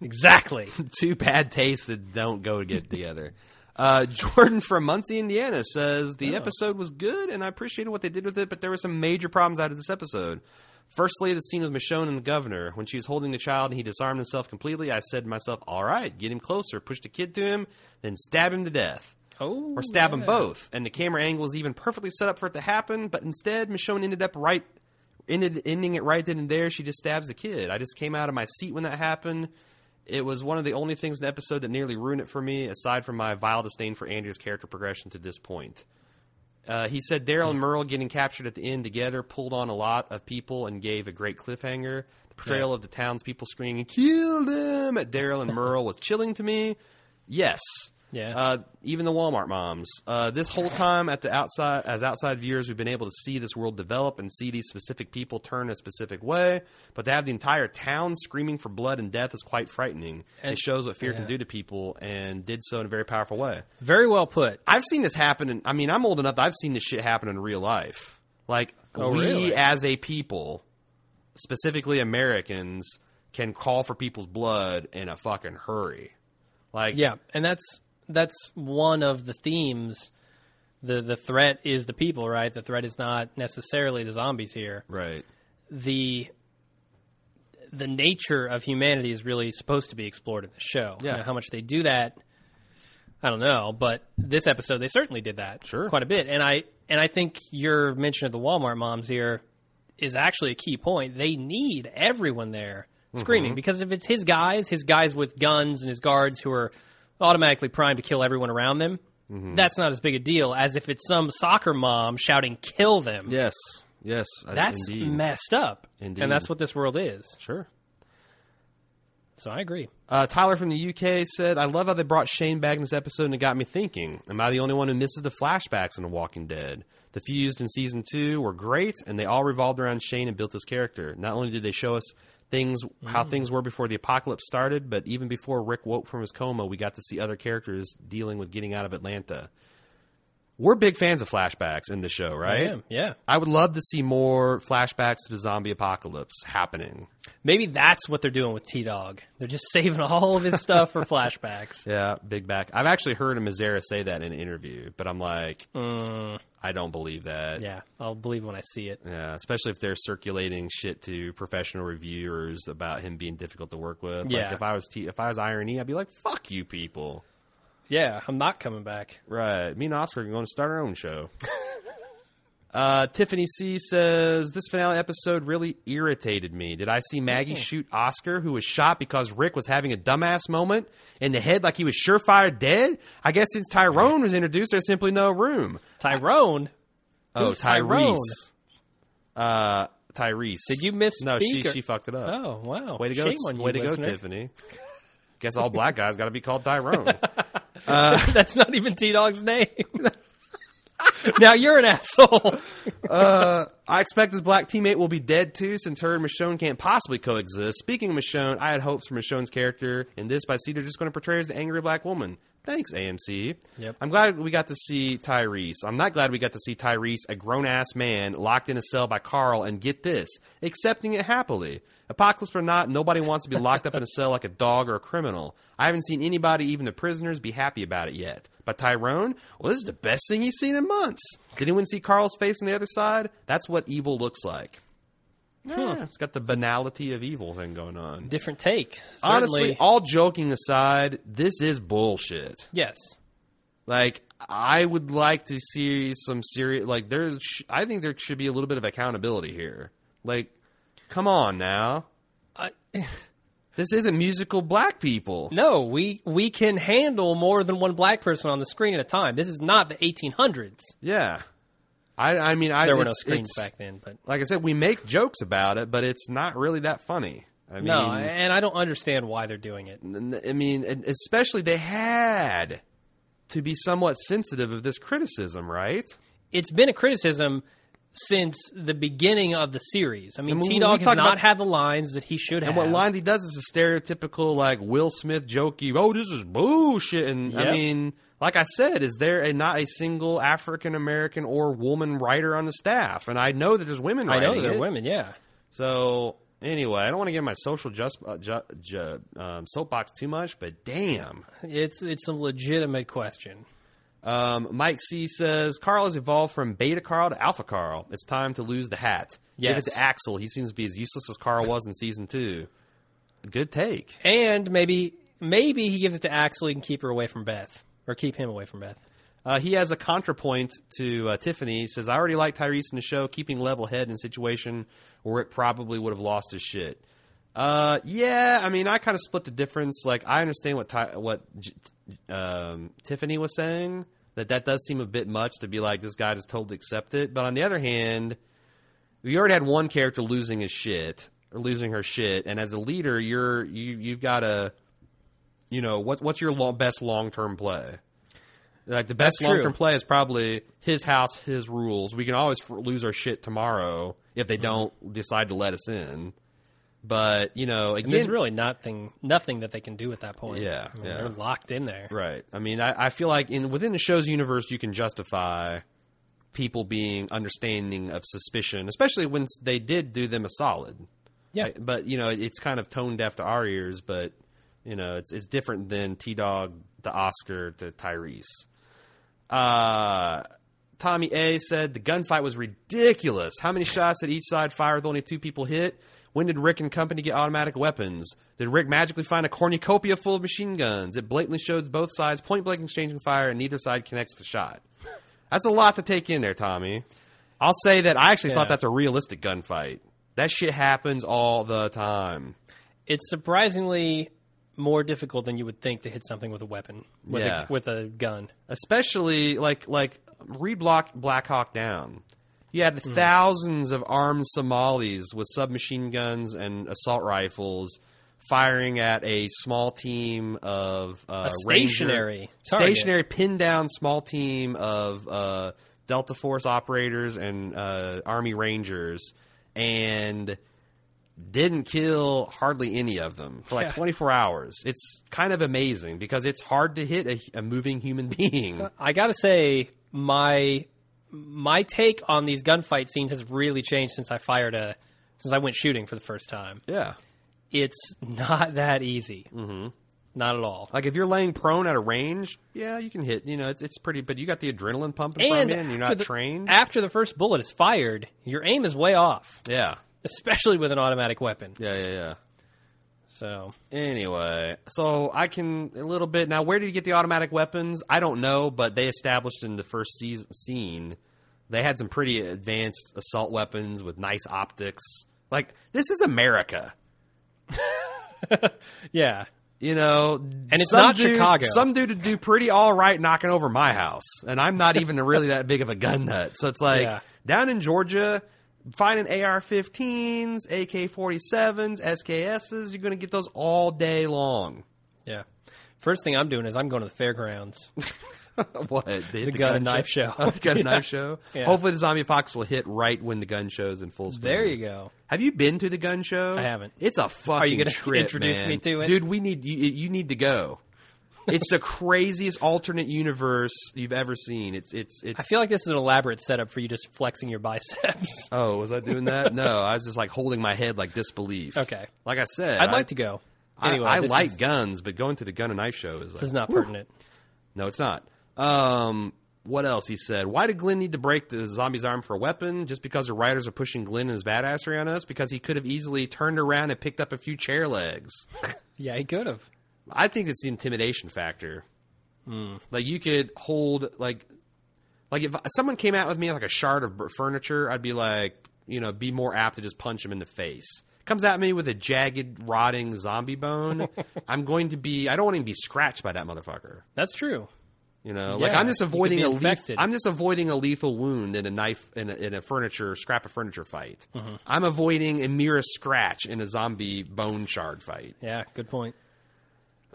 S3: Exactly.
S1: Two bad tastes that don't go get together. Uh, Jordan from Muncie, Indiana says the episode was good and I appreciated what they did with it, but there were some major problems out of this episode. Firstly, the scene with Michonne and the governor. When she was holding the child and he disarmed himself completely, I said to myself, all right, get him closer, push the kid to him, then stab him to death.
S3: Oh,
S1: [laughs] or stab them
S3: yeah.
S1: both. And the camera angle is even perfectly set up for it to happen, but instead Michonne ended up right ended ending it right then and there. She just stabs the kid. I just came out of my seat when that happened. It was one of the only things in the episode that nearly ruined it for me, aside from my vile disdain for Andrew's character progression to this point. Uh, he said Daryl and Merle getting captured at the end together pulled on a lot of people and gave a great cliffhanger. The portrayal of the townspeople screaming "Kill them!" at Daryl and Merle was chilling to me. Yes.
S3: Yeah.
S1: Uh, even the Walmart moms. Uh, this whole time at the outside, as outside viewers, we've been able to see this world develop and see these specific people turn a specific way. But to have the entire town screaming for blood and death is quite frightening. it shows what fear can do to people, and did so in a very powerful way.
S3: Very well put.
S1: I've seen this happen. In, I mean, I'm old enough. that I've seen this shit happen in real life. Like
S3: Oh,
S1: we
S3: really?
S1: as a people, specifically Americans, can call for people's blood in a fucking hurry. Like
S3: Yeah, and that's that's one of the themes. the The threat is the people, right? The threat is not necessarily the zombies here.
S1: right.
S3: the the nature of humanity is really supposed to be explored in the show.
S1: Yeah.
S3: Now, how much they do that, I don't know, but this episode they certainly did that
S1: Sure.
S3: quite a bit. And I and I think your mention of the Walmart moms here is actually a key point. They need everyone there screaming
S1: Mm-hmm.
S3: because if it's his guys, his guys with guns and his guards who are automatically primed to kill everyone around them.
S1: Mm-hmm.
S3: That's not as big a deal as if it's some soccer mom shouting "kill them."
S1: Yes. Yes. I-
S3: That's
S1: indeed.
S3: messed up.
S1: Indeed.
S3: And that's what this world is.
S1: sure.
S3: So I agree.
S1: Uh, Tyler from the UK said, "I love how they brought Shane back in this episode, and it got me thinking. Am I the only one who misses the flashbacks in The Walking Dead? The fused in season two were great, and they all revolved around Shane and built his character. Not only did they show us things how
S3: Mm.
S1: things were before the apocalypse started, but even before Rick woke from his coma, we got to see other characters dealing with getting out of Atlanta. We're big fans of flashbacks in the show, right?
S3: I am. Yeah.
S1: I would love to see more flashbacks to the zombie apocalypse happening.
S3: Maybe that's what they're doing with T Dog. They're just [laughs] saving all
S1: [laughs]
S3: of his stuff for flashbacks.
S1: Yeah, big back. I've actually heard a Mazera say that in an interview, but I'm like, I don't believe that.
S3: Mm. Yeah. I'll believe when I see it.
S1: Yeah, especially if they're circulating shit to professional reviewers about him being difficult to work with.
S3: Yeah.
S1: Like if I was t- if I was irony, I'd be like, "Fuck you, people!"
S3: Yeah. I'm not coming back.
S1: Right. Me and Oscar are going to start our own show. [laughs] uh, Tiffany C says this finale episode really irritated me. Did I see Maggie
S3: Mm-hmm.
S1: shoot Oscar, who was shot because Rick was having a dumbass moment in the head, like he was surefire dead? I guess since Tyrone was introduced, there's simply no room.
S3: Tyrone.
S1: Oh,
S3: Who's Tyrone?
S1: Tyrese. Uh, Tyrese.
S3: Did you misspeak
S1: No, she
S3: or-
S1: she fucked it up.
S3: Oh, wow.
S1: Way to go!
S3: Shame on you,
S1: way to
S3: listener.
S1: go, Tiffany. Guess all black guys got to be called
S3: [laughs]
S1: Tyrone.
S3: That's not even T Dog's name. [laughs] now you're an asshole.
S1: Uh, I expect his black teammate will be dead too, since her and Michonne can't possibly coexist. Speaking of Michonne, I had hopes for Michonne's character in this, but I see they're just going to portray her as the angry black woman. Thanks, AMC.
S3: Yep.
S1: I'm glad we got to see Tyrese. I'm not glad we got to see Tyrese, a grown ass man, locked in a cell by Carl, and get this, accepting it happily. Apocalypse or not, nobody wants to be locked up in a cell like a dog or a criminal. I haven't seen anybody, even the prisoners, be happy about it yet. But Tyrone, well, this is the best thing he's seen in months. Did anyone see Carl's face on the other side? That's what evil looks like. Yeah, it's got the banality of evil thing going on.
S3: Different take.
S1: Honestly,
S3: Certainly.
S1: all joking aside, this is bullshit.
S3: yes.
S1: Like I would like to see some serious like there's sh- I think there should be a little bit of accountability here. Like come on now.
S3: I,
S1: This isn't musical black people.
S3: No, we we can handle more than one black person on the screen at a time. This is not the 1800s.
S1: Yeah. I, I mean, I
S3: There were no
S1: it's-
S3: screens
S1: it's-
S3: back then, but
S1: Like I said, we make jokes about it, but it's not really that funny. I mean,
S3: no, and I don't understand why they're doing it.
S1: n- n- I mean, and especially they had to be somewhat sensitive of this criticism, right?
S3: It's been a criticism since the beginning of the series. I mean,
S1: And when we
S3: T Dog has
S1: talk
S3: not
S1: about-
S3: had the lines that he should
S1: And
S3: have.
S1: what lines he does is a stereotypical like Will Smith jokey. Oh, this is bullshit. And I
S3: Yep.
S1: mean, like I said, is there a, not a single African American or woman writer on the staff? And I know that there's women.
S3: I know
S1: writing
S3: they're
S1: it.
S3: women, yeah.
S1: So anyway, I don't want to get my social just uh, ju- ju- um, soapbox too much, but damn.
S3: It's it's a legitimate question.
S1: Um, Mike C says Carl has evolved from Beta Carl to Alpha Carl. It's time to lose the hat. Give
S3: Yes.
S1: it to Axel. He seems to be as useless as Carl was in season two. Good take.
S3: And maybe maybe he gives it to Axel and keep her away from Beth or keep him away from Beth.
S1: Uh, he has a contrapoint to uh, Tiffany. He says, I already like Tyrese in the show, keeping level head in a situation where it probably would have lost his shit. Uh, yeah, I mean, I kind of split the difference. Like, I understand what Ty- what J- um, Tiffany was saying, that that does seem a bit much to be like, this guy just totally accept it. But on the other hand, you already had one character losing his shit or losing her shit, and as a leader, you're you you've got to, you know, what what's your lo- best long term play? Like the best
S3: That's
S1: long term
S3: true.
S1: play is probably his house, his rules. We can always f- lose our shit tomorrow if
S3: Mm-hmm.
S1: they don't decide to let us in. But you know,
S3: And there's
S1: again,
S3: really nothing nothing that they can do at that point.
S1: Yeah,
S3: I mean,
S1: yeah.
S3: they're locked in there.
S1: right? I mean, I, I feel like in within the show's universe, you can justify people being understanding of suspicion, especially when s- they did do them a solid.
S3: Yeah.
S1: I- but you know, it's kind of tone deaf to our ears, but you know, it's it's different than T Dog, the Oscar to Tyrese. Uh Tommy A said the gunfight was ridiculous. How many shots did each side fire with only two people hit? When did Rick and company get automatic weapons? Did Rick magically find a cornucopia full of machine guns? It blatantly shows both sides point blank exchanging fire and neither side connects the shot. That's a lot to take in there, Tommy. I'll say that I actually thought
S3: Yeah.
S1: that's a realistic gunfight. That shit happens all the time.
S3: It's surprisingly more difficult than you would think to hit something with a weapon, with,
S1: Yeah.
S3: a, with a gun.
S1: especially like like reblock Black Hawk Down. You had
S3: Hmm.
S1: thousands of armed Somalis with submachine guns and assault rifles firing at a small team of uh,
S3: A
S1: Ranger-
S3: stationary target.
S1: stationary pinned down small team of uh, Delta Force operators and uh, Army Rangers and didn't kill hardly any of them for like
S3: Yeah.
S1: 24 hours. It's kind of amazing because it's hard to hit a, a moving human [laughs] being.
S3: I gotta say, my my take on these gunfight scenes has really changed since I fired a since I went shooting for the first time.
S1: Yeah.
S3: It's not that easy. Mm-hmm. Not at all.
S1: Like if you're laying prone at a range, yeah, you can hit. You know, it's, it's pretty, but you got the adrenaline pumping from
S3: And
S1: you and you're
S3: after
S1: not
S3: the-
S1: trained.
S3: After the first bullet is fired, your aim is way off,
S1: yeah.
S3: especially with an automatic weapon.
S1: Yeah, yeah, yeah.
S3: So
S1: Anyway, so I can a little bit now. Where did you get the automatic weapons? I don't know, but they established in the first season, scene they had some pretty advanced assault weapons with nice optics. Like this is America,
S3: yeah,
S1: you know. And
S3: it's not Chicago.
S1: Some dude would do pretty all right knocking over my house, and I'm not even really that big of a gun nut. So it's like
S3: Yeah.
S1: down in Georgia. Finding AR-15s, AK-47s, SKSs, you're going to get those all day long. [laughs]
S3: yeah. First thing I'm doing is I'm going to
S1: [laughs]
S3: the fairgrounds.
S1: what the, the
S3: gun and knife show.
S1: Oh, [laughs] the gun and knife show.
S3: [laughs] Yeah.
S1: Hopefully, the zombie apocalypse will hit right when the gun show's in full swing.
S3: there you go.
S1: Have you been to the gun show?
S3: I haven't.
S1: It's a fucking.
S3: you gonna
S1: trip,
S3: introduce
S1: man.
S3: me to it?
S1: dude? We need you. You need to go. It's the [laughs] craziest alternate universe you've ever seen. It's it's
S3: I
S1: it's.
S3: feel like this is an elaborate setup for you just flexing your biceps.
S1: Oh, was I doing that? No, I was just like holding my head like disbelief.
S3: Okay.
S1: Like I said, [laughs]
S3: I'd
S1: I-
S3: like to go.
S1: I-
S3: Anyway,
S1: I,
S3: this
S1: like
S3: is,
S1: guns, but going to the gun and knife show is like,
S3: this is not pertinent.
S1: No, it's not. Um, what else he said? Why did Glenn need to break the zombie's arm for a weapon? Just because the writers are pushing Glenn and his badassery on us? Because he could have easily turned around and picked up a few chair legs.
S3: Yeah, he could have.
S1: I think it's the intimidation factor.
S3: Hmm.
S1: Like you could hold like, like if someone came out with me like a shard of b- furniture, I'd be like, you know, be more apt to just punch him in the face. comes at me with a jagged, rotting zombie
S3: [laughs]
S1: bone, I'm going to be. I don't want to even be scratched by that motherfucker.
S3: That's true.
S1: You know, like
S3: Yeah,
S1: I'm just
S3: you could
S1: avoiding
S3: be
S1: a lethal.
S3: infected.
S1: I'm just avoiding a lethal wound in a knife in a, in a furniture scrap of furniture fight.
S3: Mm-hmm.
S1: I'm avoiding a mere scratch in a zombie bone shard fight.
S3: Yeah, good point.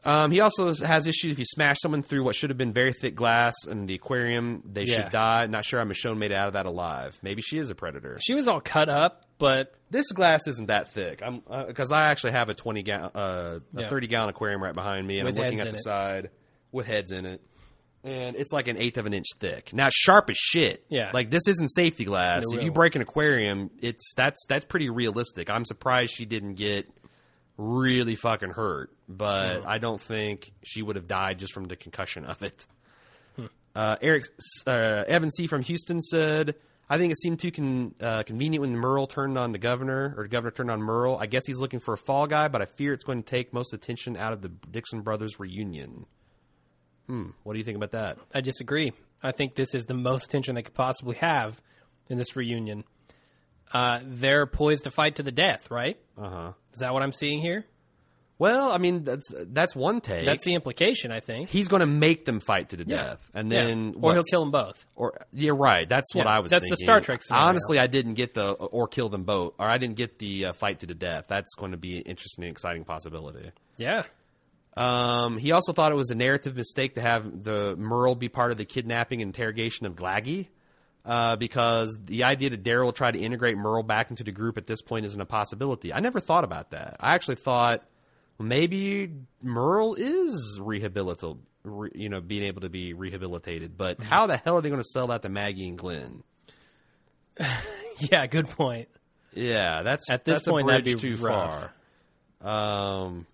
S1: Um, he also has issues if you smash someone through what should have been very thick glass in the aquarium, they
S3: Yeah.
S1: should die. Not sure how Michonne made it out of that alive. Maybe she is a predator.
S3: She was all cut up, but
S1: This glass isn't that thick. I'm because I actually have a twenty gallon, uh, a
S3: Yeah.
S1: thirty gallon aquarium right behind me, and
S3: With
S1: I'm looking at
S3: heads in
S1: the
S3: it.
S1: side with heads in it, and it's like an eighth of an inch thick. Now, it's sharp as shit.
S3: Yeah.
S1: like this isn't safety glass.
S3: No
S1: if
S3: real.
S1: you break an aquarium, it's that's that's pretty realistic. I'm surprised she didn't get really fucking hurt, but I don't think she would have died just from the concussion of it. Uh, Eric uh, Evan C from Houston said, "I think it seemed too con- uh, convenient when Merle turned on the governor, or the governor turned on Merle. I guess he's looking for a fall guy, but I fear it's going to take most attention out of the Dixon brothers reunion." Hmm. What do you think about that?
S3: I disagree. I think this is the most tension they could possibly have in this reunion. Uh, they're poised to fight to the death, right?
S1: Uh huh.
S3: Is that what I'm seeing here?
S1: Well, I mean, that's that's one take.
S3: That's the implication, I think.
S1: he's going to make them fight to the
S3: Yeah.
S1: death, and then
S3: Yeah. or
S1: what?
S3: he'll kill them both.
S1: Or yeah, right. That's what
S3: Yeah,
S1: I was.
S3: that's the
S1: thinking.
S3: Star Trek scenario.
S1: Honestly, I didn't get the or kill them both, or I didn't get the uh, fight to the death. That's going to be an interesting, and exciting possibility.
S3: Yeah, [laughs]
S1: Um, he also thought it was a narrative mistake to have the Merle be part of the kidnapping and interrogation of Glaggy, uh, because the idea that Daryl tried to integrate Merle back into the group at this point isn't a possibility. I never thought about that. I actually thought maybe Merle is rehabilitable, re, you know, being able to be rehabilitated. But how the hell are they going to sell that to Maggie and Glenn?
S3: yeah. Good point.
S1: Yeah, that's
S3: At this
S1: that's
S3: point,
S1: a bridge
S3: that'd be
S1: too
S3: rough.
S1: far. Um.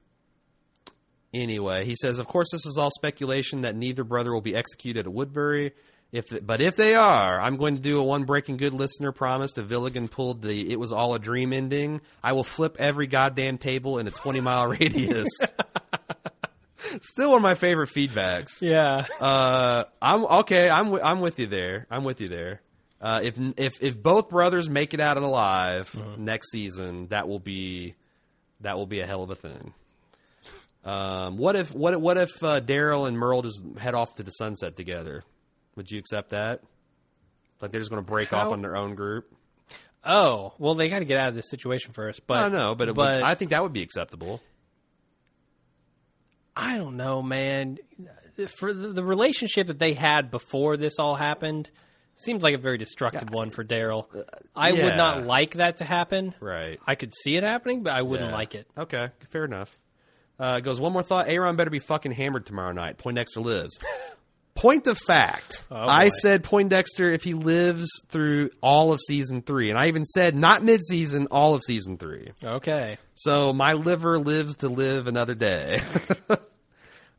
S1: Anyway, he says, "Of course, this is all speculation that neither brother will be executed at Woodbury. If, th but if they are, I'm going to do a one breaking good listener promise to Villigan pulled the it was all a dream ending. I will flip every goddamn table in a 20 mile [laughs]
S3: [laughs]
S1: radius. Still one of my favorite feedbacks.
S3: Yeah,
S1: Uh, I'm okay. I'm wi- I'm with you there. I'm with you there. Uh, if if if both brothers make it out alive
S3: Mm-hmm.
S1: next season, that will be that will be a hell of a thing. Um, what if what if- what if uh, Daryl and Merle just head off to the sunset together? Would you accept that? Like they're just going to break off
S3: How-
S1: on their own group?
S3: Oh, well, they got to get out of this situation first. But
S1: I don't know, but, it would, I think that would be acceptable.
S3: I don't know, man. For the, the relationship that they had before this all happened, seems like a very destructive one for Daryl. I would not
S1: yeah.
S3: like that to happen.
S1: Right.
S3: I could see it happening, but I wouldn't
S1: Yeah.
S3: like it.
S1: Okay, fair enough. Uh, it goes one more thought. Aaron better be fucking hammered tomorrow night. Poindexter
S3: [laughs]
S1: lives. Point of fact,
S3: Oh,
S1: I
S3: boy.
S1: said Poindexter if he lives through all of season three, and I even said not mid-season, all of season three.
S3: Okay.
S1: So my liver lives to live another day. [laughs]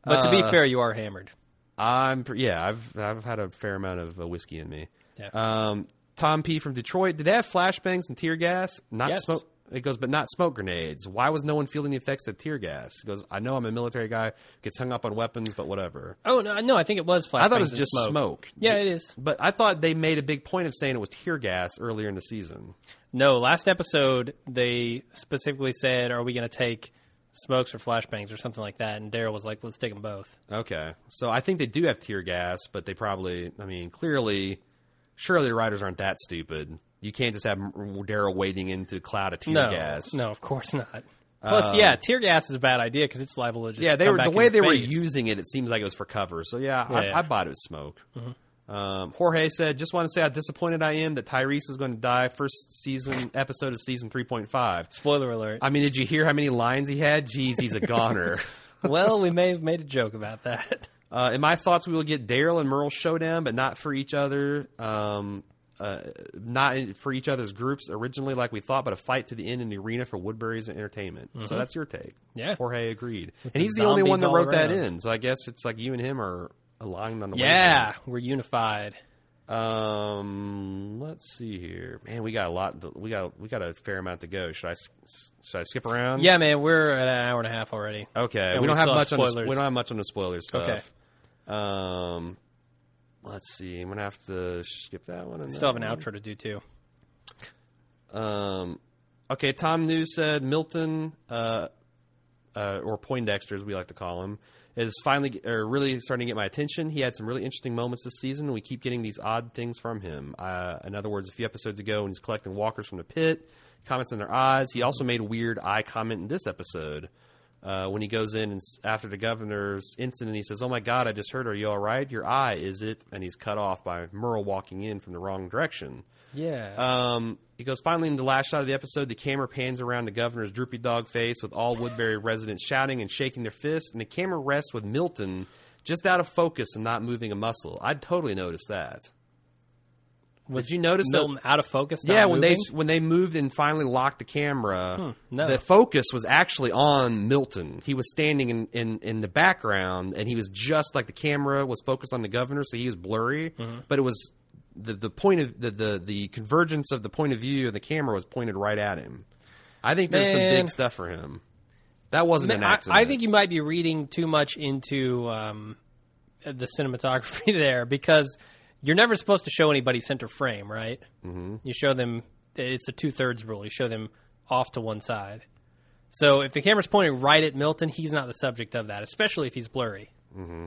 S3: But to be fair, you are hammered.
S1: I'm pre- yeah, I've I've had a fair amount of uh, whiskey in me.
S3: Yeah.
S1: Um, Tom P from Detroit. Did they have flashbangs and tear gas? Not
S3: Yes.
S1: smoke. It goes, but not smoke grenades. Why was no one feeling the effects of tear gas? He goes, I know I'm a military guy, gets hung up on weapons, but whatever.
S3: Oh no, no, I think it was flashbangs.
S1: I thought it was
S3: and
S1: just smoke.
S3: Yeah, it is.
S1: But I thought they made a big point of saying it was tear gas earlier in the season.
S3: No, last episode they specifically said, "Are we going to take smokes or flashbangs or something like that?" And Daryl was like, "Let's take them both."
S1: Okay, so I think they do have tear gas, but they probably, I mean, clearly, surely the writers aren't that stupid. You can't just have Daryl wading into a cloud of tear
S3: no,
S1: gas. Um,
S3: no, of course not. Plus, yeah, tear gas is a bad idea because it's liable to just
S1: yeah, they
S3: come
S1: were the
S3: back in
S1: way
S3: your
S1: they were
S3: face.
S1: using it. It seems like it was for cover. So yeah,
S3: Yeah. Mm-hmm.
S1: I, I bought it was smoke. Um, Jorge said, "Just want to say how disappointed I am that Tyrese is going to die first season episode of season three point five.
S3: Spoiler alert.
S1: I mean, did you hear how many lines he had? Jeez, he's a
S3: [laughs]
S1: goner." [laughs]
S3: well, we may have made a joke about that.
S1: Uh, in my thoughts, we will get Daryl and Merle showdown, but not for each other. Um, uh, not in- for each other's groups originally, like we thought, but a fight to the end in the arena for Woodbury's entertainment. So that's your take.
S3: Mm-hmm. Yeah.
S1: Jorge agreed,
S3: With
S1: and
S3: the
S1: he's the only
S3: zombies
S1: one that
S3: all
S1: wrote that
S3: around.
S1: in. So I guess it's like you and him are aligned on the
S3: Yeah, we're unified.
S1: wavelength. Um, let's see here, man. We got a lot. To, we got we got a fair amount to go. Should I s- s- should I skip around?
S3: Yeah, man, we're at an hour and a half already.
S1: Okay,
S3: And
S1: we,
S3: we
S1: don't have
S3: saw
S1: much on the,
S3: spoilers.
S1: we don't have much on the spoiler stuff.
S3: Okay.
S1: Um, let's see. I'm gonna have to skip that one. And
S3: Still have
S1: that
S3: an outro to do too.
S1: one. Um, Okay, Tom New said Milton, uh, uh, or Poindexter as we like to call him, is finally or really starting to get my attention. He had some really interesting moments this season. and We keep getting these odd things from him. Uh, in other words, a few episodes ago, when he's collecting walkers from the pit, comments on their eyes. He also made a weird eye comment in this episode. Uh, when he goes in and s- after the governor's incident, he says, "Oh my God, I just heard. Are you all right? Your eye is it?" And he's cut off by Merle walking in from the wrong direction.
S3: Yeah.
S1: Um, he goes finally in the last shot of the episode. The camera pans around the governor's droopy dog face, with all Woodbury residents shouting and shaking their fists, and the camera rests with Milton just out of focus and not moving a muscle. I totally noticed that. Did you notice that?
S3: Milton out of focus. not
S1: Yeah, when
S3: moving?
S1: they when they moved and finally locked the camera,
S3: no.
S1: the focus was actually on Milton. He was standing in, in, in the background, and he was just like the camera was focused on the governor, so he was blurry.
S3: Mm-hmm.
S1: But it was the the point of the, the the convergence of the point of view of the camera was pointed right at him. I think there's some
S3: Man.
S1: big stuff for him. That wasn't
S3: Man,
S1: an
S3: I,
S1: accident.
S3: I think you might be reading too much into um, the cinematography [laughs] there because you're never supposed to show anybody center frame, right? Mm-hmm. You show them. It's a two thirds rule. You show them off to one side. So if the camera's pointing right at Milton, he's not the subject of that, especially if he's blurry. Mm-hmm.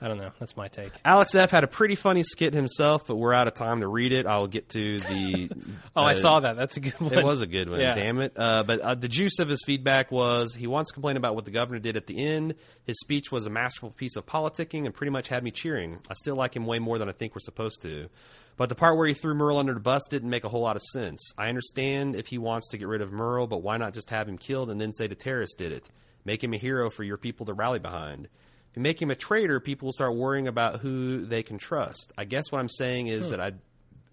S3: I don't know. That's my take.
S1: Alex F had a pretty funny skit himself, but we're out of time to read it. I'll get to the.
S3: [laughs] Oh, I
S1: uh,
S3: saw that. That's a good one.
S1: It was a good one,
S3: Yeah.
S1: damn it. Uh, but uh, the juice of his feedback was he wants to complain about what the governor did at the end. His speech was a masterful piece of politicking and pretty much had me cheering. I still like him way more than I think we're supposed to. But the part where he threw Merle under the bus didn't make a whole lot of sense. I understand if he wants to get rid of Merle, but why not just have him killed and then say the terrorists did it? Make him a hero for your people to rally behind. If you make him a traitor, people will start worrying about who they can trust. I guess what I'm saying
S3: Hmm.
S1: is that I'd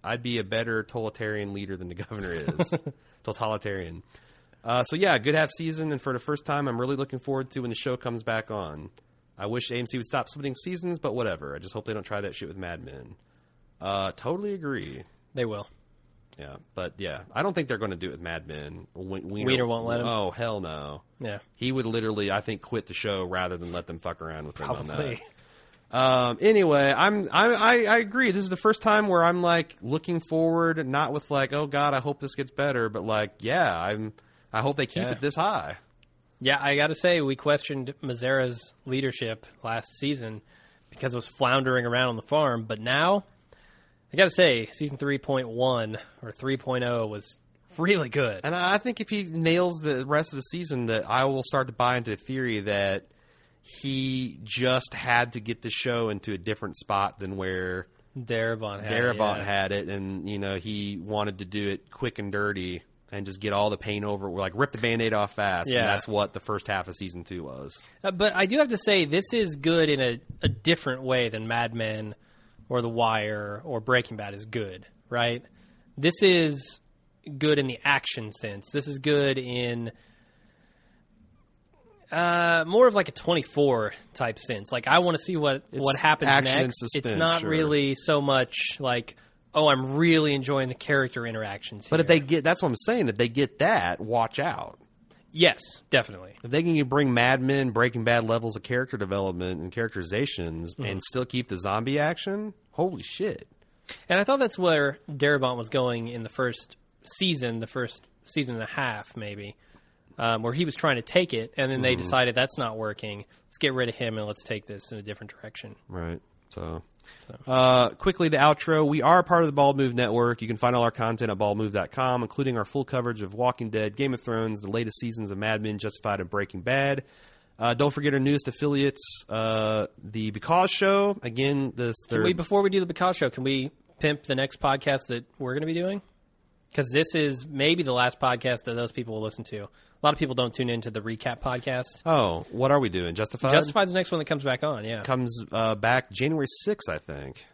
S1: I'd be a better totalitarian leader than the
S3: [laughs]
S1: governor is. totalitarian. Uh, so yeah, good half season, and for the first time, I'm really looking forward to when the show comes back on. I wish AMC would stop splitting seasons, but whatever. I just hope they don't try that shit with Mad Men. Uh, totally agree.
S3: They will.
S1: Yeah, but yeah, I don't think they're going to do it with Mad Men. Wien- Wiener,
S3: Wiener won't let him?
S1: Oh hell no.
S3: Yeah.
S1: He would literally, I think, quit the show rather than let them fuck around with him on that.
S3: Probably.
S1: Um, anyway, I'm, I'm I, I agree. This is the first time where I'm like looking forward, not with like, oh god, I hope this gets better, but like, yeah, I'm. I hope they keep
S3: Yeah.
S1: it this high.
S3: Yeah, I got to say, we questioned Mazera's leadership last season because it was floundering around on the farm. But now, I got to say, season 3.1 or 3.0 was really good.
S1: And I I think if he nails the rest of the season, that I will start to buy into the theory that he just had to get the show into a different spot than where
S3: Darabont had it,
S1: Darabont
S3: yeah.
S1: had it, and you know he wanted to do it quick and dirty and just get all the pain over, like rip the band-aid off fast.
S3: Yeah.
S1: and that's what the first half of season two was.
S3: Uh, But I do have to say, this is good in a, a different way than Mad Men or The Wire or Breaking Bad is good, right? This is good in the action sense. This is good in uh, more of like a 24 type sense. Like, I want to see what, what happens
S1: action and
S3: next.
S1: suspense,
S3: it's not
S1: sure.
S3: really so much like, oh, I'm really enjoying the character interactions.
S1: But if
S3: here.
S1: they get, that's what I'm saying. If they get that, watch out.
S3: Yes, definitely.
S1: If they can bring Mad Men, Breaking Bad levels of character development and characterizations, and still keep the zombie action, holy shit!
S3: And I thought that's where Darabont was going in the first season, the first season and a half, maybe, um, where he was trying to take it, and then they decided that's not working. Let's get rid of him and let's take this in a different direction.
S1: Right. So, Uh, quickly the outro. We are part of the Bald Move Network. You can find all our content at baldmove.com, including our full coverage of Walking Dead, Game of Thrones, the latest seasons of Mad Men, Justified, and Breaking Bad. Uh, don't forget our newest affiliates, uh, the Because Show. Again, this
S3: Can
S1: third.
S3: we, before we do the Bacall show, can we pimp the next podcast that we're going to be doing? Because this is maybe the last podcast that those people will listen to. A lot of people don't tune into the recap podcast.
S1: oh, what are we doing? Justified.
S3: Justified's the next one that comes back on. Yeah,
S1: comes uh, back January 6th, I think.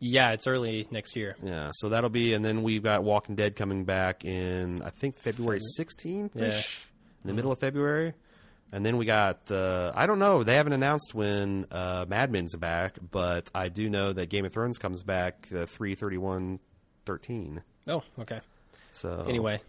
S3: yeah, it's early next year.
S1: Yeah, so that'll be, and then we've got Walking Dead coming back in, I think, February 16th ish, in the middle of February. And then we got, uh, I don't know, they haven't announced when uh, Mad Men's back, but I do know that Game of Thrones comes back uh, 3 13.
S3: Oh, okay.
S1: So,
S3: Anyway,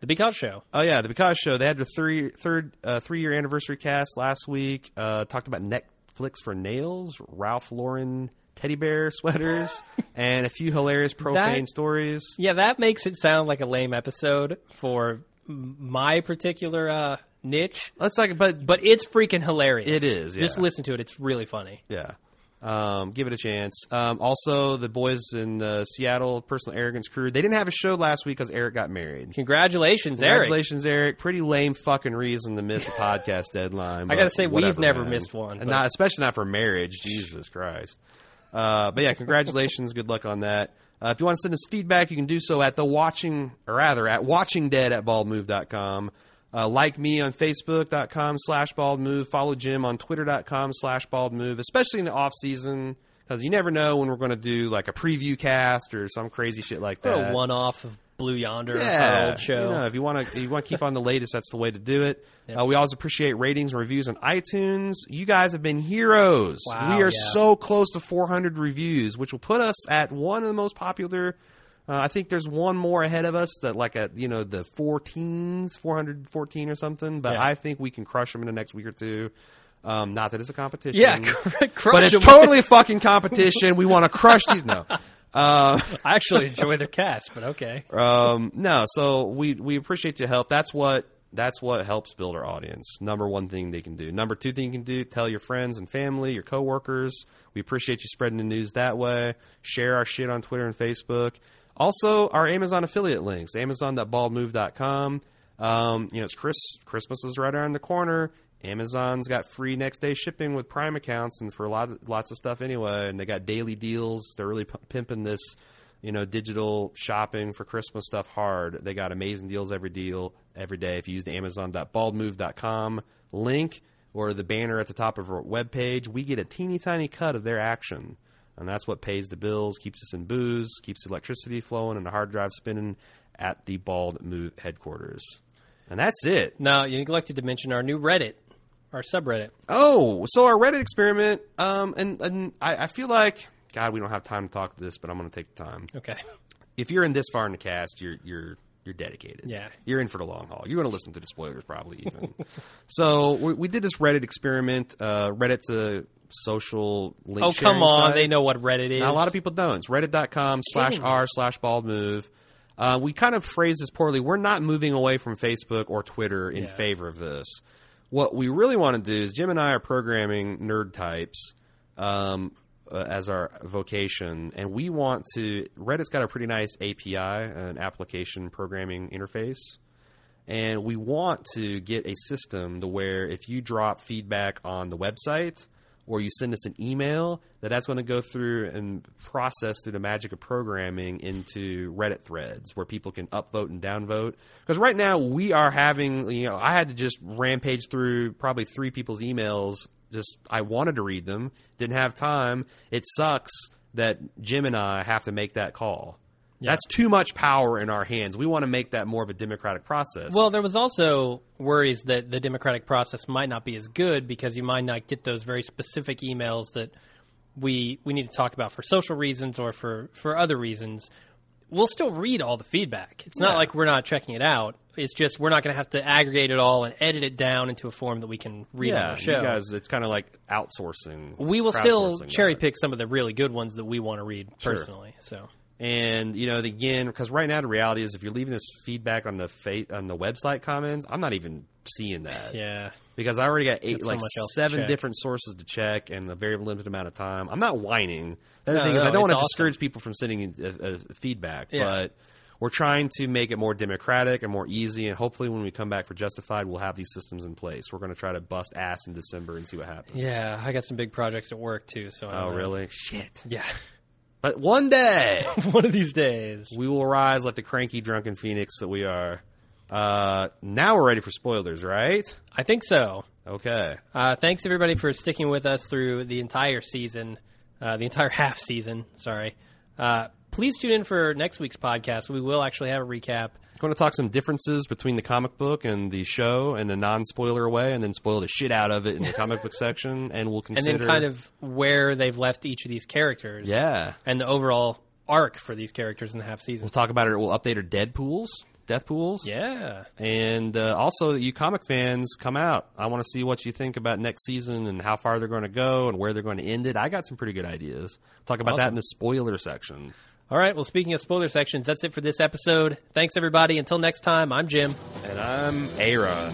S3: the Bacall show.
S1: Oh yeah, the Because Show. They had the three third uh, three year anniversary cast last week. Uh, talked about Netflix for Nails, Ralph Lauren teddy bear [laughs] sweaters and a few hilarious profane
S3: That-
S1: stories.
S3: Yeah, that makes it sound like a lame episode for m- my particular uh, niche,
S1: That's like, but,
S3: but it's freaking hilarious.
S1: It is,
S3: Just
S1: yeah.
S3: listen to it; it's really funny.
S1: yeah. Um, give it a chance. Um, also, the boys in the Seattle personal arrogance crew. They didn't have a show last week because Eric got married.
S3: Congratulations, Eric.
S1: Congratulations, Eric. Pretty lame fucking reason to
S3: [laughs]
S1: miss the podcast deadline.
S3: I gotta
S1: but
S3: say, we've
S1: whatever,
S3: never
S1: man.
S3: missed one,
S1: And
S3: but-
S1: not especially not for marriage. Jesus Christ. Uh, but yeah, congratulations. Good luck on that. Uh, if you want to send us feedback, you can do so at the watching, or rather at watchingdead at baldmove.com. Uh, like me on Facebook.com slash baldmove. Follow Jim on Twitter.com slash baldmove, especially in the off season, because you never know when we're going to do like a preview cast or some crazy shit like
S3: For
S1: that
S3: a one-off of Blue Yonder,
S1: yeah,
S3: our old show.
S1: You know, if you want to, you want to keep on the latest. That's the way to do it. Uh, we always appreciate ratings and reviews on iTunes. You guys have been heroes.
S3: Wow,
S1: we are
S3: yeah.
S1: so close to 400 reviews, which will put us at one of the most popular. Uh, I think there's one more ahead of us that like at you know the 14s, 414 or something. But
S3: Yeah.
S1: I think we can crush them in the next week or two. Um, not that it's a competition.
S3: Yeah, crush
S1: [laughs] but it's
S3: them.
S1: totally a fucking competition. We want to crush these. No. Uh,
S3: [laughs] I actually enjoy their cast, but okay.
S1: um, no, so we we appreciate your help. That's what that's what helps build our audience. Number one thing they can do. Number two thing you can do: tell your friends and family, your coworkers. We appreciate you spreading the news that way. Share our shit on Twitter and Facebook. Also, our Amazon affiliate links: Amazon.baldmove.com. Um, you know, it's Chris. Christmas is right around the corner. Amazon's got free next day shipping with Prime accounts and for a lot lots of stuff anyway. And they got daily deals. They're really p- pimping this you know, digital shopping for Christmas stuff hard. They got amazing deals every deal every day. If you use the Amazon.baldmove.com link or the banner at the top of our webpage, we get a teeny tiny cut of their action. And that's what pays the bills, keeps us in booze, keeps electricity flowing and the hard drive spinning at the Bald Move headquarters. And that's it.
S3: Now you neglected to mention our new Reddit, our subreddit.
S1: Oh, so our Reddit experiment, um, and, and I, I feel like, God, we don't have time to talk this, but I'm going to take the time.
S3: Okay,
S1: if you're in this far in the cast, you're you're you're dedicated.
S3: Yeah.
S1: you're in for the long haul. You're going to listen to the spoilers probably
S3: [laughs]
S1: even. so we, we did this Reddit experiment. Uh, Reddit's a social link.
S3: oh
S1: sharing
S3: come on,
S1: site.
S3: they know what Reddit is.
S1: Now, a lot of people don't. It's reddit.com slash r slash bald move. Uh, we kind of phrased this poorly. We're not moving away from Facebook or Twitter in favor of this. What we really want to do is Jim and I are programming nerd types um, uh, as our vocation, and we want to. Reddit's got a pretty nice API, an application programming interface and we want to get a system to where if you drop feedback on the website or you send us an email that that's going to go through and process through the magic of programming into reddit threads where people can upvote and downvote because right now we are having you know i had to just rampage through probably three people's emails just i wanted to read them didn't have time it sucks that jim and i have to make that call that's too much power in our hands. We want to make that more of a democratic process.
S3: Well, there was also worries that the democratic process might not be as good because you might not get those very specific emails that we we need to talk about for social reasons or for for other reasons. We'll still read all the feedback. It's not like we're not checking it out. It's just we're not going to have to aggregate it all and edit it down into a form that we can read on
S1: yeah,
S3: the show.
S1: you guys, it's kind of like outsourcing.
S3: we will still
S1: crowdsourcing that.
S3: cherry pick some of the really good ones that we want to read personally. So
S1: And you know, the- again, because right now the reality is, if you're leaving this feedback on the fa- on the website comments, I'm not even seeing that.
S3: yeah,
S1: because I already got eight,
S3: so
S1: like
S3: much else to
S1: seven
S3: check.
S1: different sources to check and a very limited amount of time. I'm not whining. The other
S3: No,
S1: thing is,
S3: no,
S1: I don't want to
S3: it's awesome.
S1: discourage people from sending in uh, uh, feedback,
S3: Yeah.
S1: but we're trying to make it more democratic and more easy. And hopefully, when we come back for Justified, we'll have these systems in place. We're going to try to bust ass in December and see what happens.
S3: yeah. I got some big projects at work too. So I
S1: Oh,
S3: don't know.
S1: really? Shit.
S3: Yeah, [laughs]
S1: But one day.
S3: one of these days.
S1: We will rise like the cranky, drunken phoenix that we are. Uh, now we're ready for spoilers, right?
S3: I think so.
S1: Okay.
S3: Uh, thanks everybody for sticking with us through the entire season, uh, the entire [laughs] half season. Sorry. Uh, please tune in for next week's podcast. We will actually have a recap.
S1: Going to talk some differences between the comic book and the show in a non-spoiler way, and then spoil the shit out of it in the comic book section, and we'll
S3: [laughs] And
S1: consider
S3: then kind of where they've left each of these characters.
S1: yeah.
S3: And the overall arc for these characters in the half season.
S1: We'll talk about it. We'll update our Deadpool's. Deathpools.
S3: Yeah.
S1: And uh, also, you comic fans, come out. I want to see what you think about next season and how far they're going to go and where they're going to end it. I got some pretty good ideas. Talk about that in the spoiler section.
S3: All right. Well, speaking of spoiler sections, that's it for this episode. Thanks, everybody. Until next time, I'm Jim.
S1: And I'm Aaron.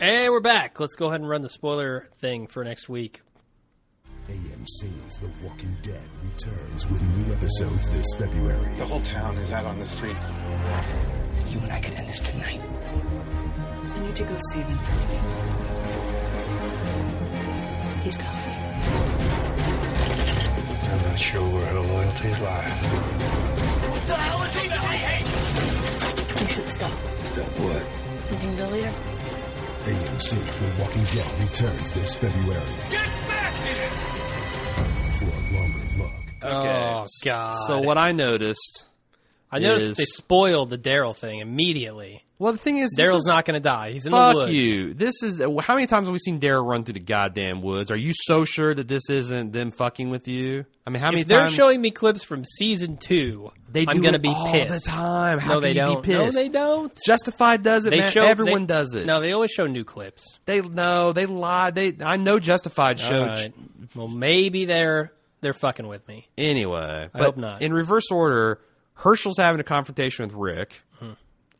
S3: Hey, we're back. Let's go ahead and run the spoiler thing for next week.
S6: AMC's The Walking Dead returns with new episodes this February.
S7: The whole town is out on the street.
S8: You and I could end this tonight.
S9: I need to go see him.
S8: He's coming.
S7: I'm not sure where her loyalties lie.
S9: You should stop.
S7: Stop what?
S9: You think they'll leave?
S6: AMC's The Walking Dead returns this February. Get back here! For a longer look.
S3: Oh, God.
S1: So what I noticed,
S3: I noticed
S1: is-
S3: they spoiled the Daryl thing immediately.
S1: well, the thing is, this
S3: Daryl's
S1: is-
S3: not going to die. He's in the
S1: Fuck
S3: woods.
S1: you. This is how many times have we seen Daryl run through the goddamn woods? Are you so sure that this isn't them fucking with you? I mean, how many
S3: If they're
S1: times
S3: showing me clips from season two,
S1: they do
S3: I'm going to
S1: it
S3: be
S1: all
S3: pissed.
S1: the time? How
S3: no, they
S1: can you
S3: don't.
S1: Be pissed?
S3: No, they don't.
S1: Justified does it,
S3: They
S1: man.
S3: show
S1: Everyone
S3: they-
S1: does it.
S3: No, they always show new clips.
S1: They no, they lie. They I know Justified
S3: All
S1: showed
S3: right. Well, maybe they're they're fucking with me.
S1: anyway.
S3: I
S1: but
S3: hope not.
S1: In reverse order, Herschel's having a confrontation with Rick.
S3: Hmm.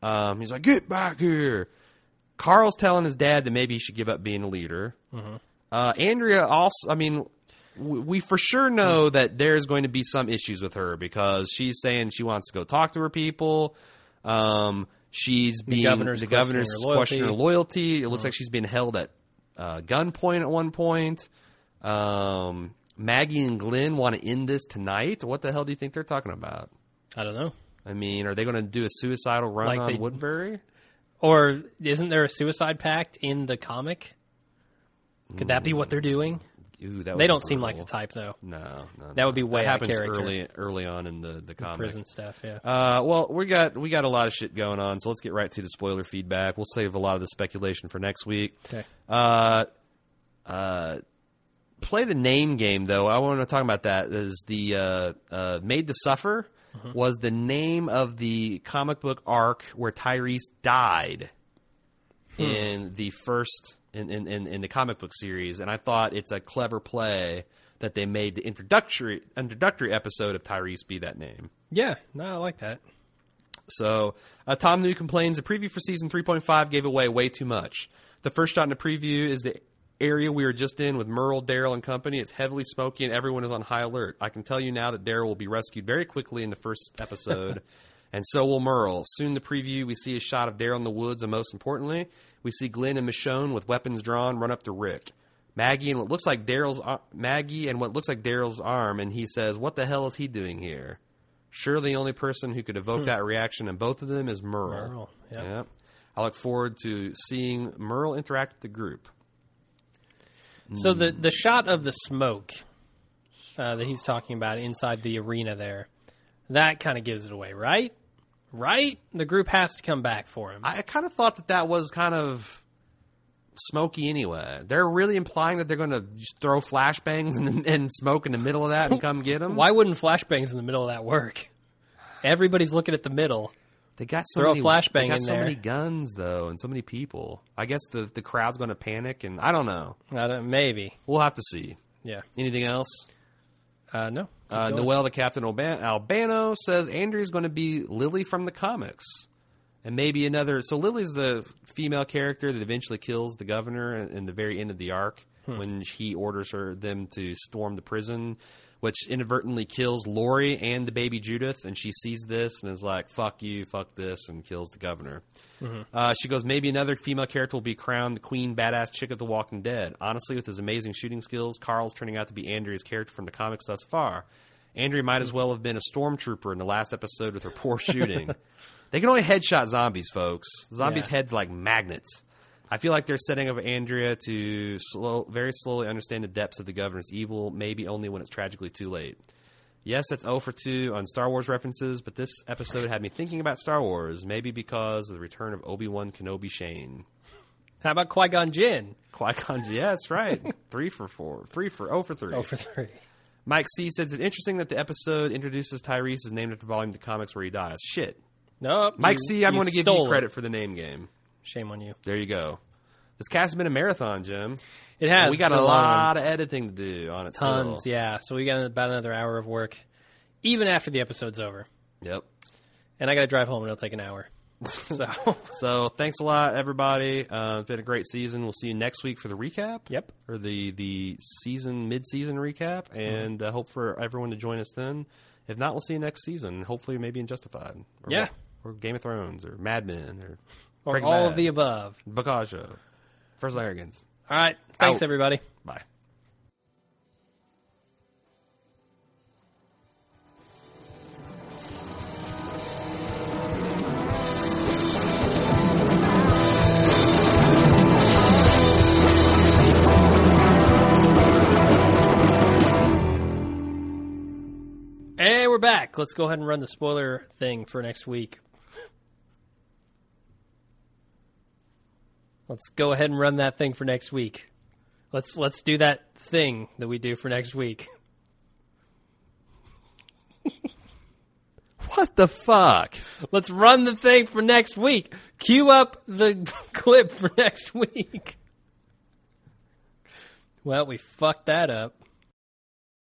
S1: Um, he's like, "Get back here!" Carl's telling his dad that maybe he should give up being a leader.
S3: Mm-hmm.
S1: Uh, Andrea also, I mean, we, we for sure know that there's going to be some issues with her because she's saying she wants to go talk to her people. Um, she's being
S3: governor's
S1: the
S3: questioning
S1: governor's
S3: her loyalty. Mm-hmm.
S1: questioning her loyalty. It looks like she's being held at uh, gunpoint at one point. Um, Maggie and Glenn want to end this tonight. What the hell do you think they're talking about?
S3: I don't know.
S1: I mean, are they going to do a suicidal run
S3: Like
S1: on
S3: they-
S1: Woodbury?
S3: Or isn't there a suicide pact in the comic? Could that be what they're doing?
S1: Ooh, that would
S3: They
S1: be
S3: don't seem like the
S1: brutal.
S3: type though.
S1: No, no,
S3: That would be
S1: no.
S3: way
S1: that
S3: out of
S1: happens
S3: character.
S1: early, early on in the the comic.
S3: Prison stuff, yeah.
S1: Uh, well, we got we got a lot of shit going on, so let's get right to the spoiler feedback. We'll save a lot of the speculation for next week.
S3: Okay.
S1: Uh, uh, play the name game though. I want to talk about that. Is the uh, uh, Made to Suffer was the name of the comic book arc where Tyrese died in the first in, in, in, in the comic book series, and I thought it's a clever play that they made the introductory introductory episode of Tyrese be that name.
S3: Yeah, no, I like that.
S1: So uh, Tom New complains the preview for season 3.5 gave away way too much. The first shot in the preview is the area we were just in with Merle, Daryl, and company. It's heavily smoky and everyone is on high alert. I can tell you now that Daryl will be rescued very quickly in the first episode, and so will Merle. Soon the preview we see a shot of Daryl in the woods, and most importantly, we see Glenn and Michonne with weapons drawn run up to Rick. Maggie and what looks like Daryl's ar- Maggie and what looks like Daryl's arm, and he says, "What the hell is he doing here?" Sure, the only person who could evoke that reaction in both of them is Merle.
S3: Hmm. Merle, yeah.
S1: I look forward to seeing Merle interact with the group.
S3: So the the shot of the smoke uh, that he's talking about inside the arena there, that kind of gives it away, right? Right? The group has to come back for him.
S1: I kind of thought that that was kind of smoky anyway. They're really implying that they're going to throw flashbangs and, and smoke in the [laughs] middle of that and come get them.
S3: Why wouldn't flashbangs in the middle of that work? Everybody's looking at the middle.
S1: They got so
S3: Throw a
S1: many,
S3: flashbang
S1: they got
S3: in
S1: so
S3: there.
S1: many guns though, and so many people. I guess the the crowd's going to panic, and I don't know.
S3: I don't, maybe.
S1: We'll have to see.
S3: Yeah.
S1: Anything else?
S3: Uh, no. Keep
S1: Uh,
S3: going.
S1: Noel, the Captain Alban- Albano, says Andrea's going to be Lily from the comics. And maybe another. So Lily's the female character that eventually kills the governor in, in the very end of the arc when he orders her them to storm the prison, which inadvertently kills Lori and the baby Judith. And she sees this and is like, "Fuck you, fuck this," and kills the governor. Uh, she goes, maybe another female character will be crowned the queen badass chick of The Walking Dead. Honestly, with his amazing shooting skills, Carl's turning out to be Andrea's character from the comics thus far. Andrea might
S3: Mm.
S1: as well have been a stormtrooper in the last episode with her
S3: [laughs]
S1: poor shooting. they can only headshot zombies, folks. Zombies'
S3: Yeah.
S1: heads like magnets. I feel like they're setting up Andrea to slow, very slowly understand the depths of the governor's evil, maybe only when it's tragically too late. Yes, that's 0 for 2 on Star Wars references, but this episode had me thinking about Star Wars, maybe because of the return of Obi Wan Kenobi Shane.
S3: How about Qui Gon Jinn?
S1: Qui Gon, yes,
S3: [laughs]
S1: right. three for four. Three for oh for three.
S3: Oh, for three.
S1: Mike C says it's interesting that the episode introduces Tyrese is named after volume of the comics where he dies. Shit.
S3: No,
S1: Mike C, I'm going to give you credit for the name game.
S3: Shame on you.
S1: There you go. This cast has been a marathon, Jim.
S3: It has.
S1: we got
S3: been
S1: a
S3: long one.
S1: lot of editing to do on it.
S3: Tons,
S1: still.
S3: yeah. So we got about another hour of work, even after the episode's over.
S1: Yep.
S3: And I got to drive home, and it'll take
S1: [laughs]
S3: an hour. So, [laughs]
S1: So thanks a lot, everybody. Uh, it's been a great season. We'll see you next week for the recap.
S3: Yep. Mm-hmm.
S1: Or the the season mid season recap, and uh, hope for everyone to join us then. If not, we'll see you next season. Hopefully, maybe in Justified. Or
S3: Yeah.
S1: Or Game of Thrones, or Mad Men, or,
S3: or
S1: Breaking
S3: all
S1: Bad,
S3: of the above.
S1: Bacajo, First Larrigans.
S3: All right. Thanks,
S1: Out.
S3: everybody.
S1: Bye.
S3: And we're back. Let's go ahead and run the spoiler thing for next week. Let's go ahead and run that thing for next week. Let's let's do that thing that we do for next week. [laughs]
S1: What the fuck?
S3: Let's run the thing for next week. Cue up the [laughs] clip for next week. Well, we fucked that up.